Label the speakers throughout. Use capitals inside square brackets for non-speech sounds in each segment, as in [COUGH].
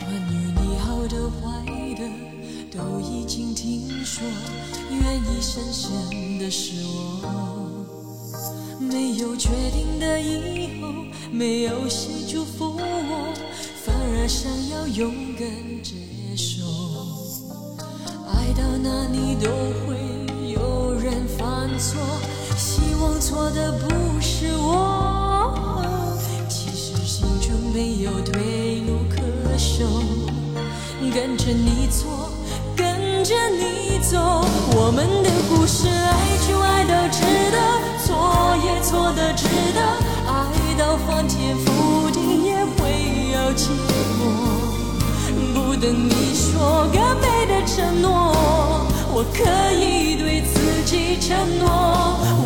Speaker 1: 关于你好的坏的都已经听说，愿意深深的是我，没有确定的以后，没有谁祝福我，反而想要勇敢接受，爱到哪里都会有人犯错，希望错的不是我，其实心中没有退路可守，跟着你错，跟着你走，我们的故事爱就爱到值得，错也错的值得，爱到翻天覆地也会有结果。不等你说干杯的承诺，我可以对自己承诺，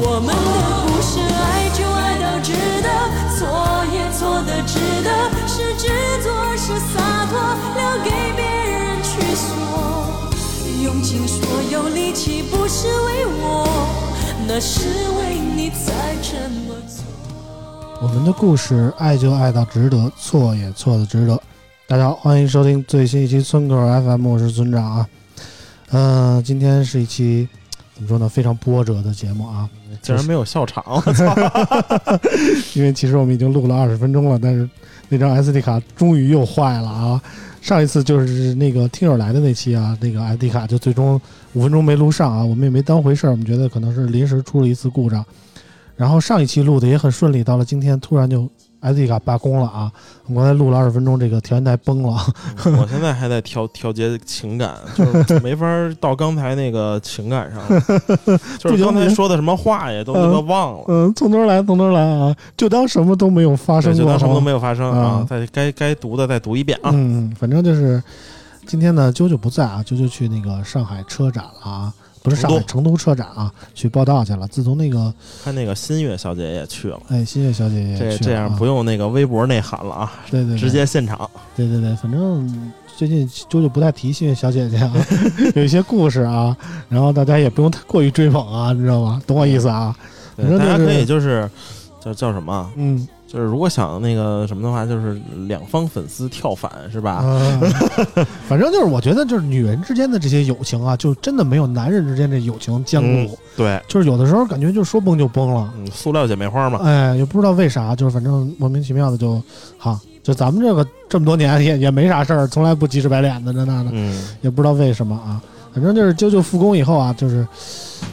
Speaker 1: 我们的故事爱就爱到值得，错也错的值得，是执着是洒脱，留给别人去说，用尽所有力气不是为我，那是为你才这么做。
Speaker 2: 我们的故事，爱就爱到值得，错也错的值得。大家好，欢迎收听最新一期村口 FM，我是村长啊。嗯、今天是一期怎么说呢，非常波折的节目啊，
Speaker 3: 竟然没有笑 [LAUGHS] 场，
Speaker 2: 因为其实我们已经录了二十分钟了，但是那张 SD 卡终于又坏了啊。上一次就是那个听友来的那期啊，那个 SD 卡就最终五分钟没录上啊，我们也没当回事儿，我们觉得可能是临时出了一次故障。然后上一期录的也很顺利，到了今天突然就 SD 卡罢工了啊！我们刚才录了二十分钟，这个调音台崩了，
Speaker 3: 嗯我现在还在调调节情感，
Speaker 2: [LAUGHS]
Speaker 3: 就是没法儿到刚才那个情感上了，就是刚才说的什么话也都他妈忘了，
Speaker 2: 嗯，从头来，从头来啊，就当什么都没有发生
Speaker 3: 对，
Speaker 2: 过，
Speaker 3: 就当什么都
Speaker 2: 好吗
Speaker 3: 没有发生
Speaker 2: 啊
Speaker 3: 啊！再该该读的再读一遍啊！
Speaker 2: 嗯，反正就是今天呢，啾啾不在啊，啾啾去那个上海车展了啊，不是上海
Speaker 3: 成
Speaker 2: 成都车展啊，去报道去了。自从那个
Speaker 3: 看那个新月小姐也去了，
Speaker 2: 哎，新月小姐也去了
Speaker 3: 这
Speaker 2: 啊
Speaker 3: 这样不用那个微博内涵了啊，
Speaker 2: 对对对
Speaker 3: 直接现场。
Speaker 2: 对对对，反正最近啾啾不太提新月小姐姐
Speaker 3: [LAUGHS]
Speaker 2: 啊，有一些故事啊，然后大家也不用太过于追捧啊，你知道吗？懂我意思啊？
Speaker 3: 对
Speaker 2: 反正
Speaker 3: 大家
Speaker 2: 就是
Speaker 3: 可以就是叫叫什么啊？
Speaker 2: 嗯
Speaker 3: 就是如果想那个什么的话，就是两方粉丝跳反是吧？
Speaker 2: 啊，反正就是我觉得就是女人之间的这些友情啊，就真的没有男人之间这友情坚固，
Speaker 3: 嗯对，
Speaker 2: 就是有的时候感觉就说崩就崩了。
Speaker 3: 嗯，塑料姐妹花嘛，
Speaker 2: 哎，也不知道为啥，就是反正莫名其妙的就好，就咱们这个这么多年也也没啥事儿，从来不急赤白脸的这那的，
Speaker 3: 嗯。
Speaker 2: 也不知道为什么啊。反正就是啾啾复工以后啊，就是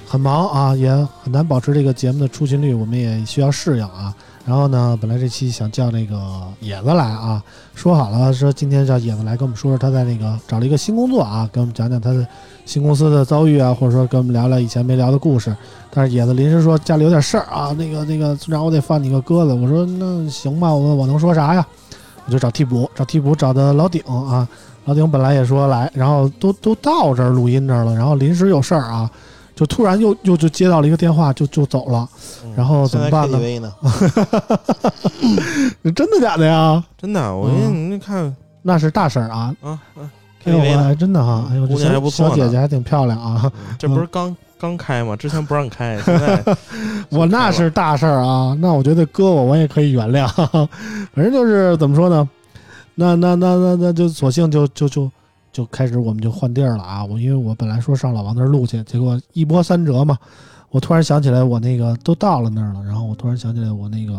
Speaker 2: 很忙啊，也很难保持这个节目的出勤率，我们也需要适应啊。然后呢，本来这期想叫那个野子来啊，说好了说今天叫野子来跟我们说说他在那个找了一个新工作啊，跟我们讲讲他的新公司的遭遇啊，或者说跟我们聊聊以前没聊的故事。但是野子临时说家里有点事儿啊，那个那个村长我得放你个鸽子。我说那行吧，我我能说啥呀？我就找替补，找替补找的老顶啊。老顶本来也说来，然后都都到这儿录音这儿了，然后临时有事儿啊，就突然又又就接到了一个电话，就就走了。
Speaker 3: 嗯
Speaker 2: 然后怎么办呢
Speaker 3: 现在 KTV 呢？
Speaker 2: 真的假的呀？
Speaker 3: 真的，我给你看
Speaker 2: 那是大事儿啊！
Speaker 3: 啊啊
Speaker 2: 哎呦，
Speaker 3: ，KTV
Speaker 2: 我
Speaker 3: 呢？
Speaker 2: 还真的哈，哎呦，这
Speaker 3: 姑娘还
Speaker 2: 小
Speaker 3: 不错
Speaker 2: 小
Speaker 3: 呢
Speaker 2: 姐姐还挺漂亮啊。
Speaker 3: 这不是刚刚开吗？之前不让开， [LAUGHS] 现在
Speaker 2: [LAUGHS] 我那是大事儿啊，那我觉得搁我我也可以原谅，反正就是怎么说呢，那那那那那就索性就就就就开始我们就换地儿了啊！我因为我本来说上老王那儿录去，结果一波三折嘛，我突然想起来我那个都到了那儿了，然后我突然想起来我那个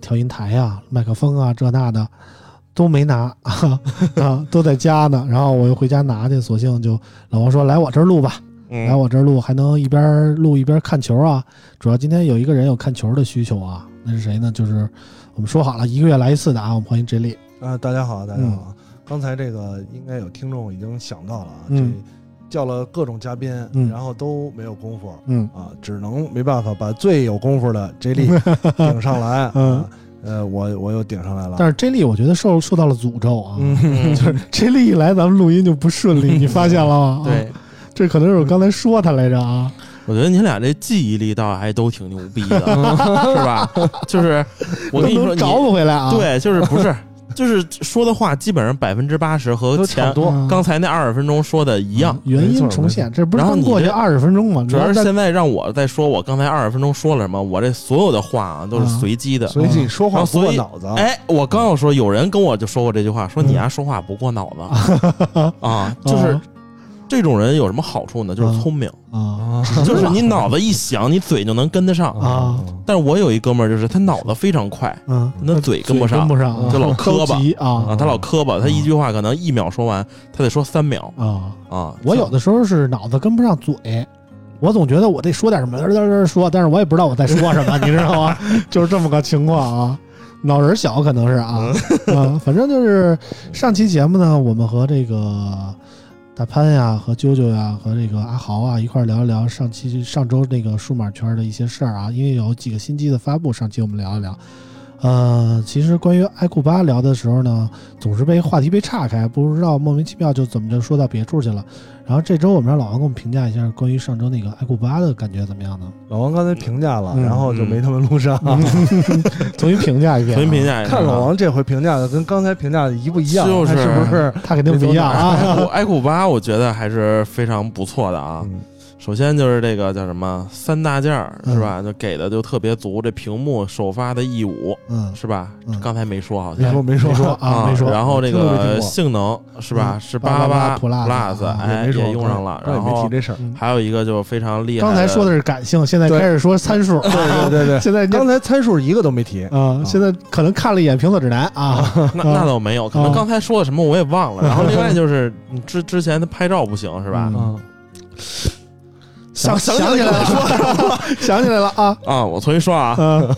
Speaker 2: 调音台啊、麦克风啊这那的 [LAUGHS] 都没拿啊，都在家呢，然后我又回家拿去，索性就老王说来我这儿录吧。
Speaker 3: 嗯
Speaker 2: 来我这儿录，还能一边录一边看球啊。主要今天有一个人有看球的需求啊，那是谁呢？就是我们说好了，一个月来一次的啊。我们欢迎 J 莉，
Speaker 4: 啊，大家好，大家好。刚才这个应该有听众已经想到了啊，
Speaker 2: 嗯
Speaker 4: 这叫了各种嘉宾，
Speaker 2: 嗯
Speaker 4: 然后都没有功夫
Speaker 2: 嗯
Speaker 4: 啊，只能没办法把最有功夫的 J 莉顶上来。
Speaker 2: 嗯
Speaker 4: 啊，呃，我我又顶上来了。
Speaker 2: 但是 J 莉我觉得受受到了诅咒啊。[LAUGHS]
Speaker 3: 嗯
Speaker 2: 就是 J 莉一来，咱们录音就不顺
Speaker 3: [LAUGHS]
Speaker 2: 利，你发现了吗？啊
Speaker 3: 对，
Speaker 2: 这可能是我刚才说他来着啊。
Speaker 3: 我觉得你俩这记忆力倒还都挺牛逼
Speaker 2: [LAUGHS]
Speaker 3: 的，是吧？就是我跟你说，
Speaker 2: 能
Speaker 3: 你
Speaker 2: 找不回来啊。
Speaker 3: 对，就是不是，就是说的话基本上百分之八十和
Speaker 4: 都差
Speaker 3: 前
Speaker 4: 不多，
Speaker 2: 嗯
Speaker 3: 刚才那二十分钟说的一样。
Speaker 2: 原因重现，这不是刚过去
Speaker 3: 然
Speaker 2: 二十分钟吗？
Speaker 3: 主要
Speaker 2: 你
Speaker 3: 是
Speaker 2: 在啊
Speaker 3: 现在让我再说我刚才二十分钟说了什么，我这所有的话啊都是随机的。
Speaker 4: 所以你说话不过脑子啊，
Speaker 3: 哎，我刚要说，有人跟我就说过这句话，说你啊呀说话不过脑子啊，就是
Speaker 2: 啊
Speaker 3: 这种人有什么好处呢？就是聪明，
Speaker 2: 啊
Speaker 3: 就是你脑子一想，你嘴就能跟得上。
Speaker 2: 啊
Speaker 4: 嗯
Speaker 3: 但是我有一哥们儿，就是他脑子非常快，
Speaker 2: 嗯，
Speaker 3: 那嘴跟不上
Speaker 2: 跟不上啊，
Speaker 3: 就老磕巴
Speaker 2: 着急啊
Speaker 3: 啊，他老磕巴，他一句话可能一秒说完，他得说三秒
Speaker 2: 啊！
Speaker 3: 啊。
Speaker 2: 我有的时候是脑子跟不上嘴，我总觉得我得说点什么，嘚嘚嘚说，但是我也不知道我在说什么，你知道吗？ [LAUGHS] 就是这么个情况啊。脑仁小可能是啊，啊，反正就是上期节目呢，我们和这个大潘呀、和啾啾呀、和这个阿豪啊一块儿聊一聊上期上周那个数码圈的一些事儿啊，因为有几个新机的发布，上期我们聊一聊。呃，其实关于 iQOO 八聊的时候呢，总是被话题被岔开，不知道莫名其妙就怎么就说到别处去了。然后这周我们让老王给我们评价一下关于上周那个 iQOO 八的感觉怎么样呢？
Speaker 4: 老王刚才评价了，
Speaker 2: 嗯
Speaker 4: 然后就没他们录上。
Speaker 2: [LAUGHS] 重新评价一遍、啊
Speaker 3: 重新评，价一下，
Speaker 4: [LAUGHS] 看老王这回评价的跟刚才评价的一不一样，
Speaker 3: 就是
Speaker 4: 他是不是？
Speaker 2: 他肯定不一样啊。
Speaker 3: [LAUGHS] 我 iQOO 八，我觉得还是非常不错的啊。
Speaker 4: 嗯
Speaker 3: 首先就是这个叫什么三大件儿是吧？就给的就特别足，这屏幕首发的 E 五
Speaker 2: 嗯，
Speaker 3: 是吧
Speaker 2: 嗯？
Speaker 3: 刚才没说好
Speaker 4: 没
Speaker 3: 像。
Speaker 4: 说没说
Speaker 2: 没说啊，没说。
Speaker 3: 然后这
Speaker 4: 听都没听
Speaker 3: 个
Speaker 4: 过
Speaker 3: 性能是吧？
Speaker 2: 嗯
Speaker 3: 是
Speaker 2: 八
Speaker 3: 八
Speaker 2: 八
Speaker 3: 八
Speaker 2: Plus，啊
Speaker 3: 哎
Speaker 4: 也没说
Speaker 3: 也用上了。
Speaker 4: 刚才
Speaker 3: 然
Speaker 4: 也没
Speaker 3: 后
Speaker 4: 提这
Speaker 3: [LAUGHS]
Speaker 4: 事儿。
Speaker 2: 嗯
Speaker 3: 还有一个就非常厉害。
Speaker 2: 刚才说的是感性，现在
Speaker 4: 对
Speaker 2: 开始说参数。
Speaker 4: 对对
Speaker 2: [LAUGHS]
Speaker 4: 对
Speaker 2: 现在人家
Speaker 4: 对，刚才参数一个都没提。
Speaker 2: 啊，现在可能看了一眼评测指南啊，
Speaker 3: 那那倒没有，可能
Speaker 2: 啊
Speaker 3: 刚才说的什么我也忘了。然后另外就是你之之前他拍照不行是吧？
Speaker 2: 嗯
Speaker 4: 嗯，
Speaker 2: 想
Speaker 3: 想
Speaker 2: 想起来了， [LAUGHS] 想起来了啊，
Speaker 3: 啊，我重新说啊，
Speaker 2: 嗯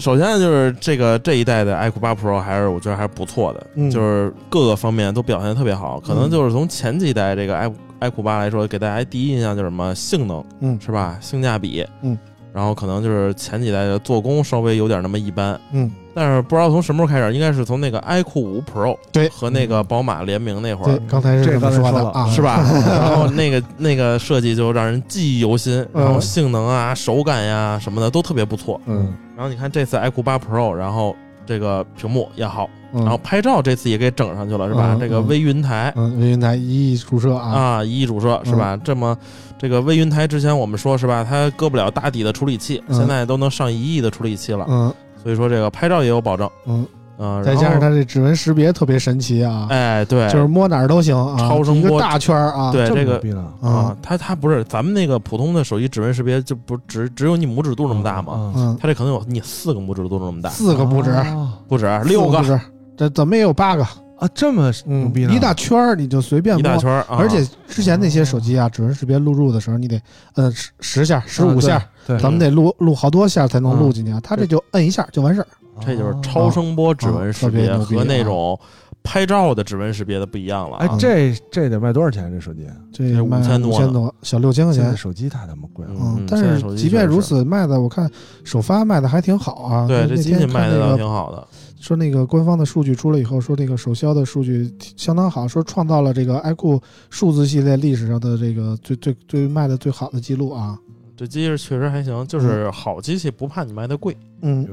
Speaker 3: 首先就是这个这一代的 iQOO 八 Pro 还是我觉得还是不错的，
Speaker 2: 嗯
Speaker 3: 就是各个方面都表现得特别好。可能就是从前几代这个 i iQOO 八来说，给大家第一印象就是什么性能，
Speaker 2: 嗯
Speaker 3: 是吧？性价比，
Speaker 2: 嗯，
Speaker 3: 然后可能就是前几代的做工稍微有点那么一般，
Speaker 2: 嗯，
Speaker 3: 但是不知道从什么时候开始，应该是从那个 iQOO 五 Pro
Speaker 2: 对
Speaker 3: 和那个宝马联名那会
Speaker 2: 对
Speaker 3: 儿，。
Speaker 2: 刚才是
Speaker 4: 这
Speaker 2: 么
Speaker 4: 刚才
Speaker 2: 说
Speaker 4: 说
Speaker 2: 的
Speaker 4: 了
Speaker 2: 啊，[LAUGHS]
Speaker 3: 是吧？然后那个那个设计就让人记忆犹新，然
Speaker 2: 嗯
Speaker 3: 后性能啊、手感呀、什么的都特别不错。
Speaker 4: 嗯，
Speaker 3: 然后你看这次 iQOO 八 Pro，然后这个屏幕也好，
Speaker 2: 嗯
Speaker 3: 然后拍照这次也给整上去了，是吧？
Speaker 2: 嗯
Speaker 3: 这个微云台、
Speaker 2: 嗯，微云台一一注射啊，
Speaker 3: 啊，一亿主摄是吧？这么这个微云台之前我们说是吧，它搁不了大底的处理器，
Speaker 2: 嗯
Speaker 3: 现在都能上一亿的处理器了，
Speaker 2: 嗯
Speaker 3: 所以说这个拍照也有保证。
Speaker 2: 嗯，
Speaker 3: 嗯、
Speaker 2: 再
Speaker 3: 然后
Speaker 2: 加上它这指纹识别特别神奇啊，
Speaker 3: 哎，对，
Speaker 2: 就是摸哪儿都行啊，
Speaker 3: 超声
Speaker 2: 一
Speaker 3: 波
Speaker 2: 个大圈儿啊，
Speaker 3: 对这
Speaker 4: 么
Speaker 3: 个
Speaker 4: 逼呢？
Speaker 2: 啊
Speaker 3: 啊，它它不是咱们那个普通的手机指纹识别就不只只有你拇指肚那么大嘛，
Speaker 4: 嗯？
Speaker 2: 嗯，
Speaker 3: 它这可能有你四个拇指肚那么大，
Speaker 2: 四个不止，
Speaker 4: 啊，
Speaker 3: 不止六个
Speaker 2: 不，止，这怎么也有八个，
Speaker 4: 这么牛
Speaker 2: 嗯，
Speaker 4: 逼呢？
Speaker 2: 一大圈儿你就随便
Speaker 3: 一
Speaker 2: 摸
Speaker 3: 大，圈儿啊，
Speaker 2: 而且之前那些手机啊，指纹识别录入的时候，你得摁十十下、
Speaker 3: 啊
Speaker 2: 十五下，
Speaker 4: 对，
Speaker 3: 嗯
Speaker 2: 咱们得录录好多下才能录进去啊。他这就摁一下就完事儿。
Speaker 3: 这就是
Speaker 4: 啊
Speaker 3: 超声波指纹识别
Speaker 2: 啊特别牛逼
Speaker 3: 和那种拍照的指纹识别的不一样了
Speaker 4: 哎
Speaker 3: 啊。，
Speaker 2: 嗯
Speaker 4: 这这得卖多少钱？啊这手机？
Speaker 2: 这卖
Speaker 3: 5000多
Speaker 2: 五
Speaker 3: 呢
Speaker 2: 千多，小六千块
Speaker 4: 现在
Speaker 2: 钱。
Speaker 4: 手机太他妈
Speaker 2: [LAUGHS]
Speaker 4: 贵了。
Speaker 2: 嗯
Speaker 3: 嗯，
Speaker 2: 但
Speaker 3: 现在
Speaker 2: 是
Speaker 3: 手机
Speaker 2: 即便
Speaker 3: 确实
Speaker 2: 如此，卖的我看首发卖的还挺好啊。
Speaker 3: 对，
Speaker 2: 那
Speaker 3: 这机
Speaker 2: 天
Speaker 3: 器
Speaker 2: 看
Speaker 3: 卖的
Speaker 2: 那
Speaker 3: 倒
Speaker 2: 个
Speaker 3: 挺好的，
Speaker 2: 说那个官方的数据出来以后，说这个首销的数据相当好，说创造了这个 iQOO 数字系列历史上的这个最最最卖的最好的记录啊。
Speaker 3: 这机器确实还行，就是好机器不怕你卖的贵。
Speaker 2: 嗯，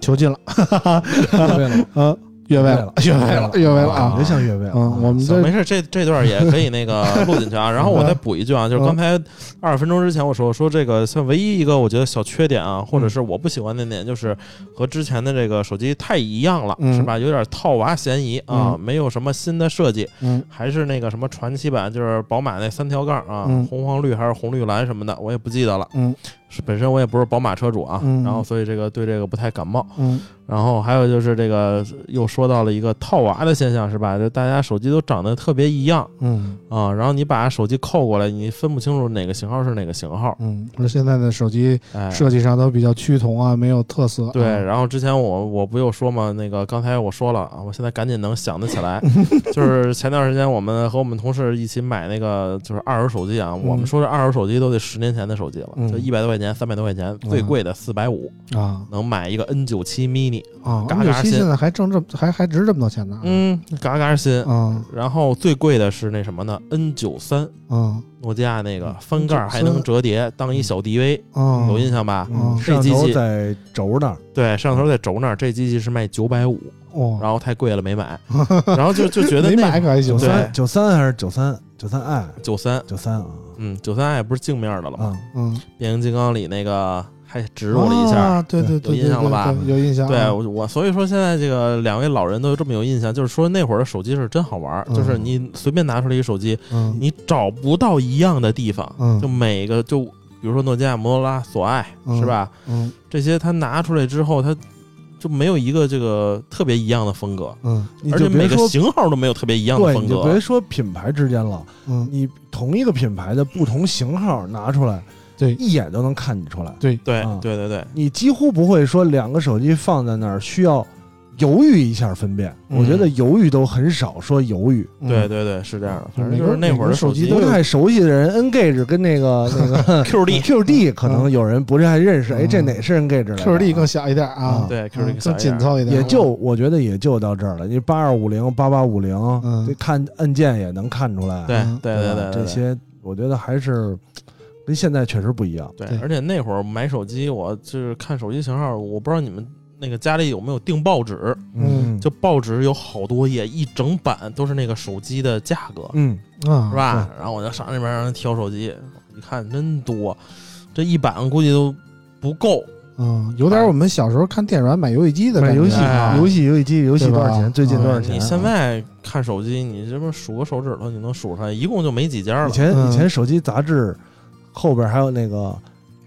Speaker 2: 囚禁了，
Speaker 4: 越位了，
Speaker 2: 呃，越位了，越位了， [LAUGHS] 越位了啊
Speaker 4: 感觉！像越位了。
Speaker 2: 嗯，我们
Speaker 3: 行，
Speaker 2: 这
Speaker 3: 没事，这这段也可以
Speaker 2: [LAUGHS]
Speaker 3: 那个录进去啊。然后我再补一句啊，就是
Speaker 2: 嗯
Speaker 3: 刚才二十分钟之前我说说这个，像唯一一个我觉得小缺点啊，
Speaker 2: 嗯
Speaker 3: 或者是我不喜欢的点，就是和之前的这个手机太一样了，
Speaker 2: 嗯
Speaker 3: 是吧？有点套娃嫌疑啊
Speaker 2: 嗯，
Speaker 3: 没有什么新的设计，
Speaker 2: 嗯
Speaker 3: 还是那个什么传奇版，就是宝马那三条杠啊
Speaker 2: 嗯，
Speaker 3: 红黄绿还是红绿蓝什么的，我也不记得了。
Speaker 2: 嗯
Speaker 3: 是本身我也不是宝马车主啊，
Speaker 2: 嗯
Speaker 3: 然后所以这个对这个不太感冒。
Speaker 2: 嗯
Speaker 3: 然后还有就是这个又说到了一个套娃的现象是吧？就大家手机都长得特别一样
Speaker 2: 嗯
Speaker 3: 啊、然后你把手机扣过来，你分不清楚哪个型号是哪个型号。
Speaker 2: 嗯，而现在的手机
Speaker 3: 哎，
Speaker 2: 设计上都比较趋同啊，没有特色。
Speaker 3: 对，
Speaker 2: 嗯
Speaker 3: 然后之前我我不又说嘛，那个刚才我说了啊，我现在赶紧能想得
Speaker 2: [LAUGHS]
Speaker 3: 起来，就是前段时间我们和我们同事一起买那个就是二手手机啊，我
Speaker 2: 嗯
Speaker 3: 们说这二手手机都得十年前的手机了，
Speaker 2: 嗯
Speaker 3: 就一百多块钱、三百多块钱，最贵的四百五，
Speaker 2: 啊
Speaker 3: 能买一个 N 九七 mini，
Speaker 2: 啊，
Speaker 3: 嘎
Speaker 2: 九
Speaker 3: 嘎
Speaker 2: 七
Speaker 3: 新
Speaker 2: 现在还挣这么还还值这么多钱呢？
Speaker 3: 嗯，嘎嘎新。
Speaker 2: 啊
Speaker 3: 然后最贵的是那什么呢？N 九三，
Speaker 2: 啊
Speaker 3: 诺基亚那个翻盖儿还能折叠，当一小 DV，
Speaker 2: 啊！
Speaker 3: 有印象吧？
Speaker 2: 嗯
Speaker 4: 摄像
Speaker 3: 这机
Speaker 4: 头
Speaker 3: 器
Speaker 4: 在轴那儿，
Speaker 3: 对，摄像头在轴那儿，这机器是卖九百五，
Speaker 2: 哇，
Speaker 3: 然后太贵了
Speaker 2: [LAUGHS]
Speaker 3: 没买，然后就就觉得
Speaker 2: 嗯没
Speaker 3: 那
Speaker 2: 买可还行
Speaker 4: 九
Speaker 3: 对
Speaker 4: 三九三还是九三九三 i
Speaker 3: 九三，
Speaker 4: 九三啊
Speaker 3: 嗯，九三 i 不是镜面的了吗？
Speaker 4: 啊，
Speaker 2: 嗯，
Speaker 3: 变形金刚里那个还指我了一下，
Speaker 2: 啊，对对对，
Speaker 3: 有印象了吧
Speaker 2: 对？对有印象啊。
Speaker 3: 对我我，所以说现在这个两位老人都有这么有印象，就是说那会儿的手机是真好玩儿，
Speaker 2: 嗯
Speaker 3: 就是你随便拿出来一手机，
Speaker 2: 嗯
Speaker 3: 你找不到一样的地方，
Speaker 2: 嗯
Speaker 3: 就每个就比如说诺基亚、摩托罗拉、索爱
Speaker 2: 嗯
Speaker 3: 是吧？
Speaker 2: 嗯
Speaker 3: 这些它拿出来之后，它就没有一个这个特别一样的风格，
Speaker 2: 嗯
Speaker 4: 你
Speaker 3: 而且
Speaker 4: 就
Speaker 3: 每
Speaker 4: 别
Speaker 3: 个
Speaker 4: 说
Speaker 3: 型号都没有特别一样的
Speaker 4: 对，
Speaker 3: 风
Speaker 4: 你就别
Speaker 3: 格。啊
Speaker 4: 说品牌之间了，
Speaker 2: 嗯，
Speaker 4: 你同一个品牌的不同型号拿出来，
Speaker 2: 对
Speaker 4: 一眼就能看你出来。
Speaker 2: 对，
Speaker 3: 对
Speaker 4: 啊
Speaker 3: 对对对，
Speaker 4: 你几乎不会说两个手机放在那儿需要犹豫一下分辨，
Speaker 2: 嗯
Speaker 4: 我觉得犹豫都很少说犹豫。
Speaker 3: 对对对，是这样的，反正
Speaker 2: 每个
Speaker 3: 就是那会
Speaker 2: 每
Speaker 3: 儿
Speaker 2: 个
Speaker 3: 的
Speaker 2: 手机
Speaker 3: 机
Speaker 2: 都
Speaker 4: 不
Speaker 2: 有
Speaker 4: 太熟悉的人，Engage 跟那
Speaker 2: [LAUGHS]
Speaker 4: 个那个
Speaker 3: QD
Speaker 4: QD 可能有人不太认识，
Speaker 2: 嗯
Speaker 4: 哎，这哪是 Engage 来的
Speaker 2: ，QD 更小一点啊，
Speaker 4: 嗯
Speaker 3: 对 QD
Speaker 2: 嗯
Speaker 3: 更小
Speaker 2: 更
Speaker 3: 一
Speaker 2: 紧
Speaker 3: 点
Speaker 2: 凑一点，
Speaker 4: 也就我觉得也就到这儿了。你八二五零、八八五零
Speaker 2: 嗯，
Speaker 4: 这看按键也能看出来。
Speaker 3: 对
Speaker 2: 嗯
Speaker 3: 对
Speaker 4: 吧
Speaker 3: 对对，对
Speaker 4: 这些我觉得还是跟现在确实不一样。
Speaker 3: 对
Speaker 2: 对，
Speaker 3: 而且那会儿买手机，我就是看手机型号，我不知道你们那个家里有没有订报纸，
Speaker 2: 嗯
Speaker 3: 就报纸有好多页，一整版都是那个手机的价格，
Speaker 4: 嗯，
Speaker 2: 啊，
Speaker 3: 是吧？然后我就上那边让人挑手机，一看真多，这一版估计都不够，
Speaker 2: 嗯，有点我们小时候看电软买游戏机的
Speaker 4: 买
Speaker 2: 感觉啊
Speaker 4: 游戏啊
Speaker 3: 哎
Speaker 4: 游戏游戏机游戏多少
Speaker 2: 对吧
Speaker 4: 钱？最近多少
Speaker 2: 嗯
Speaker 4: 钱？啊
Speaker 3: 你现在看手机，你这不数个手指头，你能数出来，一共就没几家
Speaker 4: 以
Speaker 3: 了。
Speaker 4: 前
Speaker 2: 嗯
Speaker 4: 以前手机杂志后边还有那个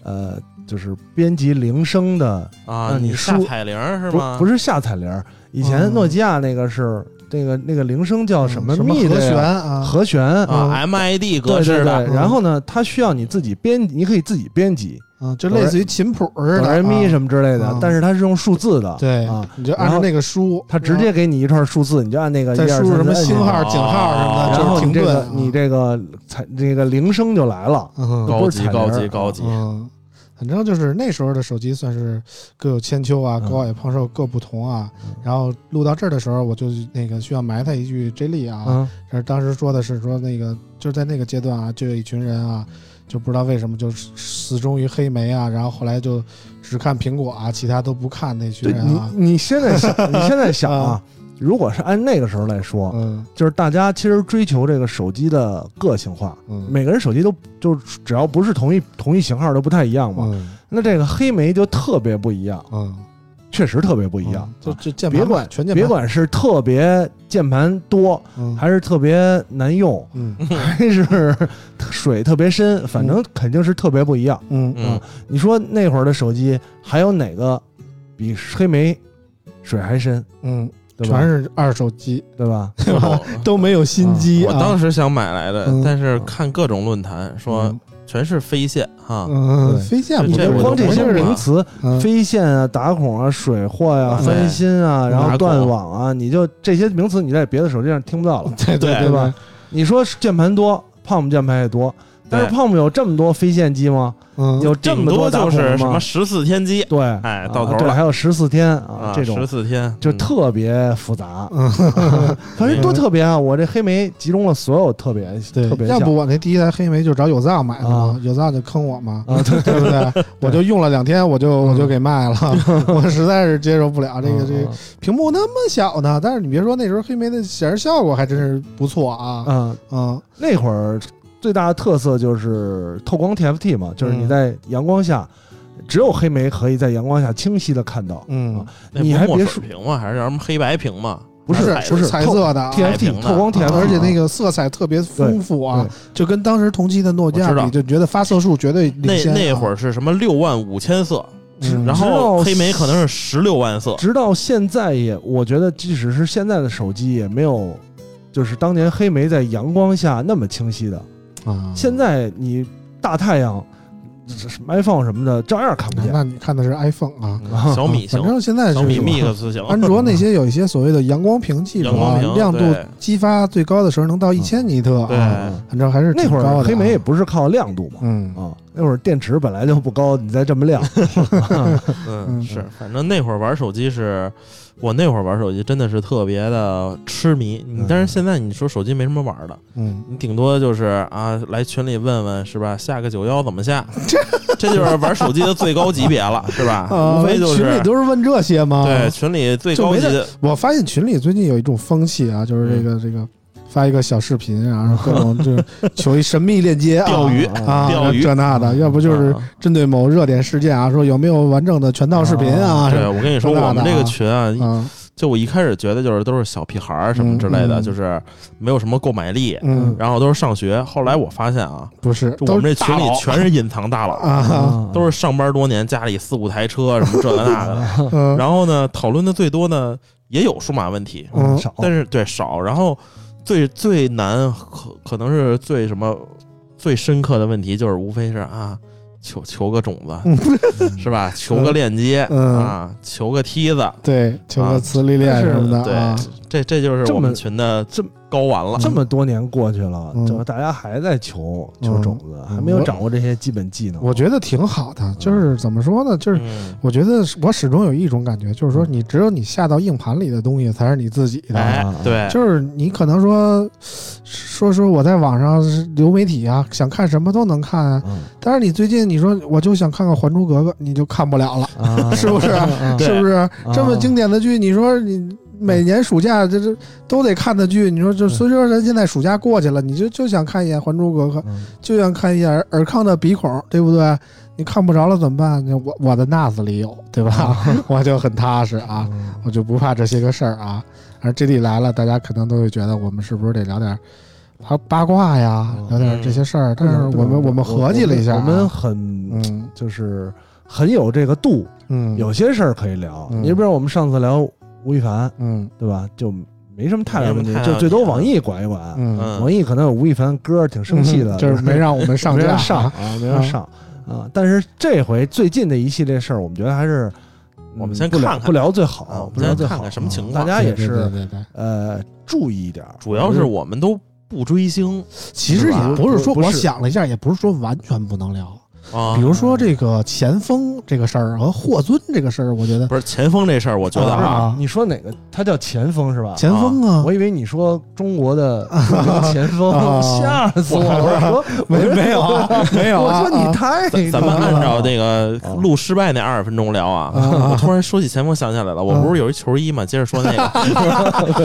Speaker 4: 呃，就是编辑铃声的，
Speaker 3: 啊，
Speaker 4: 让你
Speaker 3: 你下
Speaker 4: 输
Speaker 3: 彩铃是
Speaker 4: 不
Speaker 3: 吗？
Speaker 4: 不
Speaker 3: 是，
Speaker 4: 是下彩铃儿，以前
Speaker 2: 嗯
Speaker 4: 诺基亚那个是那个那个铃声叫什么
Speaker 2: 什么
Speaker 4: 密
Speaker 2: 和
Speaker 4: 的
Speaker 2: 弦
Speaker 4: 呀
Speaker 2: 啊，
Speaker 4: 和弦
Speaker 3: 啊
Speaker 2: 嗯
Speaker 3: ，MID 格
Speaker 4: 对对
Speaker 3: 式的，
Speaker 4: 对，然后呢，它需要你自己编，你可以自己编辑
Speaker 2: 嗯，就类似于琴谱似的，
Speaker 4: 哆来咪
Speaker 2: 啊
Speaker 4: 什么之类的
Speaker 2: 嗯，
Speaker 4: 但是它是用数字的，
Speaker 2: 对
Speaker 4: 啊，
Speaker 2: 你就按照那个嗯输，
Speaker 4: 它直接给你一串数字，你就按那个
Speaker 2: 再
Speaker 4: 一二
Speaker 2: 输入什
Speaker 4: 三
Speaker 2: 么
Speaker 4: 四按
Speaker 2: 星
Speaker 4: 下去
Speaker 2: 号、井号什么的，
Speaker 4: 哦然
Speaker 2: 就
Speaker 4: 后
Speaker 2: 是停
Speaker 4: 你这
Speaker 2: 顿
Speaker 4: 个
Speaker 2: 啊。
Speaker 4: 你这个彩这个铃声就来了，
Speaker 2: 嗯
Speaker 3: 高
Speaker 4: 不是
Speaker 3: 级
Speaker 4: 彩铃
Speaker 3: 高
Speaker 4: 儿
Speaker 3: 级
Speaker 4: 啊
Speaker 3: 高级，
Speaker 2: 嗯，反正就是那时候的手机算是各有千秋啊，
Speaker 4: 嗯
Speaker 2: 高矮胖瘦各不同啊。然后录到这儿的时候，我就那个需要埋汰一句 J 莉啊，
Speaker 4: 嗯
Speaker 2: 就是当时说的是说那个就是在那个阶段啊，就有一群人啊，就不知道为什么就死忠于黑莓啊，然后后来就只看苹果啊，其他都不看那群
Speaker 4: 对
Speaker 2: 人
Speaker 4: 你
Speaker 2: 啊，，
Speaker 4: 你现
Speaker 2: [LAUGHS]
Speaker 4: 在想，你现在想啊，如果是按那个时候来说，
Speaker 2: 嗯
Speaker 4: 就是大家其实追求这个手机的个性化，
Speaker 2: 嗯
Speaker 4: 每个人手机都就是只要不是同一同一型号都不太一样嘛。
Speaker 2: 嗯
Speaker 4: 那这个黑莓就特别不一样，
Speaker 2: 嗯
Speaker 4: 确实特别不
Speaker 2: 不
Speaker 4: 一样。
Speaker 2: 就
Speaker 4: 啊
Speaker 2: 就键盘
Speaker 4: 别管
Speaker 2: 全嗯键盘，
Speaker 4: 别管是特别键盘多，
Speaker 2: 嗯
Speaker 4: 还是特别难用， [LAUGHS]
Speaker 2: 嗯
Speaker 4: 还是水特别深，反正肯定是特别不一样。
Speaker 2: 嗯
Speaker 3: 嗯，
Speaker 4: 你说那会儿的手机还有哪个比黑莓水还深，
Speaker 2: 嗯，
Speaker 4: 对吧？哦
Speaker 2: 全是二手机，
Speaker 4: 嗯 [LAUGHS] 对啊吧？
Speaker 2: [LAUGHS] 都没有新机
Speaker 3: 我
Speaker 4: 嗯
Speaker 2: 啊。
Speaker 3: 当时想买来的，
Speaker 2: 嗯
Speaker 3: 但是看各种论坛说
Speaker 2: 嗯
Speaker 3: 全是飞线啊，
Speaker 2: 嗯，
Speaker 4: 对
Speaker 2: 飞线不是
Speaker 3: 这
Speaker 4: 你
Speaker 3: 这我
Speaker 4: 光
Speaker 3: 就
Speaker 4: 这
Speaker 3: 不
Speaker 4: 些
Speaker 3: 懂
Speaker 4: 名
Speaker 3: 了
Speaker 4: 词，
Speaker 2: 嗯
Speaker 4: 飞线啊、打孔啊、水货呀、
Speaker 2: 对，
Speaker 4: 翻新啊，然
Speaker 3: 打
Speaker 4: 后
Speaker 3: 孔
Speaker 4: 断网啊，你就这些名词你在别的手机上听不到了
Speaker 2: 对对
Speaker 3: 对
Speaker 4: 对吧？？你说键盘多，POM 键盘也多，但是
Speaker 3: 对
Speaker 4: POM 有这么多飞线机吗？
Speaker 2: 嗯，
Speaker 4: 有这
Speaker 3: 顶
Speaker 4: 么
Speaker 3: 多
Speaker 4: 打
Speaker 3: 就
Speaker 4: 孔
Speaker 3: 是
Speaker 4: 的
Speaker 3: 什么
Speaker 4: 吗？
Speaker 3: 十四天机
Speaker 4: 对，
Speaker 3: 哎
Speaker 4: 啊
Speaker 3: 到头
Speaker 4: 对，
Speaker 3: 了
Speaker 4: 还有十四天啊，这
Speaker 3: 十
Speaker 4: 种
Speaker 3: 四天
Speaker 4: 就
Speaker 3: 嗯
Speaker 4: 特别复杂，
Speaker 2: 嗯
Speaker 4: [LAUGHS] 反正多特别啊！我这黑莓集中了所有特别特
Speaker 2: 对，
Speaker 4: 别
Speaker 2: 要
Speaker 4: 像
Speaker 2: 不我那第一台黑莓就找有藏买的嘛
Speaker 4: 啊，
Speaker 2: 有藏就坑我
Speaker 3: [LAUGHS]
Speaker 2: 嘛，
Speaker 4: 啊，对
Speaker 2: 对不对？我就用了两天，我就
Speaker 3: 嗯
Speaker 2: 我就给卖
Speaker 3: [LAUGHS]
Speaker 2: 了，我实在是接受不了这个这
Speaker 3: 嗯
Speaker 2: 个屏幕那么小呢。但是你别说，那时候黑莓的显示效果还真是不错啊，
Speaker 4: 嗯，
Speaker 2: 嗯
Speaker 4: 那会儿最大的特色就是透光 TFT 嘛，就是你在阳光下，只有黑莓可以在阳光下清晰的看到。
Speaker 2: 嗯
Speaker 4: 你还
Speaker 3: 那不是墨水
Speaker 4: 别说
Speaker 3: 屏吗？还是叫什么黑白屏吗？
Speaker 4: 不是
Speaker 3: 彩
Speaker 4: 不是
Speaker 2: 彩
Speaker 4: 透
Speaker 2: 色的啊，
Speaker 3: 彩屏
Speaker 4: TFT
Speaker 3: 的
Speaker 4: 透光 TFT，
Speaker 2: 而且
Speaker 3: 啊
Speaker 2: 那个色彩特别丰富啊
Speaker 4: 对，
Speaker 2: 就跟当时同期的诺基
Speaker 3: 我
Speaker 2: 亚
Speaker 3: 知道
Speaker 2: 比，就觉得发色数绝对领
Speaker 3: 那
Speaker 2: 先啊。
Speaker 3: 那会儿是什么六万五千色，
Speaker 2: 嗯，
Speaker 3: 然后黑莓可能是十六万色，
Speaker 4: 直到现在也，我觉得即使是现在的手机也没有，就是当年黑莓在阳光下那么清晰的。
Speaker 2: 啊，
Speaker 4: 现在你大太阳，这什么 iPhone 什么的，照样看不见。
Speaker 2: 那你看的是 iPhone [LAUGHS] 啊，
Speaker 3: 嗯小米行
Speaker 2: 反，正现在
Speaker 3: 小米
Speaker 2: 是
Speaker 3: Mix 行，
Speaker 2: 安卓那些有一些所谓的阳光屏技术
Speaker 3: 阳光
Speaker 2: 啊
Speaker 3: 屏，
Speaker 2: 亮度
Speaker 3: 对嗯
Speaker 2: 激发最高的时候能到一千尼特
Speaker 3: 对
Speaker 2: 啊，反正还是
Speaker 4: 嗯那
Speaker 2: 挺
Speaker 4: 会
Speaker 2: 高的
Speaker 4: 儿
Speaker 2: 啊
Speaker 4: 黑莓也不是靠亮度嘛，
Speaker 2: 嗯
Speaker 4: 啊，那会儿电池本来就不高，你再这么亮，
Speaker 3: 嗯
Speaker 2: 嗯
Speaker 3: 是，反正那会儿玩手机是，我那会儿玩手机真的是特别的痴迷。你
Speaker 4: 嗯
Speaker 3: 但是现在你说手机没什么玩的，
Speaker 2: 嗯，
Speaker 3: 你顶多就是啊来群里问问是吧？下个九幺怎
Speaker 2: [LAUGHS]
Speaker 3: 么下？这就是玩手机的最高级别了，是吧？
Speaker 2: 啊
Speaker 3: 无非就
Speaker 2: 群
Speaker 3: 是
Speaker 2: 里都是问这些吗？
Speaker 3: 对，群里最
Speaker 2: 就
Speaker 3: 高
Speaker 2: 没
Speaker 3: 级的
Speaker 2: 我发现群里最近有一种风气啊，就是
Speaker 3: 嗯
Speaker 2: 这个这个发一个小视频，啊然后各种
Speaker 3: [LAUGHS]
Speaker 2: 就求一神秘链接啊，
Speaker 3: 钓鱼
Speaker 2: 啊，
Speaker 3: 钓鱼
Speaker 2: 这那的，要不就是
Speaker 3: 啊
Speaker 2: 针对某热点事件啊，说有没有完整的全套视频啊，
Speaker 3: 对，
Speaker 2: 是
Speaker 3: 我跟你说，
Speaker 2: 这那的
Speaker 3: 我们这个
Speaker 2: 啊
Speaker 3: 群啊，
Speaker 2: 吧啊，
Speaker 3: 就我一开始觉得就是都是小屁孩儿什么之类的，
Speaker 2: 嗯嗯
Speaker 3: 就是没有什么购买力，
Speaker 2: 嗯，
Speaker 3: 然后都是上学。后来我发现啊，
Speaker 2: 不是，
Speaker 3: 就我
Speaker 2: 都
Speaker 3: 们
Speaker 2: 是
Speaker 3: 这群里全是隐藏大佬，
Speaker 2: 啊，
Speaker 3: 都是上班多年，家里四五台车什么这个那个的。
Speaker 2: 嗯，
Speaker 3: [LAUGHS] 然后呢，讨论的最多呢也有数码问题，
Speaker 2: 嗯
Speaker 4: 少，
Speaker 3: 但是对少。然后最最难可可能是最什么最深刻的问题就是无非是啊。求求个种子，是吧？求个链接、
Speaker 2: 嗯
Speaker 3: 啊，求个梯子，
Speaker 2: 对，求
Speaker 3: 啊
Speaker 2: 个磁力链什么的啊，
Speaker 3: 对，这这就是
Speaker 4: 这
Speaker 3: 我们
Speaker 4: 么
Speaker 3: 群的
Speaker 4: 这么
Speaker 3: 高玩了。
Speaker 4: 这么多年过去了，
Speaker 2: 嗯
Speaker 4: 怎么大家还在求求种子，
Speaker 2: 嗯
Speaker 4: 还没有掌握这些基本技能？
Speaker 2: 我觉得挺好的，就是怎么说呢，就是。
Speaker 3: 嗯，
Speaker 2: 我觉得我始终有一种感觉，就是说，你只有你下到硬盘里的东西才是你自己的。
Speaker 3: 哎，对，
Speaker 2: 就是你可能说说说我在网上是流媒体啊，想看什么都能看啊，
Speaker 4: 嗯
Speaker 2: 但是你最近你说我就想看看《还珠格格》，你就看不了了，
Speaker 4: 啊，
Speaker 2: [LAUGHS] 是不是
Speaker 4: 嗯
Speaker 3: 对
Speaker 2: 是不是？这么经典的剧，你说你每年暑假这这都得看的剧，你说就虽说咱现在暑假过去了，你就就想看一眼《还珠格格》，
Speaker 4: 嗯
Speaker 2: 就想看一眼尔尔康的鼻孔，对不对？你看不着了怎么办？那我我的 NAS 里有，对
Speaker 4: [LAUGHS]
Speaker 2: 吧？我就很踏实啊。
Speaker 4: 嗯
Speaker 2: 我就不怕这些个事儿啊。而 JD 来了，大家可能都会觉得我们是不是得聊点八八卦呀，
Speaker 4: 嗯
Speaker 2: 聊点这些事儿。但是
Speaker 4: 不
Speaker 2: 我
Speaker 4: 能
Speaker 2: 们我们合计了一下
Speaker 4: 我
Speaker 2: 啊，
Speaker 4: 们很
Speaker 2: 嗯
Speaker 4: 就是很有这个度，
Speaker 2: 嗯
Speaker 4: 有些事儿可以聊。
Speaker 2: 嗯
Speaker 4: 你比如我们上次聊吴亦凡，
Speaker 2: 嗯
Speaker 4: 对吧？就没什么太大问题
Speaker 3: 没什么太，大
Speaker 4: 就最多
Speaker 3: 问题啊
Speaker 4: 网易管一管。
Speaker 2: 嗯，
Speaker 3: 嗯
Speaker 4: 网易可能有吴亦凡歌，挺生气的，
Speaker 2: 就是没让我
Speaker 4: [LAUGHS]
Speaker 2: 们上
Speaker 4: 没
Speaker 2: 架
Speaker 4: 让上啊，没让上啊。但是这回最近的一系列事儿，我们觉得还是
Speaker 3: 我们
Speaker 4: 嗯
Speaker 3: 先
Speaker 4: 不聊
Speaker 3: 看看
Speaker 4: 不聊最
Speaker 3: 啊
Speaker 4: 好
Speaker 3: 我，
Speaker 4: 不
Speaker 3: 们
Speaker 4: 聊
Speaker 3: 先
Speaker 4: 最
Speaker 3: 看
Speaker 4: 好
Speaker 3: 看
Speaker 4: 啊，
Speaker 3: 什么情
Speaker 4: 大
Speaker 3: 况。
Speaker 4: 家也
Speaker 2: 对对
Speaker 4: 是
Speaker 2: 对对对
Speaker 4: 呃注意一点儿，
Speaker 3: 主要是我们都不追星
Speaker 2: 其实
Speaker 4: 是吧
Speaker 2: 也不是说，
Speaker 4: 不是
Speaker 2: 我想了一下，也不是说完全不能聊。
Speaker 3: 啊
Speaker 2: 比，如说这个前锋这个事儿和霍尊这个事儿，我觉得
Speaker 3: 不是前锋这事儿，我觉
Speaker 4: 不
Speaker 3: 得
Speaker 4: 是
Speaker 3: 啊，
Speaker 2: 啊
Speaker 4: 你说哪个？他叫前锋是吧？
Speaker 2: 前锋啊
Speaker 4: 我，以为你说中
Speaker 3: [LAUGHS]
Speaker 4: 国的著名前锋
Speaker 2: 啊，
Speaker 4: 吓死我了！我说
Speaker 2: 没没有啊没有啊
Speaker 4: 我说你太
Speaker 3: 咱咱们按照那个录失败那二十分钟聊啊，
Speaker 2: 啊
Speaker 3: 我突然说起前锋想起来了，我不是有一球衣吗？接着说那个，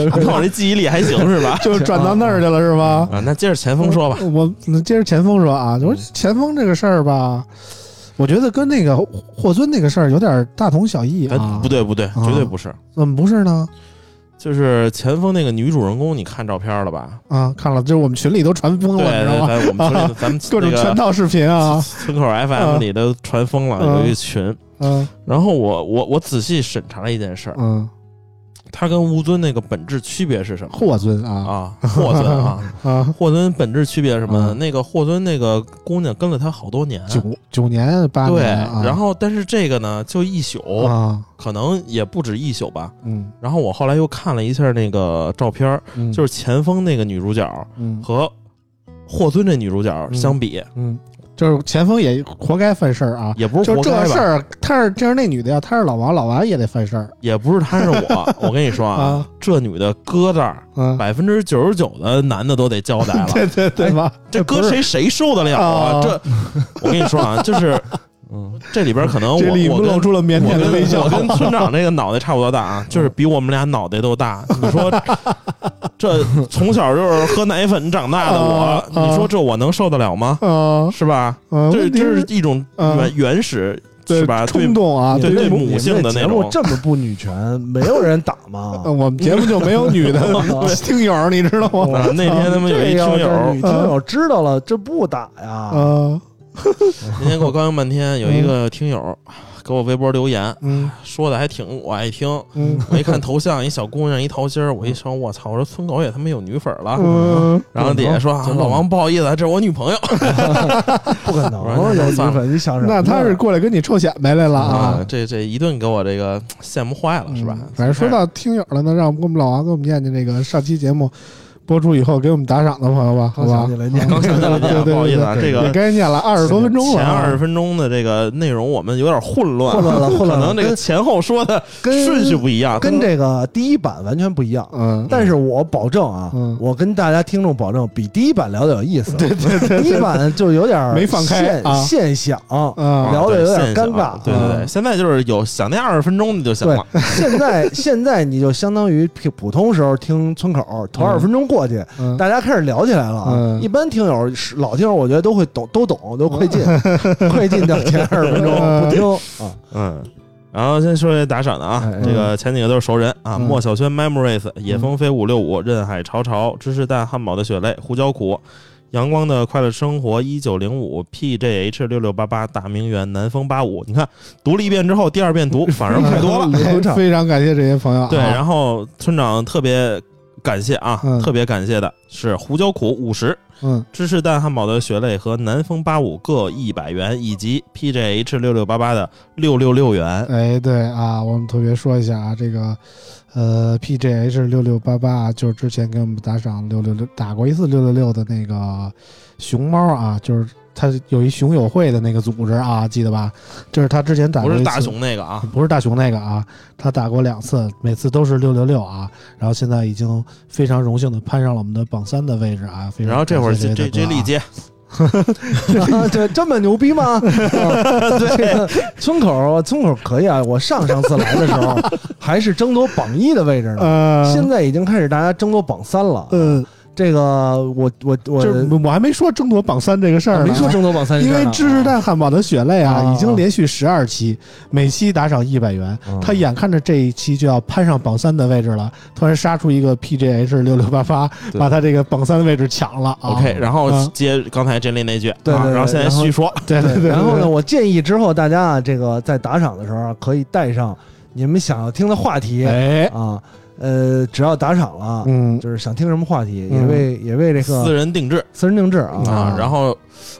Speaker 3: 你看我这记忆力还行是吧？
Speaker 2: 就转到那儿去了是吧？
Speaker 3: 啊，那接着前锋说吧，
Speaker 2: 我嗯接着前锋说啊，我前锋这个事儿吧，我觉得跟那个霍尊那个事儿有点大同小异
Speaker 3: 哎
Speaker 2: 啊。
Speaker 3: 不，对不对，绝对不是，
Speaker 2: 怎么不是呢？
Speaker 3: 就是前锋那个女主人公，你看照片了吧？
Speaker 2: 啊，看了，就是我们群里都传疯
Speaker 3: 对，
Speaker 2: 了，你知道吗？
Speaker 3: 在我们群里，咱们
Speaker 2: 各种
Speaker 3: 那个
Speaker 2: 全套视频啊，
Speaker 3: 村口 FM 里都传疯了，
Speaker 2: 嗯
Speaker 3: 有一群。
Speaker 2: 嗯
Speaker 3: 然后我我我仔细审查了一件事儿，
Speaker 2: 嗯，
Speaker 3: 它跟吴尊那个本质区别是什么
Speaker 2: 霍尊啊
Speaker 3: 啊？霍尊啊，
Speaker 2: [LAUGHS] 啊，
Speaker 3: 霍尊本质区别是什么呢？
Speaker 2: 嗯
Speaker 3: 那个霍尊那个姑娘跟了他好多年，
Speaker 2: 九九年八
Speaker 3: 对，
Speaker 2: 年啊，
Speaker 3: 然后但是这个呢，就一宿，
Speaker 2: 啊，
Speaker 3: 可能也不止一宿吧。
Speaker 2: 嗯，
Speaker 3: 然后我后来又看了一下那个照片儿，
Speaker 2: 嗯
Speaker 3: 就是前锋那个女主角
Speaker 2: 嗯
Speaker 3: 和霍尊这女主角相比，
Speaker 2: 嗯，就是前锋也活该犯事儿啊。
Speaker 3: 也不是
Speaker 2: 就
Speaker 3: 活
Speaker 2: 这
Speaker 3: 该
Speaker 2: 事
Speaker 3: 吧，
Speaker 2: 儿，他是这是那女的要，他是老王，老王也得犯事儿
Speaker 3: 也不是她是我。我跟你说啊
Speaker 2: [LAUGHS] 啊，
Speaker 3: 这女的搁这儿，
Speaker 2: 嗯，
Speaker 3: 百分之九十九的男的都得交
Speaker 2: [LAUGHS]
Speaker 3: 代了。哎
Speaker 2: 对对对吧？
Speaker 3: 这搁谁谁受得了啊？
Speaker 2: 啊
Speaker 3: 这我跟你说啊，就是
Speaker 4: 嗯
Speaker 3: 这里边可能我
Speaker 2: 这里
Speaker 3: 我跟
Speaker 2: 露出了腼
Speaker 3: 我
Speaker 2: 腆的
Speaker 3: 跟
Speaker 2: 微笑
Speaker 3: 我。跟村长这个脑袋差不多大
Speaker 2: [LAUGHS]
Speaker 3: 啊，就是比我们俩脑袋都大。你说这从小就是喝奶粉长大的我
Speaker 2: 啊，
Speaker 3: 你说这我能受得了吗？
Speaker 2: 啊
Speaker 3: 是吧？
Speaker 2: 啊，
Speaker 3: 这
Speaker 2: 问题
Speaker 3: 这是一种
Speaker 2: 啊
Speaker 3: 原原始
Speaker 2: 对
Speaker 3: 是吧？对
Speaker 2: 冲，动啊，
Speaker 3: 对
Speaker 2: 于
Speaker 3: 对
Speaker 2: 我们
Speaker 3: 母性的那
Speaker 4: 节
Speaker 3: 种
Speaker 4: 目这么不女权，没有人打吗？
Speaker 2: 呃我们节目就没有
Speaker 3: [LAUGHS]
Speaker 2: 女的听友，你知道吗？
Speaker 3: 啊那 [LAUGHS] 天他们有一
Speaker 4: 这要
Speaker 3: 听
Speaker 4: 是
Speaker 3: 友啊
Speaker 4: 女，听友知道了，这不打呀？
Speaker 2: 呃，
Speaker 3: 那天给我高兴半天，有一个听友给我微博留言，
Speaker 2: 嗯
Speaker 3: 说的还挺我爱听。 [LAUGHS]
Speaker 2: 嗯
Speaker 3: 我一看头像，一小姑娘，一桃心儿，我一瞅，我操！我说村狗也他妈有女粉了。
Speaker 2: 嗯，
Speaker 3: 然后底下说：“啊，老王，不好意思，啊，这是我女朋友。
Speaker 4: 不
Speaker 3: [LAUGHS]
Speaker 4: 可能
Speaker 3: 我说那就
Speaker 4: 有女
Speaker 3: 算了
Speaker 4: 粉，你想什么
Speaker 2: 那
Speaker 4: 呢？
Speaker 2: 他是过来跟你臭显摆来了”
Speaker 3: 啊
Speaker 2: 啊，，
Speaker 3: 这这一顿给我这个羡慕坏了，是吧
Speaker 2: 嗯？反正说到听友了呢，让我们老王给我们念念这个上期节目播出以后给我们打赏的朋友吧，好
Speaker 4: 刚想
Speaker 2: 吧
Speaker 4: 起？来念，
Speaker 3: 刚想起
Speaker 4: [LAUGHS]
Speaker 3: 来念
Speaker 2: 对对对
Speaker 3: 不好意思啊
Speaker 2: 对
Speaker 3: 这个
Speaker 2: 也该念了，二十多分钟了
Speaker 3: 前
Speaker 2: 啊，
Speaker 3: 二十分钟的这个内容我们有点混乱，啊
Speaker 4: 混乱了混乱了
Speaker 3: 可能这个前后说的
Speaker 4: 跟
Speaker 3: 顺序不一样，
Speaker 4: 跟这个第一版完全不一样。
Speaker 2: 啊嗯，
Speaker 4: 但是我保证啊
Speaker 2: 嗯，
Speaker 4: 我跟大家听众保证，比第一版聊的有
Speaker 2: [LAUGHS]
Speaker 4: 意思。对对对，第一版就有点
Speaker 2: 没放开
Speaker 4: 现
Speaker 2: 啊 [LAUGHS]
Speaker 4: 现想，
Speaker 2: 啊
Speaker 4: 聊的有点尴尬。啊
Speaker 3: 对对对，现在就是有想那二十分钟你就行了，
Speaker 4: 现在现在你就相当于普普通时候听村口头
Speaker 2: 嗯
Speaker 4: 二十分钟过去，
Speaker 2: 嗯
Speaker 4: 大家开始聊起来了啊。
Speaker 2: 嗯
Speaker 4: 一般听友是老听友，我觉得都会懂，都懂，都快进，
Speaker 2: [LAUGHS]
Speaker 4: 快进到前二十分钟
Speaker 2: 嗯
Speaker 4: 不听啊。
Speaker 3: 嗯。然后先说这打赏的啊，
Speaker 4: 哎
Speaker 3: 这个前几个都是熟人啊，
Speaker 4: 嗯
Speaker 3: 莫小轩 Memories、野蜂飞五六五、任海潮潮、芝士蛋汉堡的血泪、胡椒苦、阳光的快乐生活一九零五、PJH 六六八八、大名媛南风八五。你看读了一遍之后，第二遍
Speaker 4: [LAUGHS]
Speaker 3: 读反而快多了。
Speaker 4: 流畅
Speaker 2: 非常感谢这些朋友啊，
Speaker 3: 对，然后村长特别感谢啊，
Speaker 2: 嗯
Speaker 3: 特别感谢的是胡椒苦五十、
Speaker 2: 嗯
Speaker 3: 芝士蛋汉堡的血泪和南风八五各一百元，以及 PJH 六六八八的六六六元。
Speaker 2: 哎，对啊，我们特别说一下啊，这个呃，PJH 六六八八就是之前给我们打赏六六六打过一次六六六的那个熊猫啊，就是他有一熊友会的那个组织啊，记得吧？这是他之前打过
Speaker 3: 不
Speaker 2: 一
Speaker 3: 是
Speaker 2: 次
Speaker 3: 大熊那个啊，
Speaker 2: 不是大熊那个啊，他打过两次，每次都是六六六啊，然后现在已经非常荣幸的攀上了我们的榜三的位置啊，非常
Speaker 3: 然后这会儿
Speaker 2: 感谢
Speaker 3: 这
Speaker 2: 这
Speaker 3: 这这
Speaker 2: 丽
Speaker 3: 历届
Speaker 4: 啊 [LAUGHS] 这这么牛
Speaker 2: [LAUGHS]
Speaker 4: 逼吗？啊这个村口村口可以啊！我上上次来的时
Speaker 2: [LAUGHS]
Speaker 4: 候还是争夺榜一的位置呢，
Speaker 2: 呃，
Speaker 4: 现在已经开始大家争夺榜三了。
Speaker 2: 呃，
Speaker 4: 这个我我我
Speaker 2: 就是我还没说争夺榜三这个事儿
Speaker 4: 啊
Speaker 2: 呢，
Speaker 4: 没说争夺榜三这啊
Speaker 2: 因
Speaker 4: 事儿呢，
Speaker 2: 为芝士蛋汉堡的血泪啊，
Speaker 4: 啊
Speaker 2: 已经连续十二期，每期打赏一百元
Speaker 4: 嗯，
Speaker 2: 他眼看着这一期就要攀上榜三的位置了，突然杀出一个 PJH 六六八八，
Speaker 3: 对
Speaker 2: 把他这个榜三的位置抢了啊
Speaker 3: OK，然后
Speaker 2: 嗯
Speaker 3: 接刚才这类那句，
Speaker 4: 对
Speaker 3: 啊
Speaker 4: 对对
Speaker 3: 然后现在
Speaker 4: 然后
Speaker 3: 续说，
Speaker 2: 对对对，
Speaker 4: 然后呢，
Speaker 2: 对，
Speaker 4: 我建议之后大家啊，这个在打赏的时候啊可以带上你们想要听的话题
Speaker 2: 对哎，
Speaker 4: 啊，呃，只要打赏了，
Speaker 2: 嗯，
Speaker 4: 就是想听什么话题，
Speaker 2: 嗯
Speaker 4: 也为也为这
Speaker 3: 私
Speaker 4: 个
Speaker 3: 人定制
Speaker 4: 私人定制啊。
Speaker 3: 啊，然后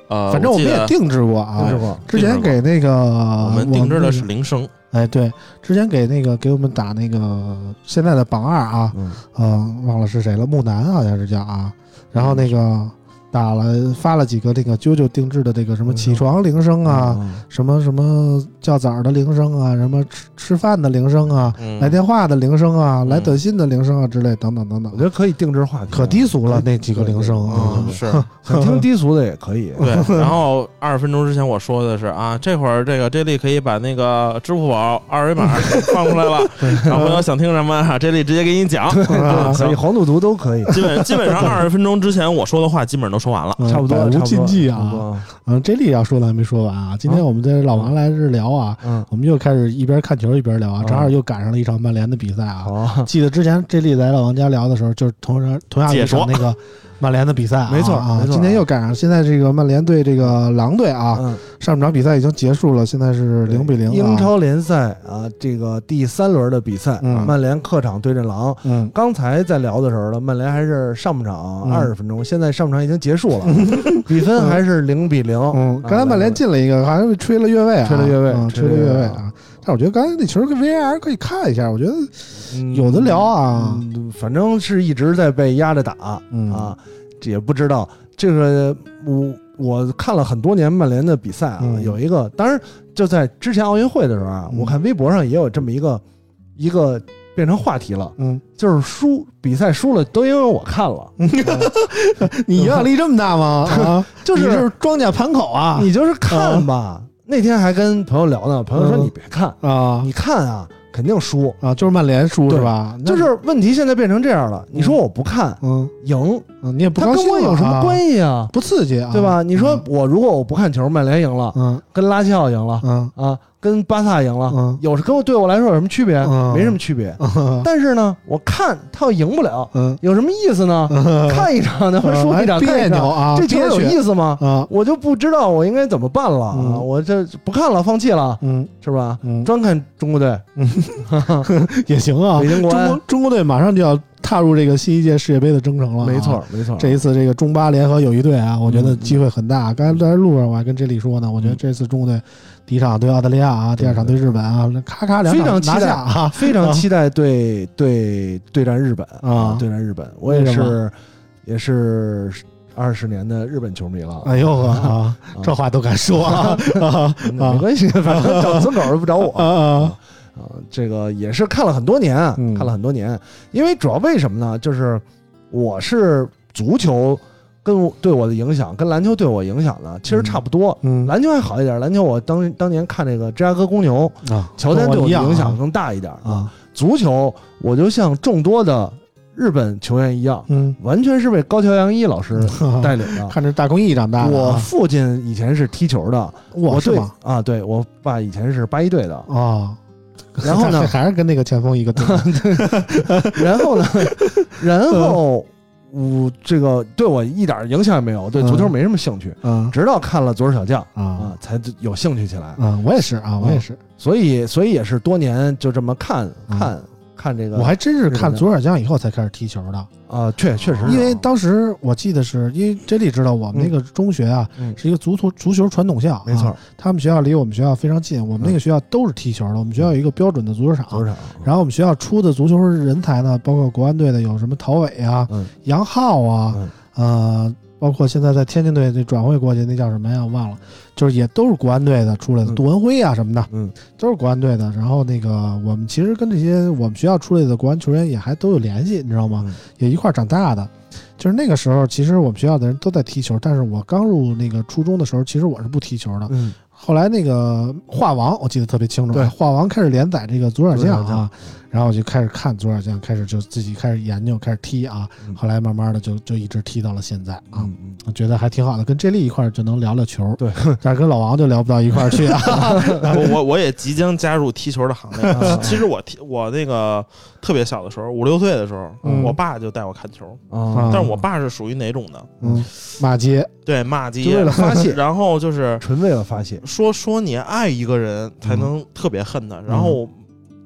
Speaker 3: 呃，
Speaker 2: 反正我
Speaker 3: 记
Speaker 2: 们也
Speaker 3: 得
Speaker 2: 定制过
Speaker 4: 定
Speaker 2: 啊
Speaker 4: 制。过，
Speaker 2: 之前给那个
Speaker 3: 我
Speaker 2: 我
Speaker 3: 们定制的是
Speaker 2: 们
Speaker 3: 铃声，
Speaker 2: 哎对，之前给那个给我们打那个现在的榜二啊，
Speaker 4: 嗯，
Speaker 2: 嗯，忘了是谁了，木南好像是叫啊。然后那个打了发了几个这个啾啾定制的这个什么
Speaker 4: 嗯
Speaker 2: 起床铃声啊，什么什么叫早的铃声啊，什么吃吃饭的铃声啊，
Speaker 3: 嗯，
Speaker 2: 来电话的铃声啊，
Speaker 3: 嗯
Speaker 2: 来短信的铃声啊之类等等等
Speaker 4: 我觉
Speaker 2: 等，
Speaker 4: 得可以定制话题，啊
Speaker 2: 可低俗了那几个铃声啊
Speaker 3: 嗯，。是。
Speaker 4: 想听低俗的也可以。
Speaker 3: 对，然后二十分钟之前我说的是啊，这会儿这个 J 莉可以把那个支付宝二维码放出来了，然后朋友想听什么啊，J 莉直接给你讲。啊
Speaker 4: 可以，
Speaker 3: 行
Speaker 4: 黄赌毒都可以，
Speaker 3: 基本基本上二十分钟之前我说的话基本上都说完了。
Speaker 2: 嗯
Speaker 4: 差不多，
Speaker 2: 百无
Speaker 4: 差不多
Speaker 2: 禁忌
Speaker 4: 差不
Speaker 2: 啊。
Speaker 4: 多
Speaker 2: 嗯，J 莉要说的还没说完啊。今天我们这老王来这聊啊，
Speaker 4: 嗯，
Speaker 2: 我们又开始一边看球一边聊啊，
Speaker 4: 嗯
Speaker 2: 正好又赶上了一场曼联的比赛啊。
Speaker 4: 好啊，
Speaker 2: [LAUGHS] 记得之前这丽来老王家聊的时候，就是同样同样一
Speaker 3: 解说
Speaker 2: 场那个曼联的比赛啊，
Speaker 4: 没错
Speaker 2: 啊
Speaker 4: 没，错
Speaker 2: 今天又赶上现在这个曼联对这个狼队啊，
Speaker 4: 嗯，
Speaker 2: 上半场比赛已经结束了，现在是零比零、啊。
Speaker 4: 英，超联赛啊，这个第三轮的比赛，
Speaker 2: 嗯
Speaker 4: 曼联客场对阵狼，
Speaker 2: 嗯，
Speaker 4: 刚才在聊的时候呢，曼联还是上半场
Speaker 2: 嗯
Speaker 4: 二十分钟，现在上半场已经结束
Speaker 2: [LAUGHS]
Speaker 4: 了，比分还是零比零。
Speaker 2: 嗯，
Speaker 4: 啊
Speaker 2: 刚才曼联进了一个，好像是吹了越位啊，
Speaker 4: 吹了越位
Speaker 2: 嗯吹
Speaker 4: 吹
Speaker 2: 了
Speaker 4: 了
Speaker 2: 越
Speaker 4: 越
Speaker 2: 位
Speaker 4: 位
Speaker 2: 啊。但我觉得刚才那球跟 VAR 可以看一下，我觉得
Speaker 4: 嗯
Speaker 2: 有的聊啊，
Speaker 4: 嗯反正是一直在被压着打、
Speaker 2: 嗯
Speaker 4: 啊，这也不知道这个我我看了很多年曼联的比赛啊，
Speaker 2: 嗯
Speaker 4: 有一个，当然就在之前奥运会的时候啊，
Speaker 2: 嗯
Speaker 4: 我看微博上也有这么一个一个变成话题了，
Speaker 2: 嗯， [LAUGHS]
Speaker 4: 就是输比赛输了都因为我看了，
Speaker 2: 你影响力这么大
Speaker 4: [LAUGHS]
Speaker 2: 吗？啊，
Speaker 4: 就是
Speaker 2: 你是庄稼盘口啊，
Speaker 4: 你就是看吧。那天还跟朋友聊呢，朋友说
Speaker 2: 嗯
Speaker 4: 你别看，
Speaker 2: 啊
Speaker 4: 你看啊，肯定输。
Speaker 2: 啊，就是曼联输
Speaker 4: 对
Speaker 2: 是吧？那
Speaker 4: 就是问题现在变成这样了，你说我不看
Speaker 2: 嗯
Speaker 4: 赢，
Speaker 2: 嗯，你也不
Speaker 4: 它
Speaker 2: 高兴
Speaker 4: 跟我有什么关
Speaker 2: 系？
Speaker 4: 系啊？
Speaker 2: 不刺激啊，
Speaker 4: 对吧？你说
Speaker 2: 嗯
Speaker 4: 我如果我不看球，曼联赢了，
Speaker 2: 嗯
Speaker 4: 跟拉齐奥赢了
Speaker 2: 嗯
Speaker 4: 啊，跟巴萨赢了，
Speaker 2: 嗯
Speaker 4: 有跟我对我来说有什么区别？
Speaker 2: 嗯
Speaker 4: 没什么区别。
Speaker 2: 嗯
Speaker 4: 但是呢，我看他要赢不了，
Speaker 2: 嗯，
Speaker 4: 有什么意思呢？看一场咱们输一
Speaker 2: 还嗯
Speaker 4: 场，
Speaker 2: 别
Speaker 4: 看一
Speaker 2: 扭
Speaker 4: 场，
Speaker 2: 啊，
Speaker 4: 这球
Speaker 2: 憋
Speaker 4: 有
Speaker 2: 屈
Speaker 4: 意思吗？
Speaker 2: 啊，
Speaker 4: 我就不知道我应该怎么办了啊！
Speaker 2: 嗯
Speaker 4: 我这不看了，放弃了，
Speaker 2: 嗯
Speaker 4: 是吧？
Speaker 2: 嗯，
Speaker 4: 专看中国队，
Speaker 2: 也行啊。
Speaker 4: 北京
Speaker 2: 中
Speaker 4: 国安
Speaker 2: 国，中国队马上就要踏入这个新一届世界杯的征程了、啊
Speaker 4: 没错，，没错。
Speaker 2: 这一次这个中巴联合友谊队啊，我觉得
Speaker 4: 嗯
Speaker 2: 机会很大。刚才在路上我还跟这里说呢，我觉得这次中国队第一场对澳大利亚啊，第二场对日本啊，咔咔两
Speaker 4: 非
Speaker 2: 场
Speaker 4: 常期
Speaker 2: 拿
Speaker 4: 待
Speaker 2: 下啊。
Speaker 4: 非常期待对对对战日本
Speaker 2: 啊
Speaker 4: 对战日本，我也
Speaker 2: 为什
Speaker 4: 是也是二十年的日本球迷了，
Speaker 2: 哎呦呵啊，
Speaker 4: 啊
Speaker 2: 这话都敢说
Speaker 4: [LAUGHS]
Speaker 2: 啊 [LAUGHS] 啊
Speaker 4: 没关系，反正找村口儿不找我
Speaker 2: 啊啊！
Speaker 4: 啊，这个也是看了很多年，
Speaker 2: 嗯
Speaker 4: 看了很多年。因为主要为什么呢？就是我是足球跟我对我的影响，跟篮球对我影响呢，其实差不多。
Speaker 2: 嗯
Speaker 4: 篮球还好一点，篮球我当当年看那个芝加哥公牛，
Speaker 2: 啊，
Speaker 4: 乔丹对
Speaker 2: 跟我
Speaker 4: 我的
Speaker 2: 一样啊
Speaker 4: 影响更大一点啊。
Speaker 2: 啊，
Speaker 4: 足球我就像众多的日本球员一样，
Speaker 2: 嗯，
Speaker 4: 完全是被高桥阳一老师
Speaker 2: [LAUGHS]
Speaker 4: 带领的。
Speaker 2: 看着大公益长大的
Speaker 4: 我
Speaker 2: 啊，
Speaker 4: 父亲以前是踢球的，
Speaker 2: 我是
Speaker 4: 对
Speaker 2: 吗？
Speaker 4: 啊，对我爸以前是八一队的，
Speaker 2: 啊，
Speaker 4: [LAUGHS] 然后呢
Speaker 2: [LAUGHS] 还是跟那个前锋一个
Speaker 4: [LAUGHS]
Speaker 2: 队
Speaker 4: 然后呢，
Speaker 2: [LAUGHS]
Speaker 4: 然后我这个对我一点影响也没有，
Speaker 2: 嗯
Speaker 4: 对足球没什么兴趣，
Speaker 2: 啊
Speaker 4: 直到看了《左手小将》
Speaker 2: 啊
Speaker 4: 嗯啊，才有兴趣起来。
Speaker 2: 啊！我也是啊，我也是，
Speaker 4: 所以，所以也是多年就这么看
Speaker 2: 嗯
Speaker 4: 看看这个，
Speaker 2: 我还真是
Speaker 4: 日本
Speaker 2: 看
Speaker 4: 的
Speaker 2: 左小将以后才开始踢球的。
Speaker 4: 啊，确确实是，
Speaker 2: 因为当时我记得是因为这里知道我们那个中学啊、
Speaker 4: 嗯
Speaker 2: 是一个足球足球传统校、啊
Speaker 4: 没错，，嗯
Speaker 2: 他们学校离我们学校非常近，我们那个学校都是踢球的，我们学校有一个标准的足球场。
Speaker 4: 球场，
Speaker 2: 然后我们学校出的足球人才呢，包括国安队的有什么陶伟啊、
Speaker 4: 嗯
Speaker 2: 杨浩啊，
Speaker 4: 嗯
Speaker 2: 呃，包括现在在天津队那转会过去那叫什么呀？我忘了，就是也都是国安队的出来的，
Speaker 4: 嗯
Speaker 2: 杜文辉啊什么的，
Speaker 4: 嗯，
Speaker 2: 都是国安队的。然后那个我们其实跟这些我们学校出来的国安球员也还都有联系，你知道吗？
Speaker 4: 嗯
Speaker 2: 也一块儿长大的。就是那个时候，其实我们学校的人都在踢球，但是我刚入那个初中的时候，其实我是不踢球的。
Speaker 4: 嗯，
Speaker 2: 后来那个画王，我记得特别清楚，哎
Speaker 4: 对
Speaker 2: 画王开始连载这个左小
Speaker 4: 左小
Speaker 2: 将
Speaker 4: 将
Speaker 2: 啊，然后我就开始看左小将，开始就自己开始研究，开始踢啊，
Speaker 4: 嗯
Speaker 2: 后来慢慢的就就一直踢到了现在啊。
Speaker 4: 嗯嗯
Speaker 2: 我觉得还挺好的，跟 J 莉一块儿就能聊聊球，
Speaker 4: 对，
Speaker 2: 但是跟老王就聊不到一块儿去
Speaker 4: [LAUGHS]
Speaker 2: 啊。 [LAUGHS]
Speaker 3: 我我我也即将加入踢球的行列
Speaker 2: 嗯
Speaker 4: 啊。
Speaker 3: 其实我踢我那个特别小的时候，五六岁的时候，
Speaker 2: 嗯
Speaker 3: 我爸就带我看球，
Speaker 4: 啊，
Speaker 3: 但是我爸是属于哪种呢？
Speaker 2: 嗯，骂街，
Speaker 3: 对，骂街，
Speaker 4: 就为了发
Speaker 3: [LAUGHS]
Speaker 4: 泄
Speaker 3: 然后就是
Speaker 4: 纯为了发泄，
Speaker 3: 说说你爱一个人
Speaker 2: 嗯
Speaker 3: 才能特别恨他，然后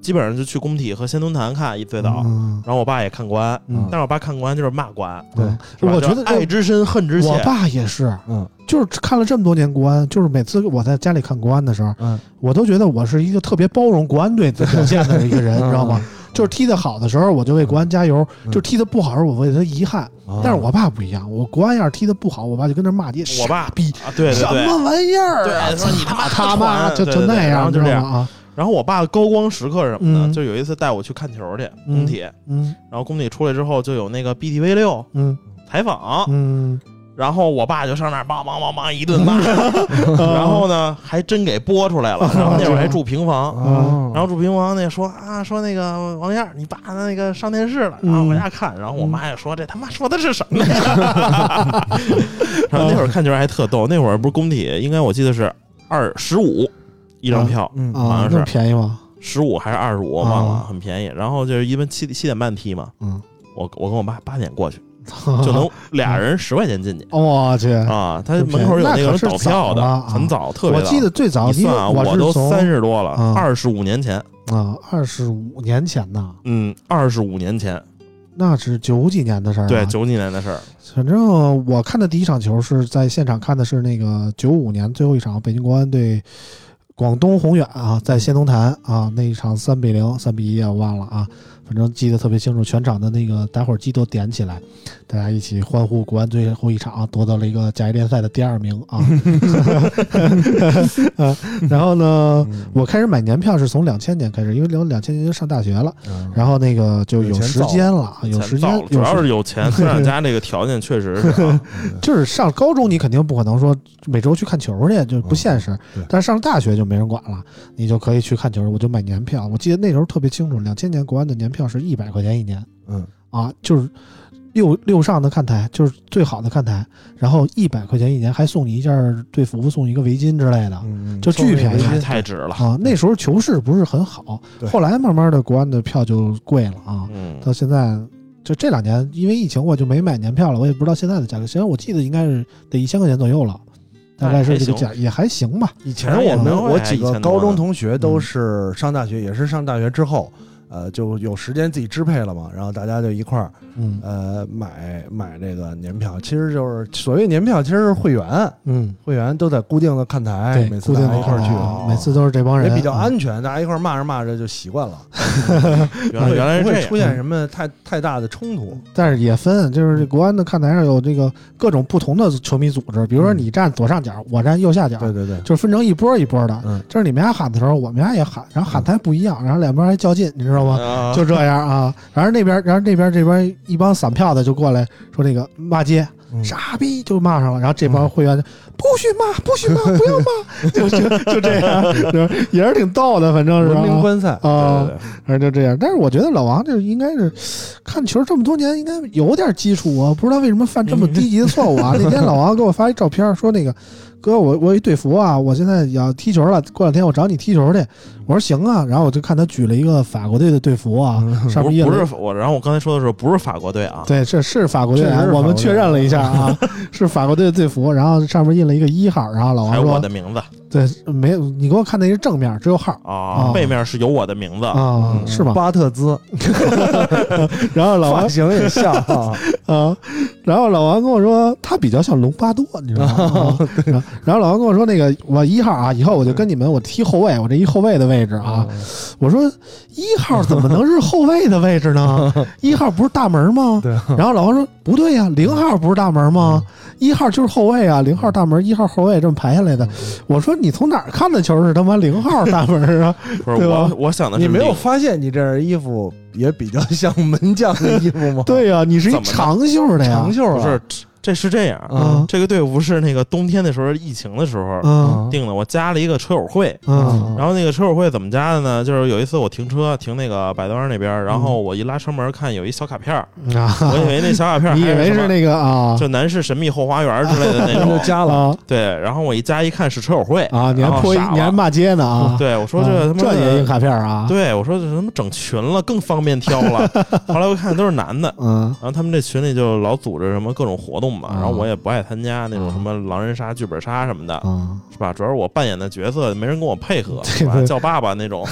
Speaker 3: 基本上就去工体和仙踪坛看一最早，
Speaker 2: 嗯
Speaker 3: 然后我爸也看国安，
Speaker 2: 嗯
Speaker 3: 但，是我爸看国安就是骂国安，
Speaker 4: 对
Speaker 2: 嗯
Speaker 3: 是吧
Speaker 2: 我觉
Speaker 3: 就
Speaker 2: 得
Speaker 3: 是爱之深，恨之切
Speaker 2: 我。爸也是，
Speaker 4: 嗯
Speaker 2: 就是看了这么多年国安，就是每次我在家里看国安的时候，
Speaker 4: 嗯，
Speaker 2: 我都觉得我是一个特别包容国安队的表现的一个人，你知道吗？就是踢得好的时候，我就为国安加油；
Speaker 4: 嗯
Speaker 2: 就是踢得不好的时候，我为他遗憾。
Speaker 4: 啊？
Speaker 2: 但是我爸不一样，我国安要是踢得不好，我爸就跟那骂街，
Speaker 3: 我爸
Speaker 2: 傻逼，
Speaker 3: 啊，对对
Speaker 2: 什
Speaker 3: 对，
Speaker 2: 么玩意儿啊？
Speaker 3: 对说你他妈
Speaker 2: 他妈
Speaker 3: 妈
Speaker 2: 就就那
Speaker 3: 然后
Speaker 2: 样，
Speaker 3: 就
Speaker 2: 你知
Speaker 3: 这
Speaker 2: 道
Speaker 3: 样。
Speaker 2: 吗啊？
Speaker 3: 然后我爸高光时刻是什么呢？
Speaker 2: 嗯
Speaker 3: 就有一次带我去看球去，
Speaker 2: 嗯
Speaker 3: 工体，
Speaker 2: 嗯
Speaker 3: 然后工体出来之后就有那个 BTV 六
Speaker 2: 嗯
Speaker 3: 采访，
Speaker 2: 嗯，
Speaker 3: 然后我爸就上那儿梆梆梆梆一顿
Speaker 2: [LAUGHS]
Speaker 3: 骂， [LAUGHS] 然后呢还真给播出来了。然后那会儿还住平房，
Speaker 2: 嗯
Speaker 4: 啊，
Speaker 3: 然后住平房那说啊说那个王燕儿，你爸那个上电视了，
Speaker 2: 嗯
Speaker 3: 然后我家看，然后我妈也说这他妈说的是什
Speaker 2: [LAUGHS]
Speaker 3: 么呀？然后那会儿看球还特逗，那会儿不是工体，应该我记得是二十五一张票，
Speaker 4: 嗯
Speaker 3: 好
Speaker 2: 啊
Speaker 3: 像，是嗯
Speaker 2: 那么便宜吗？
Speaker 3: 十五还是二十五，我
Speaker 2: 啊
Speaker 3: 忘了，很便宜。然后就是一般七七点半踢嘛，
Speaker 2: 嗯，
Speaker 3: 我我跟我爸八点过去就
Speaker 2: 就
Speaker 3: 能俩人十块钱进去。
Speaker 2: [LAUGHS] 我去，
Speaker 3: 啊，他门口有那个
Speaker 2: 那
Speaker 3: 倒票
Speaker 2: 可是早了
Speaker 3: 的，
Speaker 2: 啊
Speaker 3: 很早，特别
Speaker 2: 我
Speaker 3: 早。
Speaker 2: 记得最早
Speaker 3: 你
Speaker 2: 因为
Speaker 3: 算啊，
Speaker 2: 我
Speaker 3: 我
Speaker 2: 是
Speaker 3: 都
Speaker 2: 从
Speaker 3: 三十多了
Speaker 2: 嗯，
Speaker 3: 二十五年前，
Speaker 2: 啊二十五年前呐，
Speaker 3: 嗯，二十五年前，
Speaker 2: 啊那是九几年的事儿啊，
Speaker 3: 对，九几年的事儿。
Speaker 2: 反正我看的第一场球是在现场看的是那个九五年最后一场北京国安对广东宏远啊，在仙踪坛啊那一场三比零、三比一啊，我忘了啊，反正记得特别清楚，全场的那个打火机都点起来，大家一起欢呼国安最后一场、啊夺得了一个甲级联赛的第二名
Speaker 3: [LAUGHS]
Speaker 2: 啊。 [LAUGHS] 啊然后呢，
Speaker 3: 嗯
Speaker 2: 我开始买年票是从两千年开始，因为两两千年就上大学了，
Speaker 4: 嗯
Speaker 2: 然后那个就有时间了，有时
Speaker 3: 钱到
Speaker 2: 间
Speaker 3: 了，主
Speaker 2: 有时
Speaker 3: 要是
Speaker 2: [LAUGHS]
Speaker 3: 有钱，科长家这个条件确实是啊
Speaker 2: 就是上高中你肯定不可能说每周去看球去，就不现实。
Speaker 4: 对
Speaker 2: 但是上大学就没人管了，你就可以去看球。我就买年票，我记得那时候特别清楚，两千年国安的年票是一百块钱一年
Speaker 4: 嗯
Speaker 2: 啊，就是六六上的看台，就是最好的看台，然后一百块钱一年还送你一件儿队服，送一个围巾之类的
Speaker 4: 嗯
Speaker 2: 就巨便宜
Speaker 3: 太哎太值
Speaker 2: [LAUGHS]
Speaker 3: 了。
Speaker 2: 啊。那时候球市不是很好
Speaker 4: 对，
Speaker 2: 后来慢慢的国安的票就贵了啊，
Speaker 3: 嗯，
Speaker 2: 到现在就这两年，因为疫情我就没买年票了，我也不知道现在的价格。现在我记得应该是得一千块钱左右了，大概是这个价，也哎还行吧。
Speaker 4: 以前我们
Speaker 3: 嗯
Speaker 4: 我几个高中同学都
Speaker 2: 嗯
Speaker 4: 是上大学，也是上大学之后，呃，就有时间自己支配了嘛，然后大家就一块儿
Speaker 2: 嗯
Speaker 4: 呃买买这个年票，其实就是所谓年票，其实是会员，
Speaker 2: 嗯，
Speaker 4: 会员都在固定的看台，
Speaker 2: 对
Speaker 4: 哎每，次
Speaker 2: 固
Speaker 4: 大
Speaker 2: 定
Speaker 4: 家
Speaker 2: 的
Speaker 4: 一块儿去，
Speaker 2: 啊每次都是这帮人，
Speaker 4: 也比较
Speaker 2: 啊
Speaker 4: 安全，大家一块儿骂着骂着就习惯了，
Speaker 3: [LAUGHS] 原来原来是
Speaker 4: 不
Speaker 3: 这
Speaker 4: 会
Speaker 3: 样嗯
Speaker 4: 出现什么太太大的冲突。
Speaker 2: 但是也分，就是
Speaker 4: 嗯
Speaker 2: 国安的看台上有这个各种不同的球迷组织，比如说你站左上角，我站右下角，
Speaker 4: 嗯对对对，
Speaker 2: 就是分成一波一波的。
Speaker 4: 嗯
Speaker 2: 就是你们俩喊的时候，我们俩也喊，然后喊台不一样，然后两边还较劲，你知道吗？
Speaker 3: 啊
Speaker 2: 就这样啊。然后那边，然后那边这边一帮散票的就过来说那个骂街，
Speaker 4: 嗯
Speaker 2: 傻逼就骂上了。然后这帮会员就不许骂，不许骂，不要骂，就就就这样，就是也是挺逗的，反正是
Speaker 4: 文
Speaker 2: 吧
Speaker 4: 明观赛，
Speaker 2: 啊。
Speaker 3: 对对对
Speaker 2: 反正就这样。但是我觉得老王这应该是看球这么多年，应该有点基础啊，不知道为什么犯这么低级的错误
Speaker 3: [LAUGHS]
Speaker 2: 啊。那天老王给我发一照片，说那个哥，我我有一队服啊，我现在要踢球了，过两天我找你踢球去。我说行啊，然后我就看他举了一个法国队的队服啊，上
Speaker 3: 不
Speaker 2: 面印
Speaker 3: 是
Speaker 2: 了
Speaker 3: 嗯不是我，然后我刚才说的时候不是法国队啊，
Speaker 2: 对，这是法国队
Speaker 4: 确实
Speaker 2: 啊
Speaker 4: 是，法
Speaker 2: 我
Speaker 4: 国
Speaker 2: 们
Speaker 4: 队
Speaker 2: 确认了一下
Speaker 3: [LAUGHS]
Speaker 2: 啊，是法国队的队服，然后上面印了一个一号，然后老王
Speaker 3: 还有我
Speaker 2: 说
Speaker 3: 的，名字
Speaker 2: 对，没有，你给我看那是正面，只有号
Speaker 3: 啊
Speaker 2: 啊，
Speaker 3: 背面是有我的名字。
Speaker 2: 啊，
Speaker 4: 嗯
Speaker 2: 是吗？
Speaker 4: 巴特兹
Speaker 3: 嗯
Speaker 2: 然后老王
Speaker 4: 发型也像啊，
Speaker 2: 啊，然后老王跟我说他比较像隆巴多，你知道吗？啊然后然后老王跟我说那个我一号啊，以后我就跟你们我踢后卫，我这一后卫的位置啊，我说一号怎么能是后卫的位置呢？一号不是大门吗？
Speaker 4: 对
Speaker 2: 然后老王说不对呀、零号不是大门吗？一号就是后卫啊，零号大门，一号后卫这么排下来的。我说你从哪儿看的球是他妈零号大门啊？
Speaker 3: 不是
Speaker 2: 对
Speaker 3: 我
Speaker 2: 吧
Speaker 3: 我想的是
Speaker 4: 你没有
Speaker 3: 零
Speaker 4: 发现你这件衣服也比较像门将的衣服吗？，
Speaker 2: [LAUGHS] 对呀、你是一
Speaker 3: 怎么的
Speaker 2: 长袖的呀，
Speaker 4: 长袖
Speaker 3: 不
Speaker 4: 啊
Speaker 3: 是这这是这样，
Speaker 2: 啊
Speaker 3: 这个队伍是那个冬天的时候疫情的时候
Speaker 2: 嗯
Speaker 3: 定的，我加了一个车友会。
Speaker 2: 嗯
Speaker 3: 然后那个车友会怎么加的呢？就是有一次我停车停那个百端那边，然
Speaker 2: 嗯
Speaker 3: 后我一拉车门看有一小卡片儿，
Speaker 2: [LAUGHS] 啊
Speaker 3: 我以为那小卡片儿
Speaker 2: 你以
Speaker 3: 还
Speaker 2: 为
Speaker 3: 什
Speaker 2: 是
Speaker 3: 么
Speaker 2: 那个啊
Speaker 3: [LAUGHS] 就南市神秘后花园之类
Speaker 2: [LAUGHS]
Speaker 3: 的那
Speaker 4: 那就
Speaker 3: 种。
Speaker 4: 加了。
Speaker 2: 啊
Speaker 3: 对，然后我一加一看是车友会
Speaker 2: 啊！你
Speaker 3: 然
Speaker 2: 还
Speaker 3: 后
Speaker 2: 泼一，
Speaker 3: 傻
Speaker 2: 你还
Speaker 3: 了
Speaker 2: 骂街呢啊？
Speaker 3: 对我说
Speaker 2: 啊
Speaker 3: 这他妈
Speaker 2: 这也
Speaker 3: 的
Speaker 2: 印卡片啊？，
Speaker 3: 对我说这他妈整群了，更方便挑
Speaker 2: [LAUGHS]
Speaker 3: 了。后来我看都是男的，
Speaker 2: 嗯
Speaker 3: 然后他们这群里就老组织什么各种活动嘛，
Speaker 2: 啊
Speaker 3: 然后我也不爱参加那种什么狼人杀、剧本杀什么的，
Speaker 2: 啊，
Speaker 3: 是吧？主要是我扮演的角色没人跟我配合，
Speaker 2: 对
Speaker 3: 是吧？
Speaker 2: 对
Speaker 3: 叫爸爸那
Speaker 2: [LAUGHS]
Speaker 3: 种。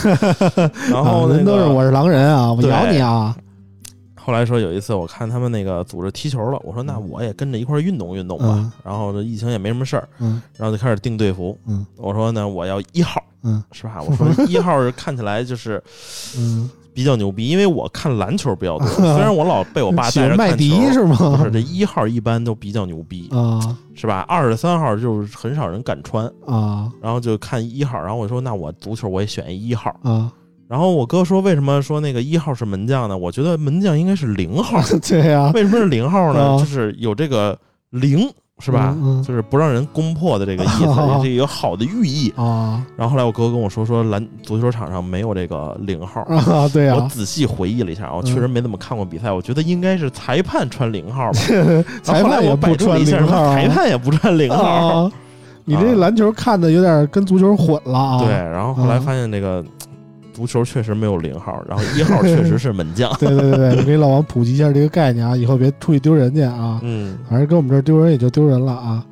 Speaker 3: 然后
Speaker 2: 啊
Speaker 3: 那
Speaker 2: 人都是
Speaker 3: 个
Speaker 2: 我是狼人啊，我
Speaker 3: 对
Speaker 2: 咬你啊！
Speaker 3: 后来说有一次我看他们那个组织踢球了，我说那我也跟着一块儿运动运动吧
Speaker 2: 嗯。
Speaker 3: 然后这疫情也没什么事儿，
Speaker 2: 嗯
Speaker 3: 然后就开始定队服。
Speaker 2: 嗯
Speaker 3: 我说呢，我要一号，
Speaker 2: 嗯
Speaker 3: 是吧？我说一号是看起来就是
Speaker 2: 嗯，
Speaker 3: 比较牛逼，因为我看篮球比较
Speaker 2: [LAUGHS]
Speaker 3: 多，虽然我老被我爸
Speaker 2: 喜
Speaker 3: 带
Speaker 2: 欢
Speaker 3: 着
Speaker 2: 麦
Speaker 3: 看球。
Speaker 2: 迪是
Speaker 3: 不
Speaker 2: 吗
Speaker 3: 是，？这一号一般都比较牛逼，
Speaker 2: 啊
Speaker 3: 是吧？二十三号就是很少人敢穿，
Speaker 2: 啊
Speaker 3: 然后就看一号，然后我说那我足球我也选一号，
Speaker 2: 啊！ [LAUGHS]
Speaker 3: 然后我哥说为什么说那个一号是门将呢？我觉得门将应该是
Speaker 2: [LAUGHS]
Speaker 3: 零号，
Speaker 2: 对呀，
Speaker 3: 为什么是零号呢？
Speaker 2: 啊
Speaker 3: 就是有这个零是吧？
Speaker 2: 嗯嗯
Speaker 3: 就是不让人攻破的这个意思，
Speaker 2: [LAUGHS] 哦
Speaker 3: 这有好的寓意。
Speaker 2: 啊
Speaker 3: 然后后来我哥跟我说说篮足球场上没有这个零号。
Speaker 2: 啊，对
Speaker 3: 我
Speaker 2: 呀，嗯
Speaker 3: 仔细回忆了一下，我确实没怎么看过比赛，我觉得应该是裁判穿零号吧。
Speaker 2: [LAUGHS] 裁判也不穿零号啊，
Speaker 3: 裁判也不穿零号。
Speaker 2: 啊。你这篮球看的有点跟足球混了啊！。
Speaker 4: 哦
Speaker 3: 对，然后
Speaker 4: 嗯
Speaker 3: 后来发现这个足球确实没有零号，然后一号确实是门
Speaker 4: [LAUGHS]
Speaker 3: 将
Speaker 2: 对对对对，你给老王普及一下这个概念啊，以后别出去丢人去啊！
Speaker 3: 嗯，
Speaker 2: 反正跟我们这儿丢人也就丢人了啊。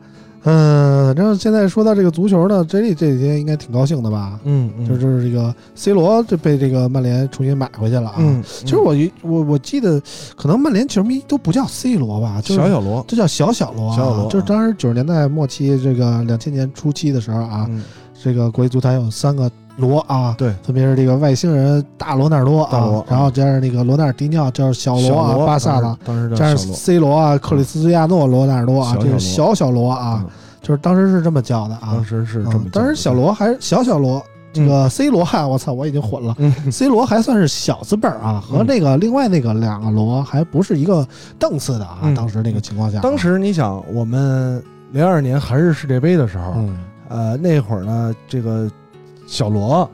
Speaker 2: 嗯，反正现在说到这个足球呢，J 莉这几天应该挺高兴的吧？
Speaker 4: 嗯，嗯
Speaker 2: 就就是这个 C 罗就被这个曼联重新买回去了啊。
Speaker 4: 嗯，
Speaker 2: 其实我一我我记得，可能曼联球迷都不叫 C 罗吧，就是
Speaker 4: 小小罗，
Speaker 2: 这叫小小罗、啊，
Speaker 4: 小小罗
Speaker 2: 就是当时九十年代末期，这个两千年初期的时候啊，
Speaker 4: 嗯
Speaker 2: 这个国际足坛有三个罗啊，
Speaker 4: 对，
Speaker 2: 分别是这个外星人大罗纳尔多啊，
Speaker 4: 大罗啊
Speaker 2: 然后加上那个罗纳尔迪尼奥，叫小罗啊，
Speaker 4: 小罗
Speaker 2: 巴萨的，，
Speaker 4: 当时当时
Speaker 2: 加
Speaker 4: 叫
Speaker 2: 上
Speaker 4: 小罗，嗯
Speaker 2: C 罗啊，克里斯蒂亚诺罗纳尔多啊
Speaker 4: 小，小
Speaker 2: 这
Speaker 4: 罗
Speaker 2: 是小小罗啊，
Speaker 4: 嗯
Speaker 2: 就是当时是这么叫的
Speaker 4: 当
Speaker 2: 啊，
Speaker 4: 时是
Speaker 2: 嗯
Speaker 4: 这么叫的，
Speaker 2: 当时小罗还是小小罗。这个 C 罗哈，我操，我已经混了。
Speaker 4: 嗯
Speaker 2: C 罗还算是小字辈儿啊，和那个另外那个两个罗还不是一个档次的啊。
Speaker 4: 嗯
Speaker 2: 当时那个情况下啊，
Speaker 4: 当时你想，我们零二年韩日世界杯的时候，
Speaker 2: 嗯
Speaker 4: 呃，那会儿呢，这个小罗、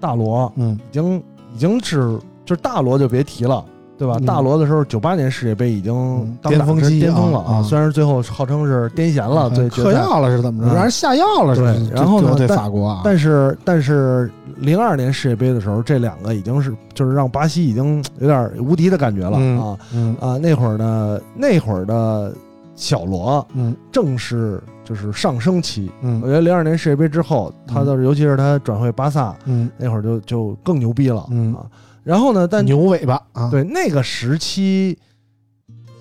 Speaker 4: 大罗
Speaker 2: 嗯
Speaker 4: 已经已经是就是大罗就别提了，对吧？
Speaker 2: 嗯
Speaker 4: 大罗的时候，九八年世界杯已经
Speaker 2: 嗯
Speaker 4: 当打
Speaker 2: 巅峰期
Speaker 4: 巅峰了
Speaker 2: 啊嗯
Speaker 4: 虽然最后号称是癫痫了，对决
Speaker 2: 嗑
Speaker 4: 赛，
Speaker 2: 药了是怎么着？
Speaker 4: 嗯
Speaker 2: 让人下药了是
Speaker 4: 对
Speaker 2: 不是？
Speaker 4: 然后呢
Speaker 2: 对
Speaker 4: 但
Speaker 2: 法国啊，
Speaker 4: 但是但是零二年世界杯的时候，这两个已经是就是让巴西已经有点无敌的感觉了
Speaker 2: 嗯
Speaker 4: 啊
Speaker 2: 嗯
Speaker 4: 啊！那会儿呢，那会儿的小罗
Speaker 2: 嗯
Speaker 4: 正是就是上升期。我
Speaker 2: 嗯
Speaker 4: 觉得零二年世界杯之后，他的尤其是他转会巴萨
Speaker 2: 嗯
Speaker 4: 那会儿就就更牛逼了
Speaker 2: 嗯
Speaker 4: 啊。然后呢，但
Speaker 2: 牛尾巴啊，
Speaker 4: 对那个时期，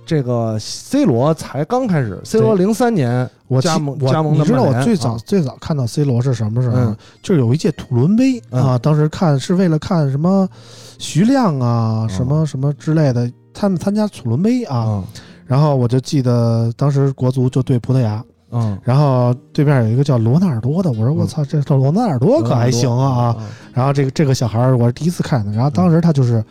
Speaker 4: 这个 C 罗才刚开始，C 罗零三年
Speaker 2: 我
Speaker 4: 加
Speaker 2: 其
Speaker 4: 盟
Speaker 2: 我
Speaker 4: 加盟的
Speaker 2: 你知道
Speaker 4: 曼
Speaker 2: 我
Speaker 4: 联
Speaker 2: 最早
Speaker 4: 啊
Speaker 2: 最早看到 C 罗是什么时候啊
Speaker 4: 嗯
Speaker 2: 吗？就是有一届土伦杯
Speaker 4: 嗯
Speaker 2: 啊，当时看是为了看什么徐亮啊，
Speaker 4: 嗯
Speaker 2: 什么什么之类的，他们参加土伦杯啊。
Speaker 4: 啊，
Speaker 2: 然后我就记得当时国足就对葡萄牙，
Speaker 4: 嗯，
Speaker 2: 然后对面有一个叫罗纳尔多的，我说我操，这这罗纳尔多可还行啊！
Speaker 4: 嗯
Speaker 2: 啊！然后这个这个小孩儿我是第一次看的，然后当时他就是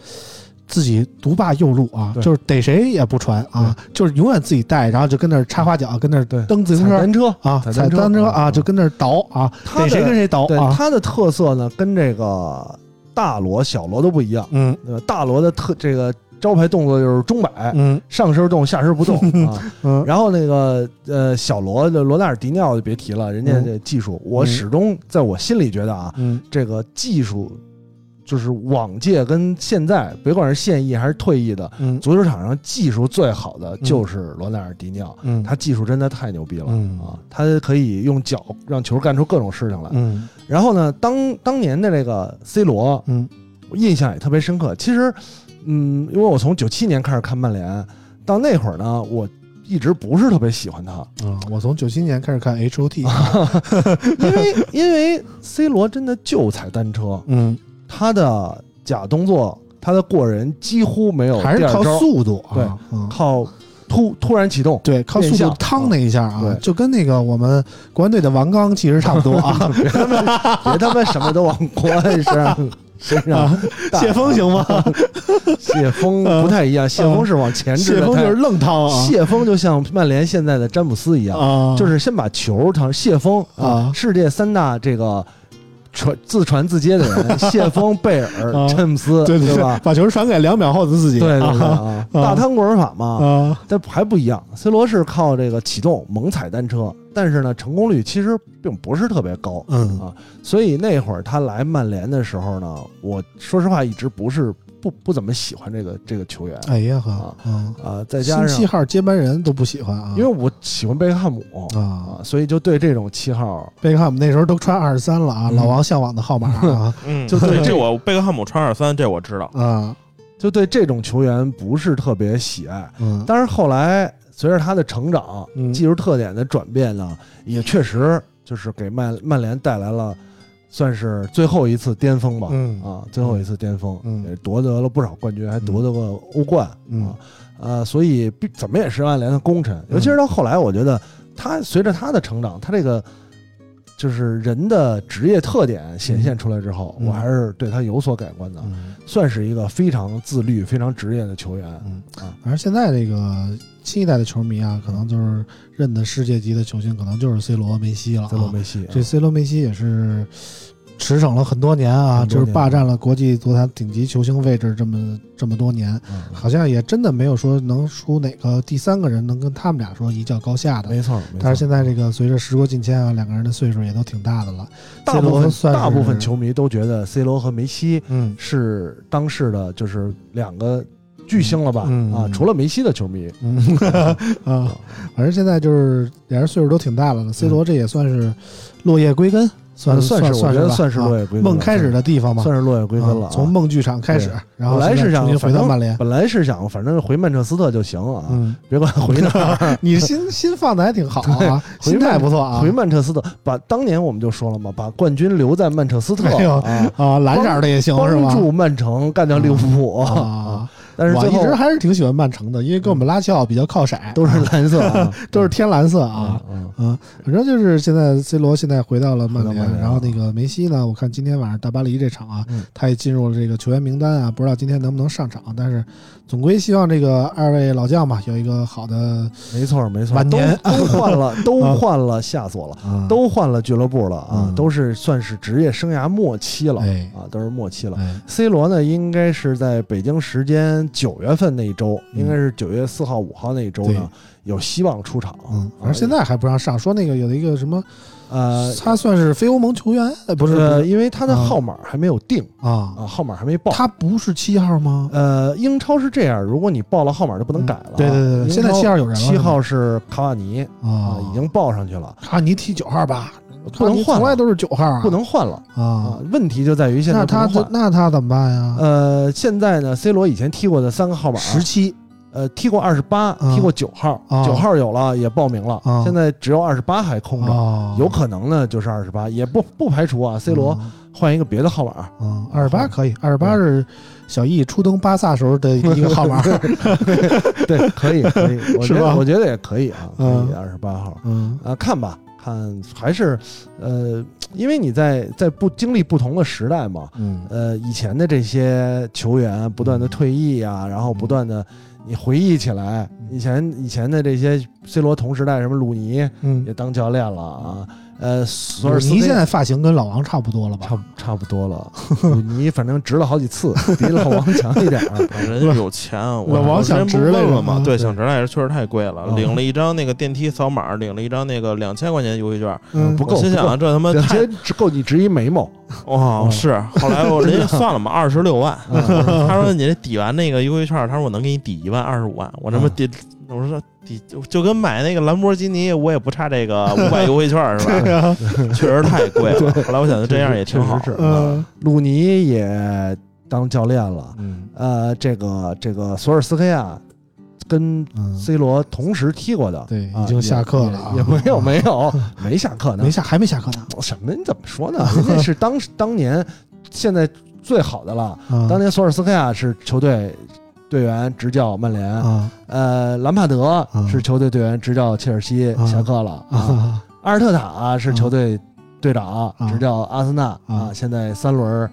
Speaker 2: 自己独霸右路啊，
Speaker 4: 对
Speaker 2: 就是逮谁也不传啊，就是永远自己带，然后就跟那儿插花脚，跟那儿
Speaker 4: 对
Speaker 2: 蹬自行
Speaker 4: 嗯踩
Speaker 2: 车
Speaker 4: 单车
Speaker 2: 啊，
Speaker 4: 踩
Speaker 2: 踩
Speaker 4: 单车
Speaker 2: 单车啊，
Speaker 4: 嗯
Speaker 2: 就跟那儿倒啊，
Speaker 4: 他
Speaker 2: 逮谁跟
Speaker 4: 的
Speaker 2: 谁倒
Speaker 4: 对
Speaker 2: 啊，
Speaker 4: 他的特色呢，跟这个大罗、小罗都不一样。
Speaker 2: 嗯
Speaker 4: 对吧？大罗的特这个招牌动作就是钟摆，
Speaker 2: 嗯
Speaker 4: 上身动，下身不动
Speaker 2: [LAUGHS]
Speaker 4: 啊。
Speaker 2: 嗯
Speaker 4: 然后那个呃，小罗的罗纳尔迪尼奥就别提了，人家
Speaker 2: 嗯
Speaker 4: 这技术，我
Speaker 2: 嗯
Speaker 4: 始终在我心里觉得啊，
Speaker 2: 嗯
Speaker 4: 这个技术就是往届跟现在，别管是现役还是退役的，
Speaker 2: 嗯
Speaker 4: 足球场上技术最好的就是罗纳尔迪尼奥，
Speaker 2: 嗯，
Speaker 4: 他技术真的太牛逼了。
Speaker 2: 嗯
Speaker 4: 啊，他可以用脚让球干出各种事情来。
Speaker 2: 嗯
Speaker 4: 然后呢，当当年的这个 C 罗，
Speaker 2: 嗯
Speaker 4: 我印象也特别深刻。其实，嗯，因为我从九七年开始看曼联，到那会儿呢，我一直不是特别喜欢他，
Speaker 2: 啊，我从九七年开始看 H O T，
Speaker 4: 啊因为 [LAUGHS] 因为 C 罗真的就踩单车，
Speaker 2: 嗯，
Speaker 4: 他的假动作，他的过人几乎没有
Speaker 2: 还是
Speaker 4: 第二
Speaker 2: 靠
Speaker 4: 招，
Speaker 2: 速度啊，
Speaker 4: 对
Speaker 2: 嗯
Speaker 4: 靠突突然启动，
Speaker 2: 对，靠速
Speaker 4: 变
Speaker 2: 度
Speaker 4: 向
Speaker 2: 趟那一下啊
Speaker 4: 对，
Speaker 2: 就跟那个我们国安队的王刚其实差不多
Speaker 4: [LAUGHS]
Speaker 2: 啊。
Speaker 4: [LAUGHS] 别他妈什么都往国安身上身上带
Speaker 2: 啊谢峰行吗？
Speaker 4: 谢峰不太一样，谢峰是往前置
Speaker 2: 谢
Speaker 4: 的，
Speaker 2: 峰就是愣趟
Speaker 4: 他
Speaker 2: 啊
Speaker 4: 谢峰就像曼联现在的詹姆斯一样，
Speaker 2: 啊，
Speaker 4: 就是先把球传谢峰
Speaker 2: 啊
Speaker 4: 世界三大这个传自传自接的人， [LAUGHS] 谢峰、贝尔、
Speaker 2: 啊
Speaker 4: 詹姆斯，
Speaker 2: 对对
Speaker 4: 吧？
Speaker 2: 把球传给两秒后的自己，
Speaker 4: 对对嗯对
Speaker 2: 啊
Speaker 4: 啊，大贪棍法嘛，
Speaker 2: 啊，
Speaker 4: 但还不一样。C 罗是靠这个启动猛踩单车，但是呢，成功率其实并不是特别高。
Speaker 2: 嗯
Speaker 4: 所以那会儿他来曼联的时候呢，我说实话一直不是不不怎么喜欢这个这个球员
Speaker 2: 哎呀呵，嗯，
Speaker 4: 啊，再加
Speaker 2: 新
Speaker 4: 上
Speaker 2: 七号接班人都不喜欢啊，
Speaker 4: 因为我喜欢贝克汉姆
Speaker 2: 啊
Speaker 4: 啊，，所以就对这种七号
Speaker 2: 贝克汉姆那时候都穿二十三了啊，
Speaker 4: 嗯
Speaker 2: 老王向往的号码
Speaker 4: [LAUGHS]
Speaker 2: 啊
Speaker 3: 嗯，
Speaker 4: 就
Speaker 3: 对
Speaker 4: 对
Speaker 3: 这我贝克汉姆穿二三，这我知道。
Speaker 2: 啊，
Speaker 4: 就对这种球员不是特别喜爱。
Speaker 2: 嗯
Speaker 4: 但是后来随着他的成长、
Speaker 2: 嗯
Speaker 4: 技术特点的转变呢，也确实就是给曼曼联带来了算是最后一次巅峰吧。
Speaker 2: 嗯
Speaker 4: 啊，最后一次巅峰，
Speaker 2: 嗯
Speaker 4: 也夺得了不少冠军，还夺得过欧冠、
Speaker 2: 嗯
Speaker 4: 啊，呃，所以必怎么也是曼联的功臣。尤其是到后来，我觉得他随着他的成长，他这个就是人的职业特点显现出来之后，
Speaker 2: 嗯
Speaker 4: 我还是对他有所改观的。
Speaker 2: 嗯，
Speaker 4: 算是一个非常自律、非常职业的球员。
Speaker 2: 嗯
Speaker 4: 啊，
Speaker 2: 反正现在这个新一代的球迷啊，可能就是认的世界级的球星，可能就是 C 罗、梅西了啊，
Speaker 4: 塞罗梅西啊，
Speaker 2: 这 C 罗梅西也是驰骋了很多年啊，
Speaker 4: 很多
Speaker 2: 就
Speaker 4: 年
Speaker 2: 是霸占了国际足坛顶级球星位置这么这么多年，
Speaker 4: 嗯
Speaker 2: 好像也真的没有说能出哪个第三个人能跟他们俩说一较高下的。
Speaker 4: 没错。没错
Speaker 2: 但是现在这个随着时过境迁啊，两个人的岁数也都挺大的了，
Speaker 4: 大部
Speaker 2: C 罗
Speaker 4: 分
Speaker 2: 算是
Speaker 4: 大部分球迷都觉得 C 罗和梅西
Speaker 2: 嗯
Speaker 4: 是当时的，就是两个巨星了吧？
Speaker 2: 嗯
Speaker 4: 啊，
Speaker 2: 嗯
Speaker 4: 除了梅西的球迷，
Speaker 2: 嗯 [LAUGHS] 啊，
Speaker 4: 嗯
Speaker 2: 反正现在就是俩人岁数都挺大了了。C 罗这也算是落叶归根，算
Speaker 4: 呃算
Speaker 2: 是
Speaker 4: 是我觉得
Speaker 2: 吧
Speaker 4: 算是
Speaker 2: 啊
Speaker 4: 落叶归根了，
Speaker 2: 梦开始的地方吧，
Speaker 4: 算是落叶归根了
Speaker 2: 啊
Speaker 4: 啊。
Speaker 2: 从梦剧场开始
Speaker 4: 对，
Speaker 2: 然后
Speaker 4: 本
Speaker 2: 现
Speaker 4: 来
Speaker 2: 在
Speaker 4: 是想
Speaker 2: 重新回
Speaker 4: 反
Speaker 2: 到
Speaker 4: 正啊
Speaker 2: 曼联。
Speaker 4: 本来是想反正回曼彻斯特就行啊，
Speaker 2: 嗯，
Speaker 4: 别管回 [LAUGHS] 哪儿。
Speaker 2: 你
Speaker 4: [LAUGHS]
Speaker 2: 心心放的还挺好啊，
Speaker 4: 对
Speaker 2: 心态不错啊。
Speaker 4: 回曼彻斯特，把当年我们就说了嘛，把冠军留在曼彻斯特
Speaker 2: 哎
Speaker 4: [LAUGHS]
Speaker 2: 呦
Speaker 4: 啊，
Speaker 2: 啊，蓝色儿的也行是
Speaker 4: 帮
Speaker 2: 吧？
Speaker 4: 助曼城干掉利物浦啊。
Speaker 2: 啊，
Speaker 4: 但是
Speaker 2: 我
Speaker 4: 最
Speaker 2: 一
Speaker 4: 后
Speaker 2: 直还是挺喜欢曼城的，因为跟我们拉齐奥比较靠色，
Speaker 4: 都是蓝色啊
Speaker 2: [LAUGHS] 都是天蓝色
Speaker 4: 啊
Speaker 2: 啊。，
Speaker 4: 嗯
Speaker 2: 啊，反正就是现在 C 罗现在回到了曼
Speaker 4: 回到
Speaker 2: 联
Speaker 4: 曼，联啊
Speaker 2: 然后那个梅西呢，我看今天晚上大巴黎这场啊
Speaker 4: 嗯，
Speaker 2: 他也进入了这个球员名单啊，不知道今天能不能上场，啊但是总归希望这个二位老将吧有一个好的
Speaker 4: 没错没错，
Speaker 2: 晚
Speaker 4: 都
Speaker 2: 年
Speaker 4: 都换了， [LAUGHS] 都换了下锁了，
Speaker 2: 都
Speaker 4: 啊都换了俱乐部了啊
Speaker 2: 嗯，
Speaker 4: 都是算是职业生涯末期了
Speaker 2: 哎
Speaker 4: 啊，都是末期了。
Speaker 2: 哎
Speaker 4: C 罗呢，应该是在北京时间们九月份那一周，
Speaker 2: 嗯
Speaker 4: 应该是九月四号、五号那一周呢，有希望出场。啊
Speaker 2: 嗯，反正现在还不让上，说那个有一个什么，
Speaker 4: 呃，
Speaker 2: 他算是非欧盟球员，呃，不是不
Speaker 4: 呃，
Speaker 2: 是
Speaker 4: 因为他的
Speaker 2: 啊
Speaker 4: 号码还没有定
Speaker 2: 啊，
Speaker 4: 啊，号码还没报。
Speaker 2: 他不是七号吗？
Speaker 4: 呃，英超是这样，如果你报了号码就不能改了。
Speaker 2: 嗯
Speaker 4: 啊
Speaker 2: 对对对对，现在七号有人了，
Speaker 4: 七号是卡瓦尼
Speaker 2: 是吗
Speaker 4: 啊
Speaker 2: 啊，，
Speaker 4: 已经报上去了，
Speaker 2: 啊，你踢九号吧，
Speaker 4: 不能
Speaker 2: 你
Speaker 4: 换
Speaker 2: 从
Speaker 4: 了
Speaker 2: 来都是九号啊，
Speaker 4: 不能换了啊
Speaker 2: 啊。。
Speaker 4: 问题就在于现在
Speaker 2: 那
Speaker 4: 不
Speaker 2: 他
Speaker 4: 能
Speaker 2: 就
Speaker 4: 换。
Speaker 2: 那他怎么办呀？
Speaker 4: 呃，现在呢，C 罗以前踢过的三个号码，
Speaker 2: 十七
Speaker 4: 呃，踢过二十八，
Speaker 2: 啊
Speaker 4: 踢过九号，
Speaker 2: 啊
Speaker 4: 九号有了也报名了
Speaker 2: 啊，
Speaker 4: 现在只有二十八还空着，
Speaker 2: 哦，
Speaker 4: 有可能呢就是二十八，也不不排除啊，C 罗换一个别的号码，
Speaker 2: 嗯，二十八可以，二十八是小易初登巴萨时候的一个号
Speaker 4: [LAUGHS]
Speaker 2: 码，
Speaker 4: [LAUGHS] 对，可以可 [LAUGHS] 以，我
Speaker 2: 是
Speaker 4: 觉得
Speaker 2: 吧
Speaker 4: 我觉得也可以啊，可以
Speaker 2: 嗯
Speaker 4: 二十八号
Speaker 2: 嗯
Speaker 4: 啊，看吧。看，还是，呃，因为你在在不经历不同的时代嘛，
Speaker 2: 嗯
Speaker 4: 呃，以前的这些球员不
Speaker 3: 嗯
Speaker 4: 断的退役啊，然后不断的你回忆起来，
Speaker 3: 嗯
Speaker 4: 以前以前的这些 C 罗同时代，什么鲁尼也
Speaker 2: 嗯，
Speaker 4: 当教练了啊，
Speaker 3: 嗯
Speaker 4: 呃，索尔斯
Speaker 2: 你
Speaker 4: 内
Speaker 2: 现在发型跟老王差不多了吧？
Speaker 4: 差不差不
Speaker 3: [LAUGHS]
Speaker 4: 多了，鲁尼反正直了好几次，比老王强一点
Speaker 3: [LAUGHS]
Speaker 4: 啊。
Speaker 3: 人家有钱啊，我
Speaker 2: 老王
Speaker 3: 我之前
Speaker 2: 想
Speaker 3: 不
Speaker 2: 直来
Speaker 3: 问
Speaker 2: 着
Speaker 3: 了嘛
Speaker 2: 啊，
Speaker 3: 对，
Speaker 2: 对
Speaker 3: 想直来着确实太贵了
Speaker 4: 嗯，
Speaker 3: 领了一张那个电梯扫码，领了一张那个两千块钱优惠券，
Speaker 2: 嗯
Speaker 4: 不
Speaker 3: 我
Speaker 4: 够
Speaker 3: 心想啊这他妈
Speaker 4: 两
Speaker 3: 太
Speaker 4: 千嗯只够你植一
Speaker 3: [LAUGHS]
Speaker 4: 眉毛，
Speaker 3: 哇是，后来
Speaker 4: [LAUGHS]
Speaker 3: 我
Speaker 4: 啊
Speaker 3: 人家算了嘛，二十六万，
Speaker 4: 嗯
Speaker 3: 他说你这抵完那个优惠券，他说我能给你抵一万二十五万，我他妈
Speaker 4: 嗯
Speaker 3: 抵，我说抵就就跟买那个兰博基尼，我也不差这 [LAUGHS] 个五百优惠券是啊吧？ [LAUGHS] 确实太贵了。后来我想 [LAUGHS] 这样也挺好
Speaker 4: 确，实是
Speaker 2: 嗯
Speaker 4: 鲁尼也当教练了，
Speaker 2: 嗯
Speaker 4: 呃，这个这个索尔斯克亚跟
Speaker 2: 嗯，
Speaker 4: C 罗同时踢过的，
Speaker 2: 对
Speaker 4: 啊
Speaker 2: 已经下课了啊
Speaker 4: 也也也没有没有没下课呢，
Speaker 2: 没下还没下课呢，
Speaker 4: 什么？你怎么说呢？人家是当当年现在最好的了，
Speaker 2: 啊
Speaker 4: 当年索尔斯克亚是球队队员执教曼联，
Speaker 2: 啊
Speaker 4: 呃，兰帕德
Speaker 2: 嗯
Speaker 4: 是球队队员执教切尔西
Speaker 2: 啊
Speaker 4: 下课了，啊
Speaker 2: 啊
Speaker 4: 阿尔特塔
Speaker 2: 嗯
Speaker 4: 是球队队长
Speaker 2: 啊
Speaker 4: 执教阿森纳啊
Speaker 2: 啊，
Speaker 4: 现在三轮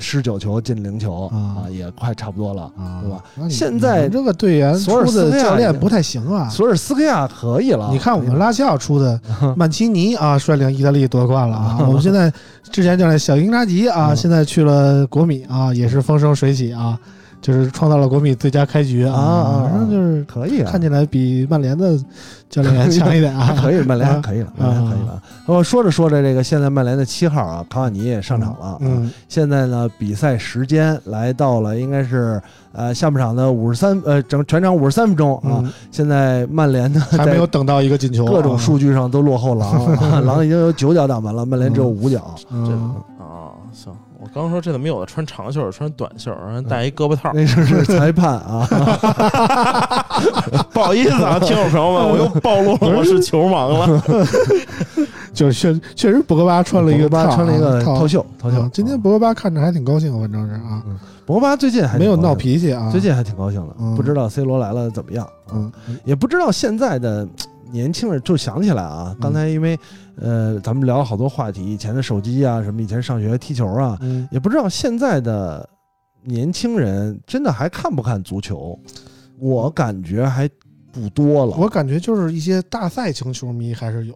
Speaker 4: 十九球进零球
Speaker 2: 啊
Speaker 4: 啊，也快差不多了。
Speaker 2: 啊
Speaker 4: 对吧？
Speaker 2: 那你
Speaker 4: 现在
Speaker 2: 你们这个队员
Speaker 4: 索尔
Speaker 2: 出
Speaker 4: 斯
Speaker 2: 的
Speaker 4: 克亚
Speaker 2: 教
Speaker 4: 已
Speaker 2: 练
Speaker 4: 经
Speaker 2: 不太行啊。
Speaker 4: 索尔斯克亚可以了，
Speaker 2: 你看我们拉齐奥出
Speaker 4: [LAUGHS]
Speaker 2: 的曼奇尼啊，率领意大利夺冠了啊！我们现在之前教练小英扎吉啊，
Speaker 4: 嗯
Speaker 2: 现在去了国米啊，也是风生水起啊，就是创造了国米最佳开局
Speaker 4: 啊啊
Speaker 2: 啊，反正就是
Speaker 4: 可以啊，
Speaker 2: 看起来比曼联的教练员强一点
Speaker 4: 还
Speaker 2: 啊。
Speaker 4: 可以，曼联还
Speaker 2: 啊
Speaker 4: 可以了，曼联还可以了。我啊说着说着，这个现在曼联的七号啊，卡瓦尼也 [LAUGHS] 上场了啊。
Speaker 2: 嗯
Speaker 4: 现在呢，比赛时间来到了，应该是呃下半场的五十三呃整全场五十三分钟啊。
Speaker 2: 嗯，
Speaker 4: 现在曼联呢，
Speaker 2: 还
Speaker 4: 在
Speaker 2: 没有等到一个进球啊，
Speaker 4: 各种数据上都落后狼，
Speaker 2: [LAUGHS]
Speaker 4: 啊狼已经有九脚打门了，曼联只有五脚。
Speaker 2: 嗯，
Speaker 3: 啊，行，我刚说这怎么有的穿长袖，穿短袖，然后戴一胳膊套，
Speaker 4: 那是 [LAUGHS] 是裁判啊，
Speaker 3: 不好意思 [LAUGHS] 啊，听众朋友们，我又暴露了我是球盲了。
Speaker 2: 就是确确实博格巴 [LAUGHS] 穿了一个
Speaker 4: 博格
Speaker 2: 套
Speaker 4: 巴
Speaker 2: 啊
Speaker 4: 穿了一个
Speaker 2: 套
Speaker 4: 套袖，套袖
Speaker 2: 啊。今天博格巴看着还挺高兴的，反正是啊，
Speaker 4: 博格巴最近还
Speaker 2: 没有
Speaker 4: 挺
Speaker 2: 闹
Speaker 4: 高兴的
Speaker 2: 脾气啊。
Speaker 4: 最近还挺高兴的，
Speaker 2: 嗯
Speaker 4: 不知道 C 罗来了怎么样，
Speaker 2: 嗯，
Speaker 4: 也不知道现在的年轻人，就想起来
Speaker 2: 嗯
Speaker 4: 啊，刚才因为呃，咱们聊了好多话题，以前的手机啊，什么以前上学踢球啊，
Speaker 2: 嗯，
Speaker 4: 也不知道现在的年轻人真的还看不看足球，我感觉还不多了，
Speaker 2: 我感觉就是一些大赛型球迷还是有，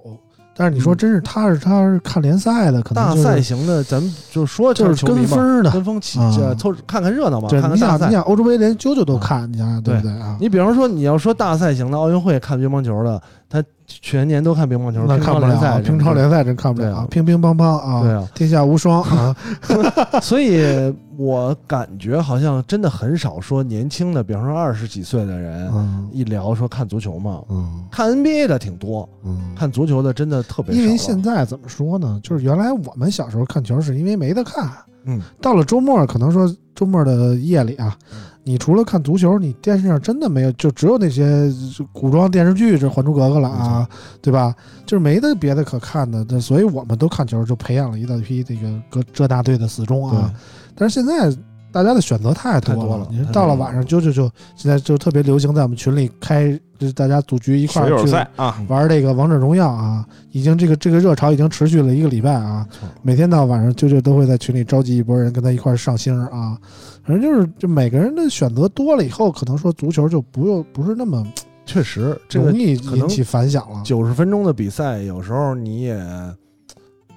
Speaker 2: 但是你说真是他是他是看联赛的，可能
Speaker 4: 嗯大
Speaker 2: 就是
Speaker 4: 赛型的，咱们就说
Speaker 2: 就
Speaker 4: 他
Speaker 2: 是
Speaker 4: 球迷
Speaker 2: 跟
Speaker 4: 嘛
Speaker 2: 风儿的。
Speaker 4: 跟风起，
Speaker 2: 啊
Speaker 4: 这凑看看热闹嘛，
Speaker 2: 对
Speaker 4: 看，看
Speaker 2: 你
Speaker 4: 大
Speaker 2: 想你
Speaker 4: 赛。嗯
Speaker 2: 想欧洲杯连九九都看，你想想对不对啊？
Speaker 4: 你比方说，你要说大赛型的奥运会看乒乓球的，他全年都看乒乓球，
Speaker 2: 那
Speaker 4: 乒
Speaker 2: 看
Speaker 4: 乓
Speaker 2: 不
Speaker 4: 联
Speaker 2: 了
Speaker 4: 赛，
Speaker 2: 乒超联赛真看不
Speaker 4: 对
Speaker 2: 了
Speaker 4: 啊
Speaker 2: 啊！乒乒乓乓啊，
Speaker 4: 对啊
Speaker 2: 天下无双
Speaker 4: [LAUGHS]
Speaker 2: 啊！ [LAUGHS]
Speaker 4: 所以我感觉好像真的很少说年轻的，比方说二十几岁的人，
Speaker 2: 嗯
Speaker 4: 一聊说看足球嘛，
Speaker 2: 嗯
Speaker 4: 看 NBA 的挺多，
Speaker 2: 嗯，
Speaker 4: 看足球的真的特别少了。
Speaker 2: 因为现在怎么说呢？就是原来我们小时候看球是因为没得看，
Speaker 4: 嗯，
Speaker 2: 到了周末，可能说周末的夜里啊，你除了看足球，你电视上真的没有，就只有那些古装电视剧，这《还珠格格》了啊，对吧？就是没得别的可看的，那所以我们都看球，就培养了一大批这个各浙大队的死忠
Speaker 4: 对
Speaker 2: 啊。但是现在大家的选择太多
Speaker 4: 太多了
Speaker 2: 了，你
Speaker 4: 太多
Speaker 2: 到了
Speaker 4: 了
Speaker 2: 晚上就就就现在就特别流行在我们群里开，就是大家组局
Speaker 3: [LAUGHS]
Speaker 2: 一块
Speaker 3: 水
Speaker 2: 儿
Speaker 3: 友
Speaker 2: 去
Speaker 3: 赛啊，
Speaker 2: 玩这个王者荣耀啊，已经这个这个热潮已经持续了一个礼拜啊
Speaker 4: 错，
Speaker 2: 每天到晚上啾啾都会在群里召集一波人跟他一块儿上星儿啊，反正就是就每个人的选择多了以后，可能说足球就不用不是那么
Speaker 4: 确实这个
Speaker 2: 容易啊
Speaker 4: 可能
Speaker 2: 引起反响了，
Speaker 4: 九十分钟的比赛，有时候你也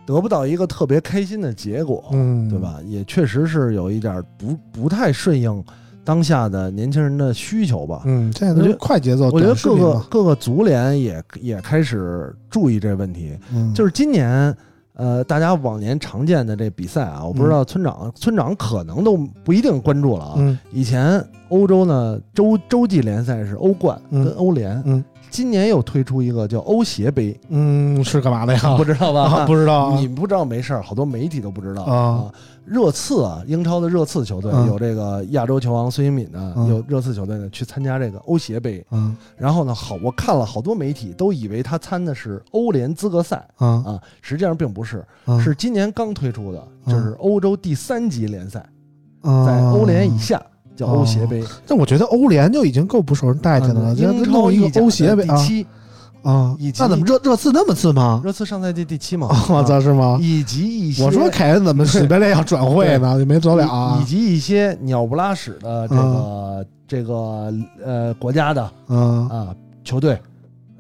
Speaker 4: 得不到一个特别开心的结果，
Speaker 2: 嗯，
Speaker 4: 对？吧？也确实是有一点不不太顺应当下的年轻人的需求吧。
Speaker 2: 嗯，现在都是快节奏，
Speaker 4: 我觉得
Speaker 2: 短视
Speaker 4: 各
Speaker 2: 频
Speaker 4: 个
Speaker 2: 嘛
Speaker 4: 各个足联也也开始注意这个问题，
Speaker 2: 嗯
Speaker 4: 就是今年。呃，大家往年常见的这比赛啊，我不知道村长、村长可能都不一定关注了啊。
Speaker 2: 嗯
Speaker 4: 以前欧洲呢，洲洲际联赛是欧冠
Speaker 2: 嗯
Speaker 4: 跟欧联，
Speaker 2: 嗯
Speaker 4: 今年又推出一个叫欧协杯，
Speaker 2: 嗯是干嘛的呀？
Speaker 4: 不知道吧？ [LAUGHS]
Speaker 2: 啊不知道啊
Speaker 4: 你不知道没事儿，好多媒体都不知道
Speaker 2: 啊。
Speaker 4: 热刺啊，英超的热刺球队、
Speaker 2: 嗯
Speaker 4: 有这个亚洲球王孙兴慜呢，
Speaker 2: 嗯
Speaker 4: 有热刺球队呢去参加这个欧协杯。
Speaker 2: 嗯
Speaker 4: 然后呢，好，我看了好多媒体都以为他参的是欧联资格赛
Speaker 2: 啊
Speaker 4: 啊，实际上并不是，
Speaker 2: 啊
Speaker 4: 是今年刚推出的，
Speaker 2: 嗯
Speaker 4: 就是欧洲第三级联赛，
Speaker 2: 啊
Speaker 4: 在欧联以下叫欧协杯，
Speaker 2: 但我觉得欧联就已经够不受人待见的哦了，
Speaker 4: 嗯
Speaker 2: 这
Speaker 4: 英超
Speaker 2: 弄一
Speaker 4: 意
Speaker 2: 个
Speaker 4: 甲
Speaker 2: 欧协
Speaker 4: 的
Speaker 2: 呗
Speaker 4: 第
Speaker 2: 啊
Speaker 4: 七，
Speaker 2: 啊
Speaker 4: 以！及
Speaker 2: 那怎么热热刺那么次吗？
Speaker 4: 热刺上赛季第七嘛，
Speaker 2: [LAUGHS] 我
Speaker 4: 啊
Speaker 2: 操，是吗？
Speaker 4: 以及一些
Speaker 2: 哦我说凯恩怎么西班牙要转会呢？也没走了啊
Speaker 4: 以！及一些鸟不拉屎的这个、这个呃国家的
Speaker 2: 嗯
Speaker 4: 啊球队，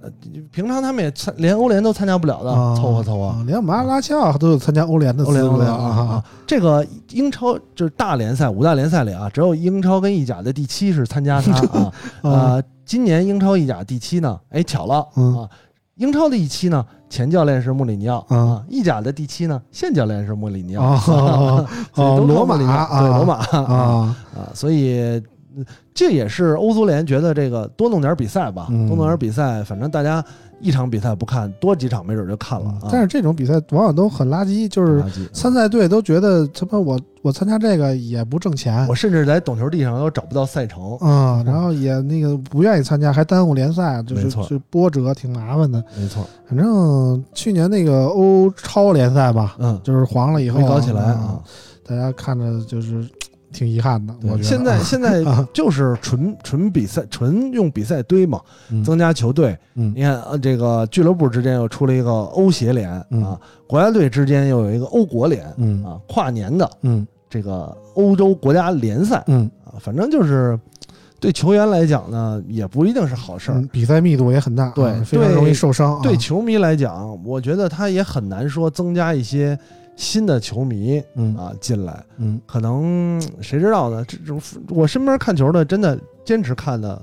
Speaker 4: 呃，平常他们也参连欧联都参加不了的，
Speaker 2: 啊，
Speaker 4: 凑合凑合。
Speaker 2: 啊连我们阿拉齐奥都有参加欧联的资
Speaker 4: 欧联，欧
Speaker 2: 格
Speaker 4: 联
Speaker 2: 呀
Speaker 4: 啊！！这个英超就是大联赛五大联赛里啊，只有英超跟意甲的第七是参加
Speaker 2: [LAUGHS]
Speaker 4: 它啊。
Speaker 2: 啊！
Speaker 4: 呃，今年英超意甲第七呢，哎，巧了
Speaker 2: 嗯
Speaker 4: 啊！英超的第七呢，前教练是穆里尼奥
Speaker 2: 嗯
Speaker 4: 啊，意甲的第七呢，现教练是穆里尼
Speaker 2: [LAUGHS]
Speaker 4: 奥
Speaker 2: 哦
Speaker 4: 所以
Speaker 2: 哦，
Speaker 4: 都靠
Speaker 2: 罗马
Speaker 4: 穆里尼奥
Speaker 2: 啊，
Speaker 4: 对罗马
Speaker 2: 啊，
Speaker 4: 啊，所以嗯这也是欧足联觉得这个多弄点比赛吧，
Speaker 2: 嗯
Speaker 4: 多弄点比赛，反正大家一场比赛不看，多几场没准就看了。啊、
Speaker 2: 嗯
Speaker 4: 嗯
Speaker 2: 但是这种比赛往往都很垃圾，就是
Speaker 4: 垃圾
Speaker 2: 参赛队都觉得他妈我我参加这个也不挣钱
Speaker 4: 我甚至在懂球帝上都找不到赛程，
Speaker 2: 啊，然后也那个不愿意参加，还耽误联赛，就
Speaker 4: 没
Speaker 2: 是
Speaker 4: 错
Speaker 2: 就波折挺麻烦的。
Speaker 4: 没错，
Speaker 2: 反正去年那个欧超联赛吧，
Speaker 4: 嗯，
Speaker 2: 就是黄了以后
Speaker 4: 没搞起来
Speaker 2: 啊
Speaker 4: 啊，。
Speaker 2: 大家看着就是挺遗憾的。我觉得
Speaker 4: 现在
Speaker 2: 啊
Speaker 4: 现在
Speaker 2: 啊
Speaker 4: 就是纯纯比赛，纯用比赛堆嘛
Speaker 2: 嗯，
Speaker 4: 增加球队。
Speaker 2: 嗯
Speaker 4: 你看，呃这个俱乐部之间又出了一个欧协联
Speaker 2: 嗯
Speaker 4: 啊，国家队之间又有一个欧国联
Speaker 2: 嗯
Speaker 4: 啊，跨年的
Speaker 2: 嗯
Speaker 4: 这个欧洲国家联赛。
Speaker 2: 嗯
Speaker 4: 啊，反正就是对球员来讲呢，也不一定是好事儿。
Speaker 2: 嗯比赛密度也很大，
Speaker 4: 对
Speaker 2: 啊非常
Speaker 4: 对
Speaker 2: 容易受伤啊。
Speaker 4: 对球迷来讲，我觉得他也很难说增加一些新的球迷
Speaker 2: 嗯
Speaker 4: 啊进来，
Speaker 2: 嗯
Speaker 4: 可能谁知道呢？这种我身边看球的，真的坚持看的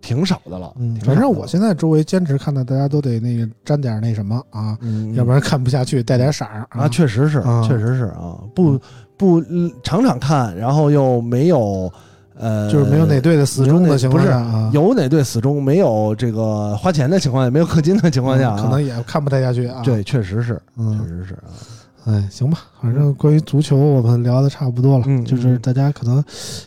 Speaker 4: 挺少的了。
Speaker 2: 嗯，
Speaker 4: 挺少
Speaker 2: 反正
Speaker 4: 的
Speaker 2: 我现在周围坚持看的，大家都得那个沾点那什么啊，
Speaker 4: 嗯，
Speaker 2: 要不然看不下去，带点色儿
Speaker 4: 啊，确实是，
Speaker 2: 啊
Speaker 4: 确实是啊，不不、嗯场场看，然后又没有呃，
Speaker 2: 就是没有哪队的死忠的情况下啊，
Speaker 4: 有哪队死忠，没有这个花钱的情况下，没有氪金的情况下、啊
Speaker 2: 嗯可能也看不太下去啊。，
Speaker 4: 对，确实是，确
Speaker 2: 嗯，
Speaker 4: 实是啊。
Speaker 2: 哎，行吧，反正关于足球我们聊的差不多了，
Speaker 4: 嗯
Speaker 2: 就是大家可能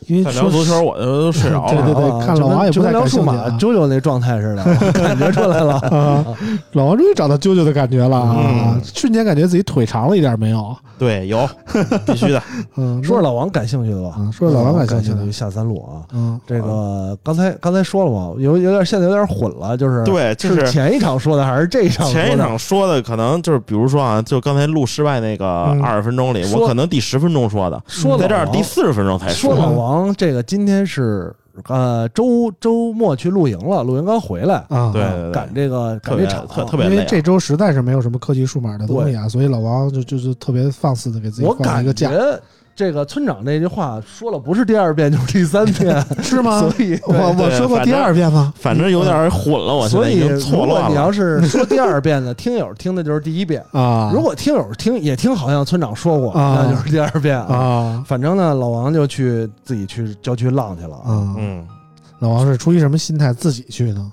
Speaker 2: 因
Speaker 3: 再
Speaker 2: 为说
Speaker 3: 聊足球，我就都睡着
Speaker 2: 对
Speaker 3: 了。
Speaker 2: 对对
Speaker 4: 哦
Speaker 2: 看老王也不
Speaker 4: 就
Speaker 2: 太
Speaker 4: 跟
Speaker 2: 感
Speaker 4: 聊
Speaker 2: 兴
Speaker 4: 数
Speaker 2: 趣啊
Speaker 4: 码啾啾那状态似的，我感觉出来
Speaker 2: [LAUGHS]
Speaker 4: 了。
Speaker 2: 啊，老王终于找到啾啾的感觉了啊
Speaker 3: 嗯！
Speaker 2: 瞬间感觉自己腿长了一点，没有？
Speaker 3: 对，有必须的。
Speaker 2: 嗯，
Speaker 4: 说
Speaker 2: 了，
Speaker 4: 是老王感兴趣的吧？
Speaker 2: 嗯说是老王感
Speaker 4: 感
Speaker 2: 兴趣的
Speaker 4: 趣就下三路啊。
Speaker 2: 嗯，
Speaker 4: 这个刚才刚才说了嘛，有有点现在有点混了，就
Speaker 3: [LAUGHS]
Speaker 4: 是
Speaker 3: 对就是是
Speaker 4: 前一场说的还是这一场说的？
Speaker 3: 前一场说的可能就是，比如说啊，就刚才录失败那个
Speaker 2: 嗯
Speaker 3: 二十分钟里，
Speaker 4: 说
Speaker 3: 我可能第十分钟说的，
Speaker 4: 说老
Speaker 3: 在这儿第
Speaker 4: 王
Speaker 3: 四十分钟才
Speaker 4: 说
Speaker 3: 的
Speaker 4: 老王这个今天是呃周周末去露营了，露营刚回来，
Speaker 2: 啊，
Speaker 3: 对对对
Speaker 4: 赶这个
Speaker 3: 特
Speaker 4: 赶
Speaker 3: 别
Speaker 4: 这场
Speaker 3: 特特别
Speaker 2: 因
Speaker 3: 累
Speaker 2: 为
Speaker 3: 啊。
Speaker 2: 这周实在是没有什么科技数码的东西啊，所以老王就就就特别放肆的给自己
Speaker 4: 我
Speaker 2: 放了
Speaker 4: 感
Speaker 2: 一个假，
Speaker 4: 觉这个村长这句话说了不是第二遍就是第三遍，
Speaker 2: [LAUGHS] 是吗？
Speaker 4: [LAUGHS] 所以
Speaker 2: [LAUGHS] 我我
Speaker 3: 对
Speaker 2: 说过
Speaker 3: 反
Speaker 2: 第
Speaker 3: 正
Speaker 2: 二遍吗？
Speaker 3: 反正有点混了，我现
Speaker 4: 所
Speaker 3: 在已
Speaker 4: 以
Speaker 3: 经
Speaker 4: 如
Speaker 3: 错
Speaker 4: 果
Speaker 3: 乱
Speaker 4: 你
Speaker 3: 了
Speaker 4: 要。是说第二遍的，听友听的就是第一遍。
Speaker 2: [LAUGHS] 啊，
Speaker 4: 如果听友听也听，好像村长说过，
Speaker 2: 啊
Speaker 4: 那就是第二遍啊。
Speaker 2: 啊
Speaker 4: 反正呢，老王就去自己去郊区浪去了啊。
Speaker 2: 啊，
Speaker 3: 嗯，
Speaker 2: 老王是出于什么心态自己去呢？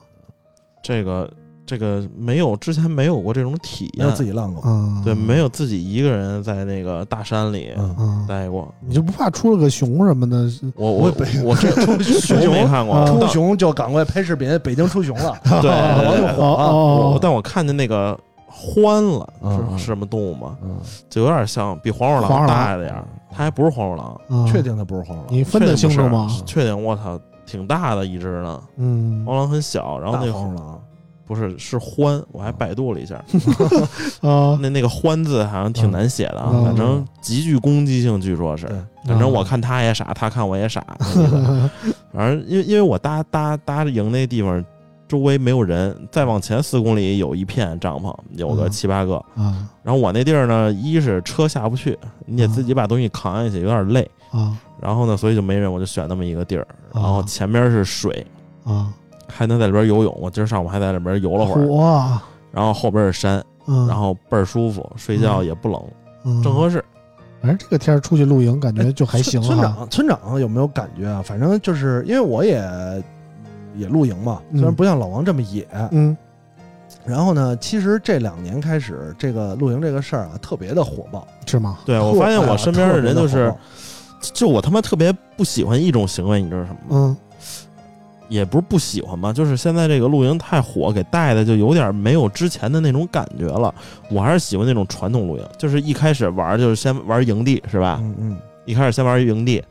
Speaker 3: 这个这个没有之前没有过这种体
Speaker 4: 没有自
Speaker 3: 验，
Speaker 4: 己浪过，
Speaker 2: 啊，
Speaker 3: 对，没有自己一个人在那个大山里
Speaker 4: 嗯，
Speaker 2: 啊，
Speaker 3: 待过。
Speaker 2: 你就不怕出了个熊什么的？是
Speaker 3: 我我
Speaker 4: 不会
Speaker 3: 我这
Speaker 4: [LAUGHS] 熊
Speaker 3: 熊没看过，
Speaker 2: 啊
Speaker 3: 但
Speaker 4: 出熊就赶快拍视频，北京出熊了，
Speaker 3: 对对
Speaker 4: 老王
Speaker 3: 对
Speaker 4: 就
Speaker 3: 对
Speaker 4: 火了。
Speaker 3: 哎我
Speaker 2: 哦
Speaker 3: 但我看见那个獾了，
Speaker 4: 嗯
Speaker 3: 是
Speaker 4: 嗯
Speaker 3: 是什么动物吗？
Speaker 4: 嗯
Speaker 3: 就有点像比黄鼠
Speaker 2: 黄鼠狼
Speaker 3: 狼大一点儿，它还不是黄鼠狼，
Speaker 2: 啊，
Speaker 4: 确定他不是黄啊鼠
Speaker 2: 你分得清楚吗？
Speaker 3: 确定我操，挺大的一只呢。
Speaker 2: 嗯
Speaker 3: 黄鼠狼很小，然
Speaker 4: 狼，
Speaker 3: 后
Speaker 4: 大
Speaker 3: 那
Speaker 4: 黄啊
Speaker 3: 个
Speaker 4: 鼠狼。
Speaker 3: 不是是獾，我还百度了一下，
Speaker 2: [LAUGHS] 啊，
Speaker 3: 那那个獾字好像挺难写的啊
Speaker 2: 嗯，
Speaker 3: 反正极具攻击性，据说是
Speaker 4: 对。
Speaker 3: 反正我看他也
Speaker 2: [LAUGHS]
Speaker 3: 傻，他看我也傻。那意思反正因为因为我搭搭搭营那地方，周围没有人，再往前四公里有一片帐篷，有个
Speaker 2: 嗯
Speaker 3: 七八个。
Speaker 2: 啊
Speaker 3: 然后我那地儿呢，一是车下不去，你得
Speaker 2: 嗯
Speaker 3: 自己把东西扛下去，有点累。
Speaker 2: 啊
Speaker 3: 然后呢，所以就没人，我就选那么一个地儿。然后
Speaker 2: 啊
Speaker 3: 前面是水，
Speaker 2: 啊！
Speaker 3: 还能在里边游泳。我今儿上午还在里边游了会儿。
Speaker 2: 火，
Speaker 3: 然后后边是山，
Speaker 2: 嗯，
Speaker 3: 然后倍儿舒服，睡觉
Speaker 2: 嗯
Speaker 3: 也不冷，
Speaker 2: 嗯
Speaker 3: 正合适。
Speaker 2: 反正这个天儿出去露营，感觉就还
Speaker 3: 啊
Speaker 4: 村
Speaker 2: 行啊
Speaker 4: 村
Speaker 2: 哈。
Speaker 4: 长，村长有没有感觉啊？反正就是因为我也也露营嘛，虽然
Speaker 2: 嗯
Speaker 4: 不像老王这么野，
Speaker 2: 嗯
Speaker 4: 然后呢，其实这两年开始，这个露营这个事儿啊，特别的火爆。
Speaker 2: 是吗？
Speaker 3: 对我
Speaker 4: 特
Speaker 3: 发现
Speaker 4: 哎呀
Speaker 3: 我身边的人就
Speaker 4: 特别
Speaker 3: 是
Speaker 4: 火爆，
Speaker 3: 就我他妈特别不喜欢一种行为，你知道什么吗？
Speaker 2: 嗯
Speaker 3: 也不是不喜欢吧，就是现在这个露营太火，给带的就有点没有之前的那种感觉了。我还是喜欢那种传统露营，就是一开始玩就是先玩营地是吧？
Speaker 4: 嗯嗯，
Speaker 3: 一开始先玩营地，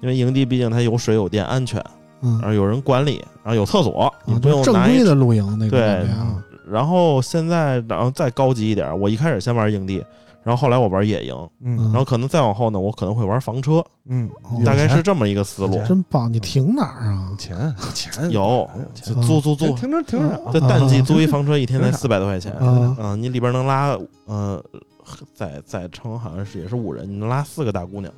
Speaker 3: 因为营地毕竟它有水有电，安全，
Speaker 2: 嗯
Speaker 3: 然，后有人管理，然后有厕所，你
Speaker 2: 啊，
Speaker 3: 不
Speaker 2: 就
Speaker 3: 用
Speaker 2: 正
Speaker 3: 拿
Speaker 2: 规
Speaker 3: 一。
Speaker 2: 的露营那种感
Speaker 3: 对
Speaker 2: 觉啊。
Speaker 3: 然后现在，然后再高级一点，我一开始先玩营地，然后后来我玩野营，
Speaker 4: 嗯
Speaker 3: 然后可能再往后呢，我可能会玩房车，
Speaker 4: 嗯
Speaker 2: 有，
Speaker 3: 大概是这么一个思路
Speaker 4: 有。
Speaker 2: 真棒！你停哪儿啊？
Speaker 4: 钱钱
Speaker 3: 有嗯就租租租，
Speaker 4: 停着停着啊
Speaker 3: 这淡季租一房车一天才四百多块钱，
Speaker 2: 啊
Speaker 3: 嗯、你里边能拉，呃，在在称好像是也是五人，你能拉四个大姑娘，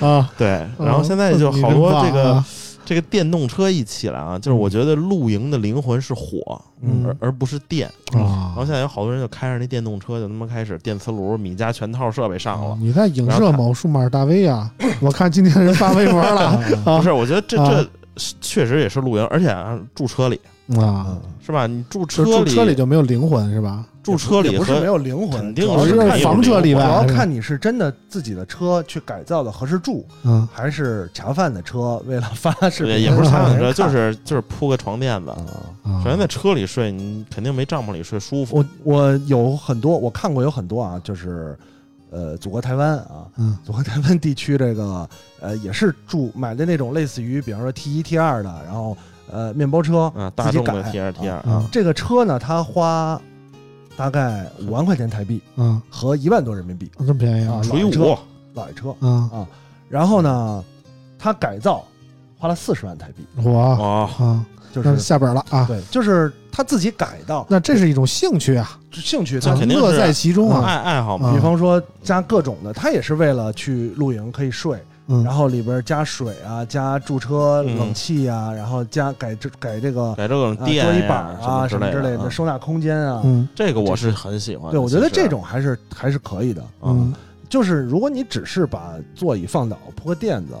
Speaker 2: 啊，
Speaker 3: 对。 [LAUGHS] 然后现在就好多这个、
Speaker 2: 嗯
Speaker 3: 这个电动车一起来啊，就是我觉得露营的灵魂是火，
Speaker 2: 嗯
Speaker 3: 而而不是电。
Speaker 2: 啊
Speaker 3: 嗯然后现在有好多人就开着那电动车，就他妈开始电磁炉、米家全套设备上
Speaker 4: 嗯
Speaker 3: 了。
Speaker 2: 你在影射某数码大 V 啊？我看今天人发微博
Speaker 3: [LAUGHS]
Speaker 2: 了
Speaker 3: 不是，我觉得这、
Speaker 2: 啊
Speaker 3: 这是确实也是露营，而且、啊、住车里
Speaker 2: 啊，
Speaker 3: 是吧？你住
Speaker 2: 就
Speaker 3: 车
Speaker 2: 住
Speaker 3: 里，
Speaker 2: 车里就没有灵魂是吧？
Speaker 3: 住车里
Speaker 4: 也不是没
Speaker 3: 和
Speaker 4: 有灵魂，
Speaker 3: 肯定
Speaker 4: 主要
Speaker 2: 是
Speaker 4: 是
Speaker 2: 没有
Speaker 4: 看
Speaker 2: 房车里
Speaker 4: 主
Speaker 2: 吧
Speaker 4: 要看你是真的自己的车去改造的合适住，
Speaker 2: 嗯
Speaker 4: 还是茶饭的车为了发视频
Speaker 3: 也也不是
Speaker 4: 让
Speaker 3: 三轮
Speaker 4: 人
Speaker 3: 车，
Speaker 4: [LAUGHS]
Speaker 3: 就
Speaker 4: 看
Speaker 3: 是就是铺个床垫子。
Speaker 4: 啊。
Speaker 2: 啊，
Speaker 3: 首先在车里睡，你肯定没帐篷里睡舒服。
Speaker 4: 我我有很多，我看过有很多啊，就是呃，祖国台湾啊，
Speaker 2: 嗯
Speaker 4: 祖国台湾地区这个呃也是住买的那种类似于，比方说 T 一 T 二的，然后呃面包车，
Speaker 3: 啊，
Speaker 4: 自
Speaker 3: 大
Speaker 4: 己
Speaker 3: 众的
Speaker 4: 改
Speaker 3: T 二 T 二
Speaker 2: 嗯
Speaker 3: 啊，
Speaker 4: 这个车呢，它花大概五万块钱台币
Speaker 2: 嗯，
Speaker 4: 和一万多人民币，
Speaker 2: 这么便宜啊
Speaker 4: 啊
Speaker 3: 除以
Speaker 4: 老
Speaker 3: 五
Speaker 4: 车，老爷车。
Speaker 2: 啊！
Speaker 4: 然后呢，它改造花了四十万台币，
Speaker 2: 我
Speaker 3: 哇，
Speaker 2: 啊，
Speaker 4: 就
Speaker 2: 那
Speaker 4: 是
Speaker 2: 下本了啊。
Speaker 4: 对，就是他自己改造，
Speaker 2: 那这是一种兴趣啊，
Speaker 4: 兴趣
Speaker 3: 这
Speaker 4: 他
Speaker 2: 啊
Speaker 3: 肯定是
Speaker 2: 乐在其中啊。
Speaker 3: 爱爱好嘛，
Speaker 2: 啊
Speaker 4: 比方说加各种的，他也是为了去露营可以睡，
Speaker 2: 嗯
Speaker 4: 然后里边加水啊，加驻车
Speaker 3: 嗯
Speaker 4: 冷气啊，然后加改这改这个
Speaker 3: 改这种
Speaker 4: 啊桌
Speaker 3: 电
Speaker 4: 椅
Speaker 3: 呀
Speaker 4: 板啊
Speaker 3: 什
Speaker 4: 么之
Speaker 3: 类
Speaker 4: 类的
Speaker 3: 啊
Speaker 4: 收纳空间啊。
Speaker 2: 嗯
Speaker 3: 这个我是很喜欢的。
Speaker 4: 对，我觉得
Speaker 3: 其实
Speaker 4: 这种还是还是可以的。
Speaker 3: 啊，
Speaker 2: 嗯
Speaker 4: 就是如果你只是把座椅放倒铺个垫子，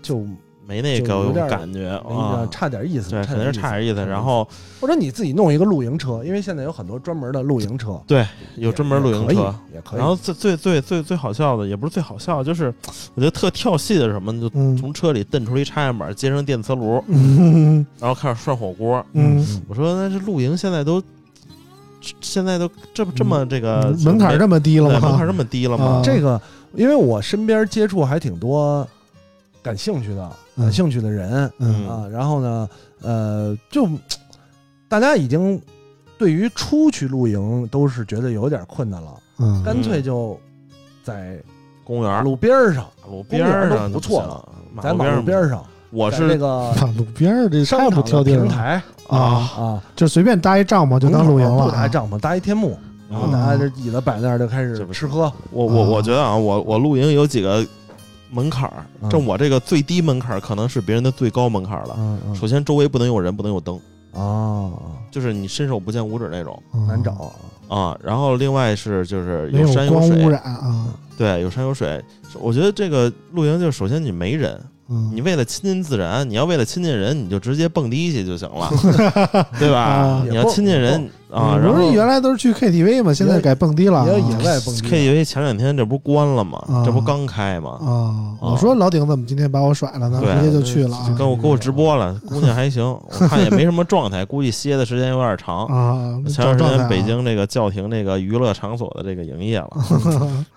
Speaker 4: 就
Speaker 3: 没那
Speaker 4: 就
Speaker 3: 个
Speaker 4: 有点儿
Speaker 3: 感觉
Speaker 4: 没个
Speaker 3: 啊，
Speaker 4: 差点意思，
Speaker 3: 对，肯定是
Speaker 4: 差
Speaker 3: 差
Speaker 4: 点
Speaker 3: 点
Speaker 4: 意
Speaker 3: 意思。
Speaker 4: 差点
Speaker 3: 然后
Speaker 4: 思。或者你自己弄一个露营车，因为现在有很多专门的露营车，
Speaker 3: 有专门露营
Speaker 4: 呃也可以
Speaker 3: 车。
Speaker 4: 也可以。
Speaker 3: 然后最最最最最好笑的，也不是最好笑，就是我觉得特跳戏的是什么，就
Speaker 2: 嗯
Speaker 3: 从车里蹬出一插线板，接上电磁炉，
Speaker 2: 嗯
Speaker 3: 然后开始涮火锅。
Speaker 2: 嗯，
Speaker 3: 我说那这露营现在都，现在都这这
Speaker 4: 嗯
Speaker 3: 呃么这个
Speaker 2: 嗯门槛这么低
Speaker 3: 对
Speaker 2: 了
Speaker 3: 门槛
Speaker 2: 吗？
Speaker 3: 这么低了
Speaker 2: 啊
Speaker 3: 吗？
Speaker 4: 这个，因为我身边接触还挺多感兴趣的、
Speaker 2: 嗯
Speaker 4: 感兴趣的人、
Speaker 2: 嗯
Speaker 4: 啊，然后呢，呃，就大家已经对于出去露营都是觉得有点困难了，
Speaker 2: 嗯
Speaker 4: 干脆就在
Speaker 3: 公园儿
Speaker 4: 路边儿上，
Speaker 3: 马路边儿
Speaker 4: 公园
Speaker 3: 上
Speaker 4: 都
Speaker 3: 就
Speaker 4: 不错
Speaker 3: 行
Speaker 4: 了，
Speaker 3: 马
Speaker 4: 在
Speaker 3: 路
Speaker 4: 马
Speaker 3: 边
Speaker 4: 路边
Speaker 3: 上
Speaker 4: 儿上，
Speaker 3: 我
Speaker 4: 在那
Speaker 3: 是
Speaker 4: 个
Speaker 2: 马啊路边儿这
Speaker 4: 商
Speaker 2: 太不
Speaker 4: 场
Speaker 2: 挑
Speaker 4: 的
Speaker 2: 地儿
Speaker 4: 平
Speaker 2: 了
Speaker 4: 台
Speaker 2: 啊！
Speaker 4: 啊，
Speaker 2: 就随便搭一帐篷就当露营了
Speaker 4: 不搭
Speaker 2: 啊，
Speaker 4: 帐篷，搭一天幕，然后
Speaker 2: 嗯
Speaker 4: 大家这椅子摆那儿就开
Speaker 3: 这
Speaker 4: 始
Speaker 3: 不
Speaker 4: 吃喝，
Speaker 3: 我我
Speaker 2: 啊
Speaker 3: 我觉得啊，我我露营有几个门槛儿，
Speaker 4: 嗯
Speaker 3: 这我这个最低门槛儿可能是别人的最高门槛儿了。
Speaker 4: 嗯
Speaker 3: 首先，周围不能有人，不能有灯，
Speaker 4: 嗯啊，
Speaker 3: 就是你伸手不见五指那种
Speaker 2: 嗯
Speaker 4: 难找，啊，
Speaker 3: 啊。然后另外是就是
Speaker 2: 没
Speaker 3: 有山有
Speaker 2: 光污
Speaker 3: 水，
Speaker 2: 染啊。
Speaker 3: 对，有山有水。我觉得这个露营就是首先你没人，
Speaker 2: 嗯
Speaker 3: 你为了亲近自然，你要为了亲近人，你就直接蹦迪去就行
Speaker 2: [LAUGHS]
Speaker 3: 了，对吧
Speaker 2: 啊？
Speaker 3: 你要亲近人啊，
Speaker 2: 你
Speaker 3: 然
Speaker 2: 不
Speaker 3: 后
Speaker 2: 是原来都是去 KTV 嘛，现在改蹦迪了啊。
Speaker 4: 也有野外蹦迪。
Speaker 3: KTV 前两天这不关了吗？这不
Speaker 2: 啊
Speaker 3: 刚开吗？
Speaker 2: 啊！我说老顶怎么今天把我甩了呢？
Speaker 3: 对
Speaker 2: 直接就去了啊
Speaker 3: 跟我给我直播了，姑娘还行，
Speaker 2: [LAUGHS]
Speaker 3: 我看也没什么状态，估计歇的时间有点长。
Speaker 2: 啊！
Speaker 3: 前段
Speaker 2: 找
Speaker 3: 时
Speaker 2: 状态
Speaker 3: 间
Speaker 2: 啊
Speaker 3: 北京这个叫停这个娱乐场所的这个营业了，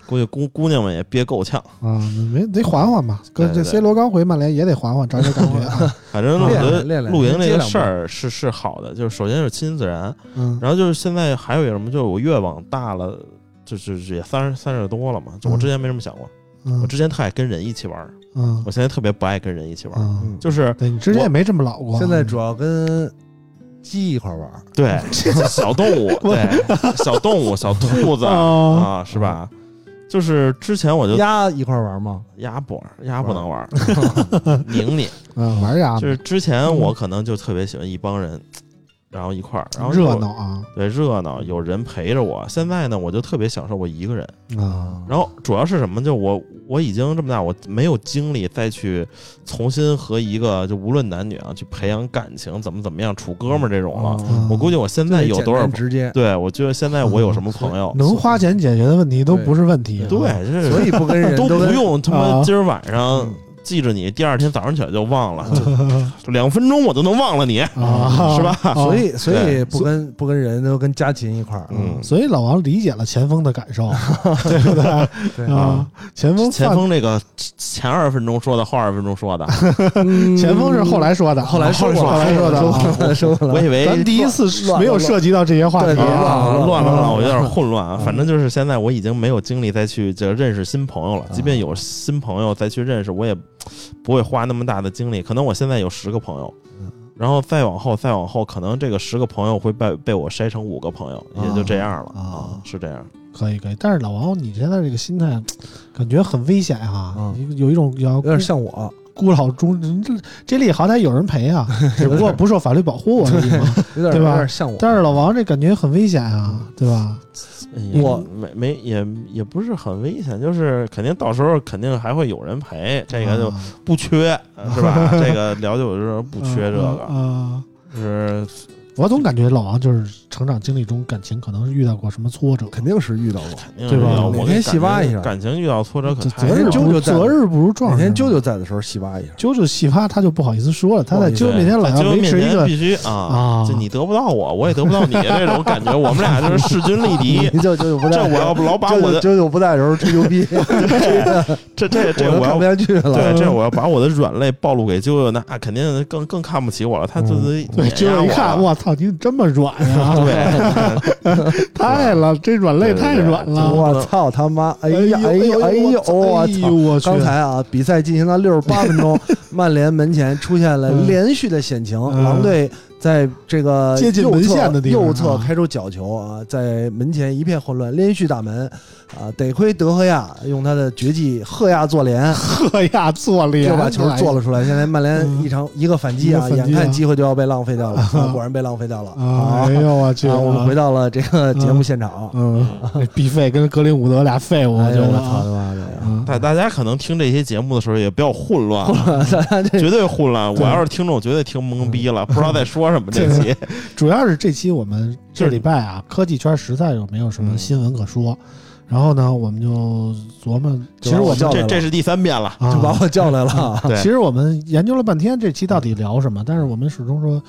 Speaker 3: 估计姑姑娘们也憋够呛。
Speaker 2: [LAUGHS] 啊，没得缓缓吧。跟这
Speaker 3: 对对对
Speaker 2: C 罗刚回曼联也得缓缓，找点感觉
Speaker 3: [LAUGHS]
Speaker 2: 啊。
Speaker 3: 反正我觉得
Speaker 4: 练练练
Speaker 3: 露营这
Speaker 4: 接
Speaker 3: 个
Speaker 4: 两步
Speaker 3: 事儿是是好的，就是首先是亲近自然，
Speaker 2: 嗯
Speaker 3: 然后就是现在还有一个什么，就是我越往大了，就是也三十三十多了嘛，就我之前没这么想过，
Speaker 2: 嗯
Speaker 3: 我之前特爱跟人一起玩儿，
Speaker 2: 嗯嗯
Speaker 3: 我现在特别不爱跟人一起玩，
Speaker 2: 嗯，
Speaker 3: 就是
Speaker 2: 对你之前也没这么老过，啊
Speaker 4: 现在主要跟鸡一块玩儿， [LAUGHS]
Speaker 3: 对小动物，对小动物、小兔子
Speaker 2: 啊，
Speaker 3: 啊，是吧？就是之前我就
Speaker 4: 嗯鸭一块玩儿吗？
Speaker 3: 鸭不玩，鸭不能玩， [LAUGHS] 拧
Speaker 4: [LAUGHS]
Speaker 3: 你。
Speaker 2: 嗯，玩呀，
Speaker 3: 就是之前我可能就特别喜欢一帮人，然后一块儿，然后
Speaker 2: 热
Speaker 3: 有
Speaker 2: 闹啊
Speaker 3: 对热闹，
Speaker 4: 嗯
Speaker 3: 有人陪着我。现在呢，我就特别享受我一个人。
Speaker 4: 哦
Speaker 2: 啊，
Speaker 3: 然后主要是什么？就我我已经这么大，我没有精力再去重新和一个就无论男女啊去培养感情，怎么怎么样处哥们儿这种了。
Speaker 2: 嗯
Speaker 3: 我估计我现在有多少
Speaker 4: 啊哦简单？嗯直
Speaker 3: [LAUGHS]
Speaker 4: 接，
Speaker 3: 对，我觉得现在我有什么朋友？
Speaker 2: 能花钱解决的问题都不是问题啊，
Speaker 3: 对，这
Speaker 4: 所以
Speaker 3: [LAUGHS]
Speaker 4: 不跟人
Speaker 3: 嗯都
Speaker 4: 跟
Speaker 3: 不用他妈
Speaker 2: 啊
Speaker 3: 今儿晚上
Speaker 4: 嗯
Speaker 3: 记着你，第二天早上起来就忘了， [LAUGHS] 就就两分钟我都能忘了你。
Speaker 2: 啊，
Speaker 3: 嗯是吧 [LAUGHS]
Speaker 2: 啊
Speaker 4: 所以所以不跟不跟人都跟家禽一块儿，啊
Speaker 3: 嗯，
Speaker 2: 所以老王理解了前锋的感受， [LAUGHS] 对不对？
Speaker 4: 对
Speaker 2: 啊，前锋
Speaker 3: 前
Speaker 2: 犯
Speaker 3: 锋这个前二分钟说的，后二分钟
Speaker 4: [LAUGHS]
Speaker 3: 说的，
Speaker 2: 嗯前锋是后来说的，
Speaker 4: 嗯后来说过
Speaker 2: 后来说的
Speaker 4: 说
Speaker 2: 啊。
Speaker 4: 过
Speaker 2: [LAUGHS]
Speaker 4: 了说过
Speaker 3: 我
Speaker 4: 了，
Speaker 3: 以为
Speaker 2: 咱第一次
Speaker 4: 乱
Speaker 2: 没有涉及到这些话题
Speaker 4: 对对对
Speaker 2: 啊，
Speaker 3: 啊，
Speaker 4: 乱
Speaker 3: 乱
Speaker 4: 了
Speaker 3: 了
Speaker 2: 乱了嗯
Speaker 3: 乱了，我有点混乱啊。反正就是现在我已经没有精力再去这认识新朋
Speaker 2: 啊
Speaker 3: 友了，即便有新朋友再去认识，我也不会花那么大的精力。可能我现在有十个朋友。
Speaker 2: 嗯
Speaker 3: 然后再往后，再往后，可能这个十个朋友会被被我筛成五个朋友，也就这样了嗯
Speaker 2: 啊啊
Speaker 3: 是这样。
Speaker 2: 可以可以。但是老王，你现在这个心态，感觉很危险哈，
Speaker 4: 嗯
Speaker 2: 有一种要
Speaker 4: 有点像我，
Speaker 2: 孤老终，这这里好歹有人陪啊，只不过不受法律保护而已嘛。
Speaker 4: 有点
Speaker 2: 对
Speaker 4: 有
Speaker 2: 吧
Speaker 4: 点像我，
Speaker 2: 但是老王这感觉很危险啊，对吧？
Speaker 3: 也
Speaker 4: 我
Speaker 3: 没没也也不是很危险，就是肯定到时候肯定还会有人陪，这个就
Speaker 2: 啊
Speaker 3: 不缺，
Speaker 2: [LAUGHS]
Speaker 3: 是吧？这个了解我的时候不缺这
Speaker 2: 啊
Speaker 3: 个，
Speaker 2: 啊
Speaker 3: 就是
Speaker 2: 我总感觉老王就是成长经历中感情可能是遇到过什么挫折，
Speaker 4: 肯定是遇到过。
Speaker 3: 肯定
Speaker 2: 对吧
Speaker 3: 是要
Speaker 4: 哪
Speaker 3: 我
Speaker 4: 天
Speaker 3: 跟
Speaker 4: 细挖一下
Speaker 3: 感情遇到挫折可
Speaker 2: 择
Speaker 3: 太
Speaker 2: 日
Speaker 4: 哪
Speaker 2: 不
Speaker 4: 天揪
Speaker 2: 如
Speaker 4: 揪在
Speaker 2: 择日不如撞
Speaker 4: 哪
Speaker 2: 日。
Speaker 4: 天啾啾在的时候洗吧一下，
Speaker 2: 啾啾洗发他就不好意思说了，他在
Speaker 4: 不
Speaker 2: 啾
Speaker 4: 好
Speaker 2: 啾面前老要
Speaker 3: 就
Speaker 2: 维
Speaker 3: 面
Speaker 2: 持一
Speaker 3: 前
Speaker 2: 个
Speaker 3: 必须啊
Speaker 2: 啊，
Speaker 3: 就你得不到我，我也得不到你这种感觉，我们俩就是势均力
Speaker 4: [LAUGHS]
Speaker 3: 敌。
Speaker 4: 啾啾不
Speaker 3: 这
Speaker 4: 在，
Speaker 3: 我要不老把
Speaker 4: 啾
Speaker 3: 我
Speaker 4: 啾
Speaker 3: 的
Speaker 4: 啾啾不在的时候吹牛
Speaker 3: [LAUGHS]
Speaker 4: [LAUGHS] 逼，
Speaker 3: 这这这
Speaker 4: 我都
Speaker 3: 我
Speaker 4: 看
Speaker 3: 要
Speaker 4: 不。下去了。
Speaker 3: 对，这我要把我的软肋暴露给舅舅，那肯定更更看不起我了。他就
Speaker 2: 嗯
Speaker 3: 是
Speaker 4: 哎
Speaker 2: 对，
Speaker 3: 碾
Speaker 2: 啾
Speaker 3: 压
Speaker 2: 啾一
Speaker 3: 我
Speaker 2: 看，
Speaker 3: 了
Speaker 2: 我操，你这么软呀、
Speaker 4: [LAUGHS]
Speaker 3: 对，
Speaker 2: 太了，这软肋太软了。
Speaker 4: 我操他妈！哎呀哎呀哎呀！我
Speaker 2: 哎
Speaker 4: 操
Speaker 2: 呦！我去！
Speaker 4: 刚才啊，比赛进行到六十八
Speaker 2: [LAUGHS]
Speaker 4: 分钟，曼联门前出现了
Speaker 2: 嗯
Speaker 4: 连续的险情，
Speaker 2: 嗯
Speaker 4: 狼队在这个
Speaker 2: 接近
Speaker 4: 右侧
Speaker 2: 门线的地方啊
Speaker 4: 右侧开出角球啊，在门前一片混乱，连续打门啊，得亏德赫亚用他的绝技赫亚坐连，
Speaker 2: 特亚坐脸
Speaker 4: 就把球做了出来。现在曼联
Speaker 2: 嗯
Speaker 4: 一场一个反击啊，
Speaker 2: 一个反击
Speaker 4: 眼
Speaker 2: 啊
Speaker 4: 看机会就要被浪费掉
Speaker 2: [LAUGHS]
Speaker 4: 了，啊果然被浪费掉了
Speaker 2: 啊！哎呦我去！
Speaker 4: 啊！我们回到了这个节目现场，
Speaker 2: 嗯，那毕费跟格林伍德俩废物，我
Speaker 4: 哎
Speaker 2: 觉
Speaker 4: 呦
Speaker 2: 得
Speaker 4: 我操
Speaker 2: 啊
Speaker 4: 他妈的呀！
Speaker 2: 嗯
Speaker 3: [LAUGHS] 大大家可能听这些节目的时候也比较混乱啊，绝对混乱。我要是听众，绝对听懵逼了，不知道在说什么这期。
Speaker 2: 主要是这期我们这礼拜啊，科技圈实在有没有什么
Speaker 4: 嗯
Speaker 2: 新闻可说，然后呢，我们就琢磨，其实我们
Speaker 4: 就把我叫来
Speaker 3: 这
Speaker 4: 了
Speaker 3: 这是第三遍了。
Speaker 2: 啊
Speaker 4: 就把我叫来了。啊
Speaker 3: 对
Speaker 2: 其实我们研究了半天这期到底聊什么，但是我们始终说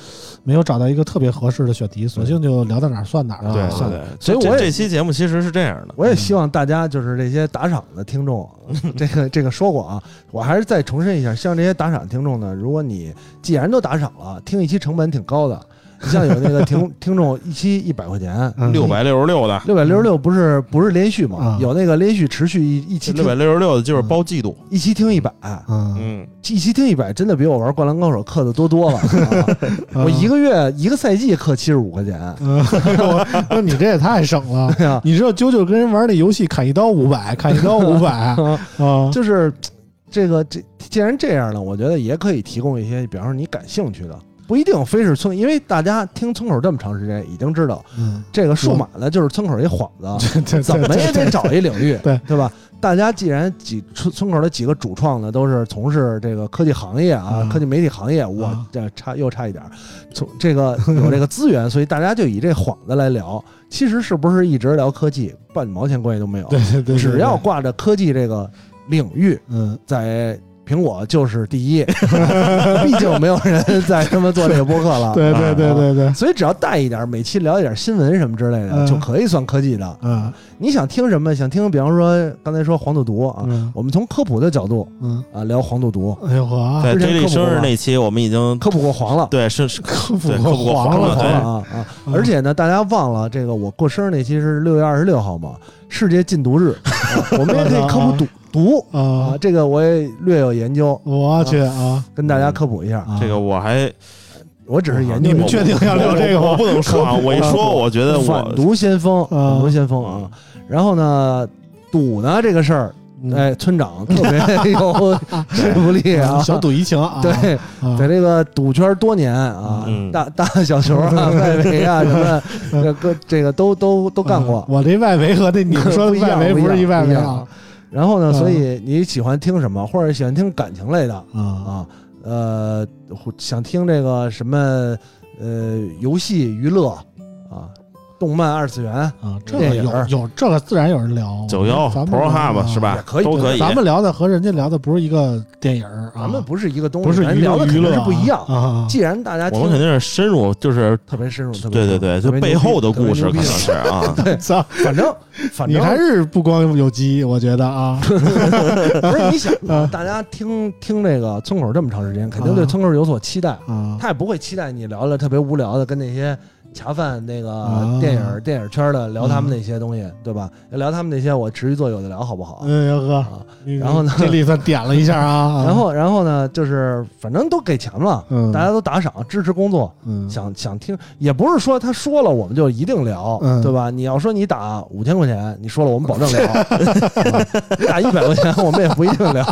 Speaker 2: 没有找到一个特别合适的选题，索性就聊到哪儿算哪儿
Speaker 3: 对
Speaker 2: 啊，
Speaker 3: 对
Speaker 2: 算
Speaker 3: 对
Speaker 2: 了。，
Speaker 4: 所以
Speaker 3: 这
Speaker 4: 我也
Speaker 3: 这期节目其实是这样的，
Speaker 4: 我也希望大家就是这些打赏的听众，啊这个这个说过啊，我还是再重申一下，像这些打赏听众呢，如果你既然都打赏了，听一期成本挺高的，你像有那个听 [LAUGHS] 听众一期一百块钱，
Speaker 2: 嗯
Speaker 3: 六百六十六的，
Speaker 4: 六百六十六不是不是连续嘛，
Speaker 2: 嗯
Speaker 4: 有那个连续持续一一期
Speaker 3: 六
Speaker 4: 听
Speaker 3: 百六十六的
Speaker 4: 嗯
Speaker 3: 就是包季度。
Speaker 4: 一期听一百，
Speaker 2: 嗯，
Speaker 3: 嗯，
Speaker 4: 一期听一百，真的比我玩《灌篮高手》氪的多多了。啊我一
Speaker 2: 嗯个，
Speaker 4: 个月一个赛季氪七十五块钱，
Speaker 2: 我那你这也太省
Speaker 3: [LAUGHS]
Speaker 2: 了。
Speaker 3: 哎
Speaker 4: 对呀，
Speaker 2: 你知道啾啾跟人玩那游戏砍一刀五百，砍一刀五
Speaker 3: [LAUGHS]
Speaker 2: 百啊，
Speaker 4: 就是这个这既然这样呢，我觉得也可以提供一些，比方说你感兴趣的，不一定非是村，因为大家听村口这么长时间，已经知道
Speaker 3: [LAUGHS]
Speaker 2: 嗯，
Speaker 4: 这个数码呢就是村口一幌子，
Speaker 2: [LAUGHS] 对对
Speaker 4: 怎么也得找一领域，
Speaker 2: 对
Speaker 4: 对吧？大家既然几村村口的几个主创呢，都是从事这个科技行业啊，
Speaker 2: 嗯
Speaker 4: 科技媒体行业，我
Speaker 2: 嗯
Speaker 4: 这差又差一点儿，从这个有这个资源，所以大家就以这幌子来聊。其实是不是一直聊科技，半毛钱关系都没有，
Speaker 2: 对对对，
Speaker 4: 只要挂着科技这个领域，
Speaker 2: 嗯
Speaker 4: 在苹果就是
Speaker 2: [LAUGHS]
Speaker 4: 第一，毕竟没有人在他妈做这个播客
Speaker 3: 啊
Speaker 4: 了。
Speaker 2: 对对对对对，
Speaker 4: 所以只要带一点，每期聊一点新闻什么之类的，
Speaker 2: 嗯
Speaker 4: 就可以算科技的。
Speaker 3: 啊
Speaker 2: 嗯
Speaker 4: 你想听什么？想听，比方说刚才说黄赌毒啊，
Speaker 2: 嗯
Speaker 4: 我们从科普的角度
Speaker 2: 嗯，
Speaker 4: 啊聊黄赌毒，
Speaker 2: 哎呦呵，
Speaker 3: 在
Speaker 4: 之前
Speaker 3: 追丽
Speaker 4: 科普
Speaker 3: 生
Speaker 4: 过
Speaker 3: 日
Speaker 4: 吗
Speaker 3: 那期，我们已经
Speaker 4: 科普过黄了，
Speaker 3: 对是是
Speaker 2: 科普
Speaker 3: 对科普
Speaker 2: 黄
Speaker 3: 黄
Speaker 4: 科
Speaker 2: 了
Speaker 3: 了
Speaker 4: 普黄
Speaker 3: 对
Speaker 4: 了啊啊！
Speaker 2: 嗯
Speaker 4: 而且呢，大家忘了这个我过生日那期是六月二十六号嘛，世界禁毒日，啊
Speaker 2: [LAUGHS]
Speaker 4: 我们也可以科普赌毒啊，
Speaker 2: 啊，
Speaker 4: 这个我也略有研究，
Speaker 2: 我去啊，
Speaker 4: 跟大家科普一下啊。
Speaker 3: 这个我还
Speaker 4: 我只是研
Speaker 2: 嗯
Speaker 4: 究
Speaker 2: 你
Speaker 4: 一
Speaker 2: 们
Speaker 4: 下
Speaker 2: 确定要聊这个
Speaker 3: 我
Speaker 2: 吗？
Speaker 3: 不 [LAUGHS] 能说啊，我一说我觉得
Speaker 4: 反
Speaker 3: 我
Speaker 4: 毒先锋，
Speaker 2: 啊
Speaker 4: 反毒先锋啊。然后呢，赌呢这个事儿，
Speaker 2: 嗯
Speaker 4: 哎，村长特别 [LAUGHS] 有说服力啊。
Speaker 2: 小赌怡情啊，
Speaker 4: 对，
Speaker 2: 啊
Speaker 4: 在这个赌圈多年啊，
Speaker 3: 嗯
Speaker 4: 大大小球
Speaker 2: [LAUGHS]
Speaker 4: 啊、外围啊什么，这个这个都都都干过
Speaker 2: 啊。我这外围和嗯那你们说
Speaker 4: [LAUGHS] 不
Speaker 2: 的
Speaker 4: 一
Speaker 2: 外
Speaker 4: 样
Speaker 2: 围
Speaker 4: 不一
Speaker 2: 不
Speaker 4: 样
Speaker 2: 是一外
Speaker 4: 不一
Speaker 2: 围
Speaker 4: 样
Speaker 2: 啊
Speaker 4: 然后呢，
Speaker 2: 嗯
Speaker 4: 所以你喜欢听什么，或者喜欢听感情类的
Speaker 2: 啊
Speaker 4: 啊？呃，或想听这个什么呃游戏娱乐啊，动漫二次元
Speaker 2: 啊！这
Speaker 4: 电
Speaker 2: 个
Speaker 4: 影
Speaker 2: 有有这个自然有人聊
Speaker 3: 九幺
Speaker 2: 咱们啊
Speaker 3: Pro Hub 是吧
Speaker 4: 啊也？可以
Speaker 3: 都可以。
Speaker 2: 咱们聊的和人家聊的不是一个电影儿啊，
Speaker 4: 咱们不是一个东西，
Speaker 2: 不是
Speaker 4: 咱
Speaker 2: 娱
Speaker 4: 聊
Speaker 2: 乐
Speaker 4: 的
Speaker 2: 娱
Speaker 4: 肯定
Speaker 2: 乐
Speaker 4: 是
Speaker 2: 啊
Speaker 4: 不一样。
Speaker 2: 啊啊。 [LAUGHS]
Speaker 4: 既然大家
Speaker 3: 我
Speaker 4: 听
Speaker 3: 们肯定是深入，就是
Speaker 4: 特别深入，特别
Speaker 3: 对对
Speaker 4: 深入
Speaker 3: 对，
Speaker 4: 特
Speaker 3: 就
Speaker 4: 别
Speaker 3: 背
Speaker 4: 牛逼
Speaker 3: 后的
Speaker 4: 特别
Speaker 3: 故事
Speaker 4: 牛
Speaker 3: 可
Speaker 4: 逼
Speaker 3: 能是
Speaker 4: [LAUGHS]
Speaker 3: 啊，
Speaker 2: 操，
Speaker 4: 反正反
Speaker 2: 你
Speaker 4: 正
Speaker 2: 还是不光有鸡，我觉得
Speaker 4: [LAUGHS]
Speaker 2: 啊，
Speaker 4: 不是你想啊，大家听听这个村口这么长时间，肯定对
Speaker 2: 啊
Speaker 4: 村口有所期待。
Speaker 2: 啊，
Speaker 4: 他也不会期待你聊聊特别无聊的，跟那些恰饭那个
Speaker 2: 啊
Speaker 4: 电影、电影圈的聊他们那些东西，对吧？聊他们那些，我持续做有的聊，好不好？
Speaker 2: 嗯，杨哥，
Speaker 4: 啊，
Speaker 2: 你
Speaker 4: 然后呢
Speaker 2: 这里算点了一下
Speaker 4: [LAUGHS]
Speaker 2: 啊，啊
Speaker 4: 然后然后呢，就是反正都给钱了，
Speaker 2: 嗯
Speaker 4: 大家都打赏支持工作，
Speaker 2: 嗯，
Speaker 4: 想想听，也不是说他说了我们就一定聊，
Speaker 2: 嗯
Speaker 4: 对吧？你要说你打五千块钱，你说了我们保证聊； [LAUGHS] 你打一百块钱，我们也不一定聊；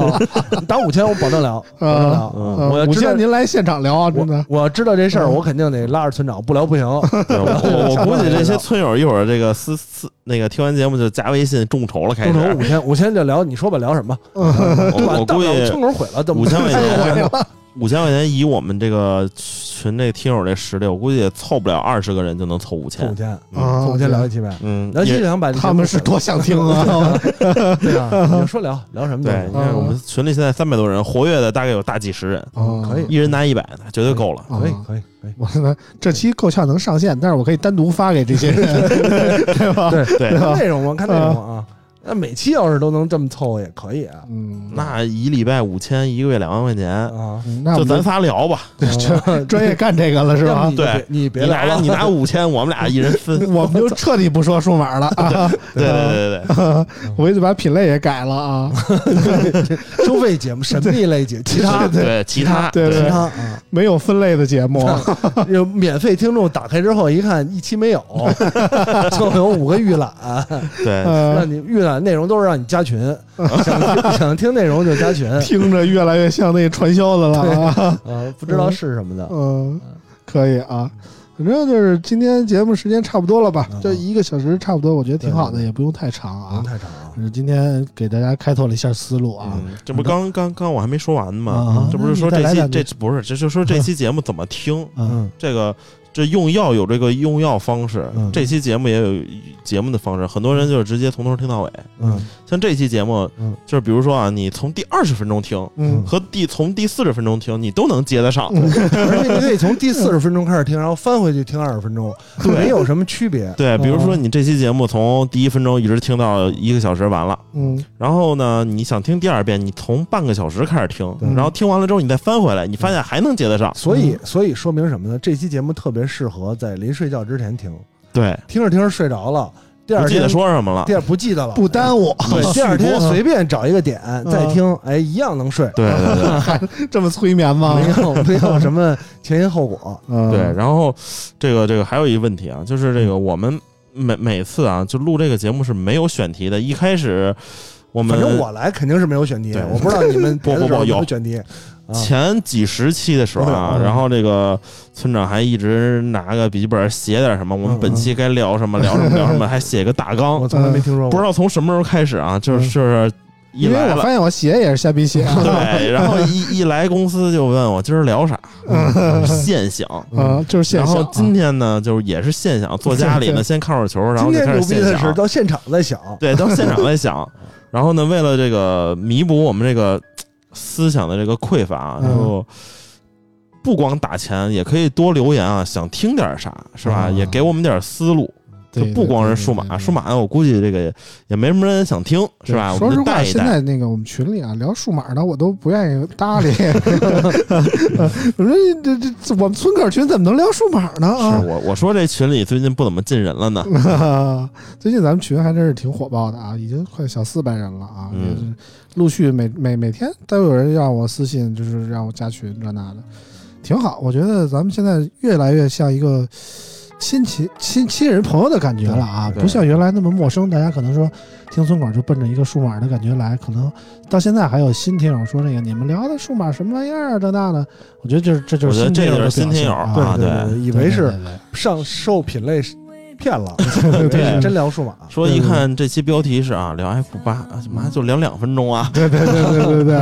Speaker 4: 你打五千，我保证聊，保证聊。
Speaker 3: 嗯
Speaker 4: 我
Speaker 2: 呃
Speaker 4: 要
Speaker 2: 五
Speaker 4: 知道
Speaker 2: 千您来现场聊啊，真的
Speaker 4: 我，我知道这事儿，
Speaker 2: 嗯
Speaker 4: 我肯定得拉着村长，不聊不行。 [LAUGHS]
Speaker 3: 对我我我估计这些村友一会儿这个私私那个听完节目就加微信众筹了，开
Speaker 4: 众
Speaker 3: 始
Speaker 4: 筹五千，五千就聊，你说吧，聊什么？对吧
Speaker 3: 我我
Speaker 4: 大
Speaker 3: 估
Speaker 4: 不了
Speaker 3: 计
Speaker 4: 村口毁了，怎么
Speaker 3: 五千块钱，啊
Speaker 2: [LAUGHS]
Speaker 3: 五千块钱以我们这个群这听友这实力，我估计也凑不了二十个人就能凑五
Speaker 4: [LAUGHS] 凑五
Speaker 3: 千。
Speaker 4: 千，
Speaker 2: 啊
Speaker 4: 凑五千聊一期呗。
Speaker 3: 嗯，
Speaker 4: 聊一期
Speaker 3: 也
Speaker 4: 就想把这
Speaker 2: 他们是多想听啊，
Speaker 4: 对
Speaker 2: [LAUGHS]
Speaker 4: 啊，你就说聊聊什么都
Speaker 3: 对，
Speaker 4: 行
Speaker 3: 你看
Speaker 2: 嗯
Speaker 3: 我们群里现在三百多人，活跃的大概有大几十人，
Speaker 4: [LAUGHS]
Speaker 2: 啊
Speaker 4: 可以
Speaker 3: 一人拿一百的，绝对够了。
Speaker 2: 啊
Speaker 4: 嗯可以可以可以。
Speaker 2: 我呢，这期够呛能上线，但是我可以单独发给这些
Speaker 3: [LAUGHS]
Speaker 2: 人，对吧？
Speaker 4: 对
Speaker 3: 对
Speaker 4: 看内容吗？看内容啊。那每期要是都能这么凑也可以啊。
Speaker 2: 嗯，
Speaker 3: 那一礼拜五千，一个月两万块钱，
Speaker 4: 啊，
Speaker 2: 嗯那我
Speaker 3: 就
Speaker 2: 们
Speaker 3: 咱仨聊吧。 [LAUGHS]
Speaker 2: 专专业干这个了是
Speaker 4: 要
Speaker 2: 吧
Speaker 4: 不你？就
Speaker 3: 对
Speaker 4: 别你别
Speaker 3: 你
Speaker 4: 聊
Speaker 3: 拿
Speaker 4: 了，
Speaker 3: 你拿五千，我们俩一人分。
Speaker 2: 我们就彻底不说数码了啊！
Speaker 3: [LAUGHS] 对对对对对，
Speaker 2: [LAUGHS] 我也就把品类也改了啊！
Speaker 4: [LAUGHS] 收费节目、神秘类节目、
Speaker 2: [LAUGHS]
Speaker 4: 其他
Speaker 2: 对
Speaker 3: 对其他
Speaker 2: 啊对
Speaker 4: 其
Speaker 2: 对
Speaker 4: 他啊，
Speaker 2: 没有分类的节
Speaker 3: [LAUGHS]
Speaker 2: 目，
Speaker 4: 有免费听众打开之后一看，一期没 [LAUGHS] 有，就有五个预览，
Speaker 3: 对，
Speaker 2: 呃
Speaker 4: 让，你预览内容都是让你加群，想听想 [LAUGHS] 听内容就加群，
Speaker 2: 听着越来越像那传销的了啊！
Speaker 4: 呃，不知道是什么的，
Speaker 2: [LAUGHS] 嗯，可以啊。反正就是今天节目时间差不多了吧
Speaker 4: 嗯，
Speaker 2: 这一个小时差不多，我觉得挺好
Speaker 4: 对
Speaker 2: 的，也不用太长
Speaker 4: 不
Speaker 2: 啊。
Speaker 4: 用太长啊。 [LAUGHS]
Speaker 2: 就是今天给大家开拓了一下思路啊。
Speaker 3: 嗯，这不刚刚刚我还没说完吗
Speaker 2: 啊？
Speaker 3: 这不是说
Speaker 2: 那
Speaker 3: 这
Speaker 2: 你再来
Speaker 3: 期
Speaker 2: 两句
Speaker 3: 这不是，这就说这期节目怎么听？
Speaker 2: 嗯
Speaker 4: 嗯
Speaker 3: 这个这用药有这个用药方式
Speaker 4: 嗯，
Speaker 3: 这期节目也有节目的方式，很多人就是直接从头听到尾。
Speaker 4: 嗯
Speaker 3: 像这期节目
Speaker 4: 嗯，
Speaker 3: 就是比如说啊，你从第二十分钟听
Speaker 2: 嗯
Speaker 3: 和第从第四十分钟听，你都能接得上。
Speaker 4: 嗯而且你可以从第四十分钟开始听，然后翻回去听二十分钟，没有什么区别。
Speaker 3: 对，比如说你这期节目从第一分钟一直听到一个小时完了，
Speaker 2: 嗯
Speaker 3: 然后呢，你想听第二遍，你从半个小时开始听
Speaker 4: 嗯
Speaker 2: 对，
Speaker 3: 然后听完了之后你再翻回来，你发现还能接得上。
Speaker 4: 所以，所以说明什么呢？这期节目特别适合在临睡觉之前听，
Speaker 3: 对，
Speaker 4: 听着听着睡着了，第
Speaker 3: 不
Speaker 4: 二
Speaker 3: 记
Speaker 4: 天
Speaker 3: 得说什么了
Speaker 4: 第。二不记得了，
Speaker 2: 不耽误，
Speaker 4: 对，第二天随便找一个点再听，
Speaker 3: 嗯
Speaker 4: 哎，一样能睡，
Speaker 3: 对对对
Speaker 2: 这么催眠
Speaker 3: 啊
Speaker 2: 吗？
Speaker 4: 没 [LAUGHS] 有没有什么前因后果。
Speaker 2: 嗯
Speaker 3: 对，，然后这个这个还有一个问题啊，就是这个我们每每次啊，就录这个节目是没有选题的，一开始我们
Speaker 4: 反正我来肯定是没有选题
Speaker 3: 对，
Speaker 4: 我不知道你
Speaker 3: [LAUGHS]
Speaker 4: 们
Speaker 3: 不
Speaker 4: 别的
Speaker 3: 不
Speaker 4: 时候
Speaker 3: 不
Speaker 4: 有没
Speaker 3: 有
Speaker 4: 选题啊
Speaker 3: 前几十期的时候啊，
Speaker 4: 嗯
Speaker 3: 然后这个村长还一直拿个笔记本写点什么，我们本期该聊什么聊什么聊什么，还写个大
Speaker 4: 我
Speaker 3: 纲，
Speaker 4: 从来没听说
Speaker 3: 不知
Speaker 4: 过。
Speaker 3: 道从什么时候开始啊，就是就是一
Speaker 2: 因为
Speaker 3: 来
Speaker 2: 我
Speaker 3: 了
Speaker 2: 发。现我写也是瞎逼写，啊
Speaker 3: [LAUGHS] 对，然后一一来公司就问我今儿聊啥，现想。
Speaker 2: 嗯，就是现
Speaker 3: 然
Speaker 2: 象
Speaker 3: 后
Speaker 2: 啊。
Speaker 3: 今天呢，就是也是现想，坐家里呢，先看会儿球，然
Speaker 4: 今
Speaker 3: 后就
Speaker 4: 天
Speaker 3: 开始
Speaker 4: 牛逼
Speaker 3: 现
Speaker 4: 的是
Speaker 3: 想。
Speaker 4: 到现场再想，
Speaker 3: [LAUGHS] 对，到现场再想。然后呢，为了这个弥补我们这个思想的这个匮乏啊，
Speaker 2: 嗯
Speaker 3: 就不光打钱，也可以多留言啊，想听点啥是吧？
Speaker 2: 嗯
Speaker 3: 也给我们点思路。就
Speaker 5: 对
Speaker 3: 不光是
Speaker 5: 对
Speaker 3: 数
Speaker 5: 对
Speaker 3: 码，
Speaker 5: 对
Speaker 3: 数码哎我估计这个也也没什么人想听，是吧？我
Speaker 2: 说
Speaker 3: 们
Speaker 2: 实
Speaker 3: 就
Speaker 2: 话，
Speaker 3: 带一
Speaker 2: 现
Speaker 3: 带。
Speaker 2: 在那个我们群里啊聊数码的，我都不愿意搭
Speaker 3: [LAUGHS]
Speaker 2: 理。 [LAUGHS] 我说这这这我们村客群怎么能聊数码呢
Speaker 3: 是我我说这群里最近不怎么进人了呢，
Speaker 2: 啊？ [LAUGHS] 最近咱们群还真是挺火爆的啊，已经快小四百人了啊，
Speaker 3: 嗯
Speaker 2: 就是陆续每每每天都有人让我私信，就是让我加群这那的，挺好。我觉得咱们现在越来越像一个。亲戚亲亲人朋友的感觉了啊，
Speaker 3: 对
Speaker 2: 不像原来那么陌生。大家可能说听村口就奔着一个数码的感觉来，可能到现在还有新听友说这个你们聊的数码什么玩意儿这那的，我觉得就是这就
Speaker 3: 我
Speaker 2: 是
Speaker 3: 觉得
Speaker 2: 新
Speaker 3: 这
Speaker 2: 听友
Speaker 3: 就
Speaker 2: 的
Speaker 3: 是
Speaker 2: 表
Speaker 3: 新听
Speaker 2: 现
Speaker 3: 友
Speaker 2: 啊
Speaker 4: 对
Speaker 3: 啊，
Speaker 4: 对
Speaker 3: 对。
Speaker 4: 以为是
Speaker 2: 对对对
Speaker 4: 上受品类骗
Speaker 3: [LAUGHS]
Speaker 4: 了，
Speaker 3: 对
Speaker 4: 以为是真聊数码。
Speaker 3: 说一看这期标题是啊，聊 F 八，啊妈就聊两分钟啊，
Speaker 2: 对对对对对
Speaker 4: [LAUGHS]
Speaker 2: 对，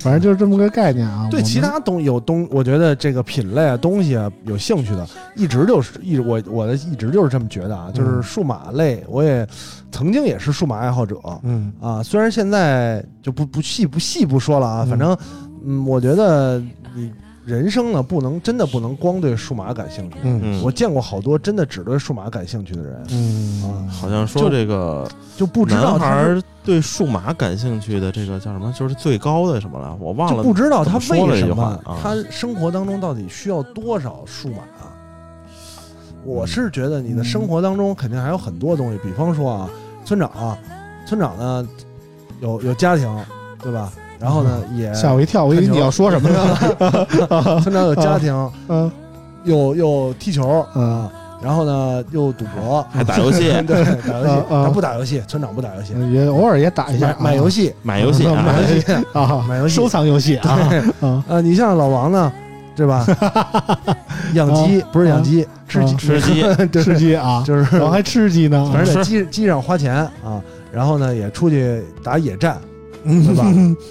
Speaker 2: 反正就是这么个概念啊。我
Speaker 4: 对
Speaker 2: 们
Speaker 4: 其他东有东，我觉得这个品类啊、东西啊有兴趣的，一直就是一直我我的一直就是这么觉得啊，
Speaker 3: 嗯
Speaker 4: 就是数码类，我也曾经也是数码爱好者
Speaker 5: 嗯，
Speaker 4: 啊，虽然现在就不不细不细不说了啊，
Speaker 5: 嗯
Speaker 4: 反正嗯，我觉得你人生呢不能真的不能光对数码感兴趣，
Speaker 5: 嗯
Speaker 3: 嗯，
Speaker 4: 我见过好多真的只对数码感兴趣的人
Speaker 5: 嗯，
Speaker 4: 啊，
Speaker 3: 好像说
Speaker 4: 就
Speaker 3: 这个
Speaker 4: 就不知道
Speaker 3: 男孩
Speaker 4: 他是
Speaker 3: 儿对数码感兴趣的这个叫什么，就是最高的什么了，我忘
Speaker 4: 就
Speaker 3: 了，
Speaker 4: 不知道他
Speaker 3: 怎么说了
Speaker 4: 为
Speaker 3: 这句
Speaker 4: 什
Speaker 3: 话
Speaker 4: 么
Speaker 3: 啊
Speaker 4: 他生活当中到底需要多少数码。啊我是觉得你的生活当中肯定还有很多东西，比方说啊，村长啊，村长呢有有家庭，对吧？然后呢
Speaker 3: 嗯
Speaker 4: 也
Speaker 2: 吓我一跳，我以为你要说什么呢？
Speaker 4: [LAUGHS] 村长有家庭，
Speaker 2: [LAUGHS] 嗯
Speaker 4: 又又踢球
Speaker 2: 嗯
Speaker 4: 啊，然后呢又赌博，，
Speaker 3: 还打游戏
Speaker 4: [LAUGHS] 对，打游戏
Speaker 2: 啊，啊
Speaker 4: 他不打游戏，村长不打游戏，
Speaker 2: 嗯也偶尔也打一下
Speaker 4: 买
Speaker 2: 啊，
Speaker 4: 买游戏，
Speaker 3: 买游戏啊，
Speaker 2: [LAUGHS]
Speaker 4: 买游戏，
Speaker 2: 啊，
Speaker 4: 买游戏
Speaker 2: 收藏游戏啊，
Speaker 4: 对
Speaker 2: 啊
Speaker 4: 啊，你像老王呢，对吧？养鸡不是养鸡，吃鸡
Speaker 3: 吃
Speaker 4: [LAUGHS]
Speaker 3: 鸡，
Speaker 4: [LAUGHS] 对，
Speaker 2: 吃鸡啊，
Speaker 4: 就是
Speaker 2: 我还吃鸡呢，
Speaker 4: 反正在鸡鸡上花钱啊，然后呢也出去打野战，对吧？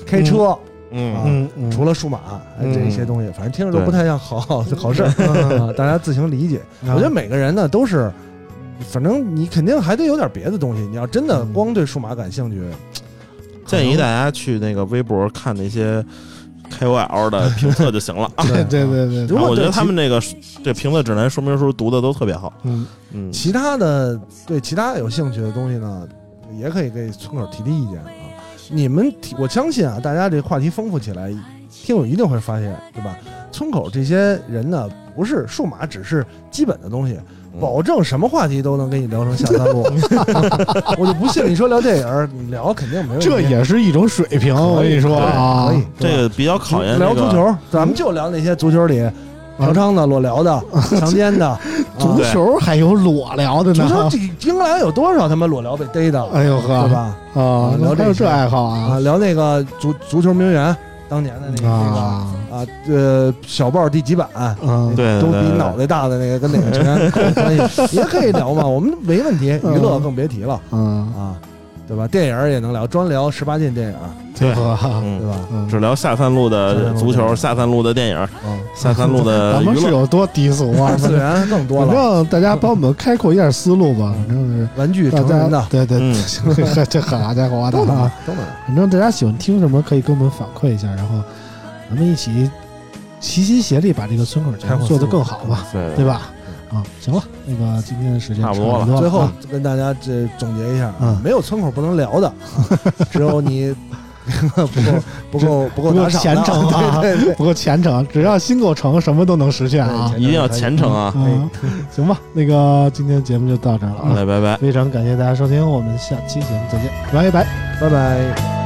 Speaker 4: 开车，
Speaker 3: 嗯
Speaker 4: 啊，
Speaker 2: 嗯嗯，
Speaker 4: 嗯除了数码哎这些东西，反正听着都不太像好 [LAUGHS] 好好事儿啊，大家自行理解。
Speaker 2: 啊
Speaker 4: 我觉得每个人呢都是。反正你肯定还得有点别的东西。你要真的光对数码感兴趣，
Speaker 3: 建议大家去那个微博看那些 KOL 的评测就行了啊。
Speaker 2: 对对对对对，
Speaker 4: [LAUGHS] 如果
Speaker 3: 我觉
Speaker 4: 对
Speaker 3: 得
Speaker 4: 其
Speaker 3: 他们这个这评测指南说明书读的都特别好，
Speaker 2: 嗯，
Speaker 3: 嗯，
Speaker 4: 其他的对其他有兴趣的东西呢，也可以给村口提提意见啊。你们提，我相信啊，大家这话题丰富起来，听友一定会发现，对吧？村口这些人呢，不是数码，只是基本的东西，
Speaker 3: 嗯
Speaker 4: 保证什么话题都能给你聊成下三路。我就不信你说聊电影儿，你聊肯定没问题。
Speaker 2: 这也是一种水平，我跟你说
Speaker 3: 对
Speaker 2: 啊
Speaker 4: 可以，，
Speaker 3: 这个比较考验
Speaker 4: 聊足
Speaker 3: 这个
Speaker 4: 球，咱们就聊那些足球里嫖娼的、裸聊的、强奸的。啊
Speaker 2: 足球还有裸聊的
Speaker 4: 足球
Speaker 2: 呢
Speaker 4: 这，英格兰有多少他妈裸聊被逮的，
Speaker 2: [LAUGHS] 哎呦
Speaker 4: 对
Speaker 2: 呵，
Speaker 4: 吧？嗯
Speaker 2: 啊，还
Speaker 4: 聊
Speaker 2: 有
Speaker 4: 这
Speaker 2: 这
Speaker 4: 些
Speaker 2: 爱好
Speaker 4: 啊，
Speaker 2: 啊
Speaker 4: 聊那个足足球名媛当年的那个那
Speaker 2: 啊，
Speaker 4: 个啊，呃，小报第几版，
Speaker 2: 嗯，
Speaker 3: 对
Speaker 4: 都
Speaker 3: 对
Speaker 4: 比
Speaker 3: 对
Speaker 4: 脑袋大的那个跟哪个成员有关系，也可以聊嘛，我们没问题，娱乐更别提了
Speaker 2: 嗯，
Speaker 4: 啊，对吧？电影也能聊，专聊十八禁电影，
Speaker 2: 对吧？
Speaker 3: 嗯
Speaker 4: 对吧？
Speaker 2: 嗯
Speaker 3: 只聊下三路的足球、下三路的电影、
Speaker 4: 嗯，
Speaker 3: 下三路的
Speaker 2: [LAUGHS] 咱
Speaker 3: 娱
Speaker 2: 们是
Speaker 3: 乐。
Speaker 2: 有多低俗
Speaker 3: [LAUGHS]
Speaker 2: 啊
Speaker 4: 二！次元更多
Speaker 2: 反
Speaker 4: 了，
Speaker 2: 正大家帮我们开阔一下思路吧，反正是。
Speaker 4: 玩具
Speaker 2: 大
Speaker 4: 成人的
Speaker 2: 家对对，
Speaker 3: 嗯
Speaker 2: 对 [LAUGHS] 这好家伙的
Speaker 4: 都能
Speaker 2: 啊！
Speaker 4: 都能，
Speaker 2: 反正大家喜欢听什么，可以跟我们反馈一下，然后咱们一起齐心协力把这个村口节
Speaker 4: 开
Speaker 2: 目
Speaker 4: 阔
Speaker 2: 做得
Speaker 4: 思路
Speaker 2: 更好嘛，
Speaker 3: 对
Speaker 2: 对吧？啊，行了，那个今天的时间
Speaker 3: 嗯差不多
Speaker 2: 多
Speaker 3: 了
Speaker 2: 了，
Speaker 4: 最后
Speaker 2: 啊
Speaker 4: 跟大家这总结一下啊
Speaker 2: 嗯，
Speaker 4: 没有村口不能聊的，只有你 [LAUGHS] 不够不够不够
Speaker 2: 不够
Speaker 4: 打赏的
Speaker 2: 虔诚啊
Speaker 4: 对对对。
Speaker 2: 不过虔诚，只要心够诚，什么都能实现啊！
Speaker 4: 对
Speaker 3: 一定要虔诚啊！
Speaker 2: 啊，行吧，那个今天
Speaker 4: 嗯
Speaker 2: 节目就到这儿了
Speaker 3: 好
Speaker 2: 啊，
Speaker 3: 嘞，拜拜。
Speaker 2: 非常感谢大家收听，我们下期节目再见，拜拜。
Speaker 4: 拜拜。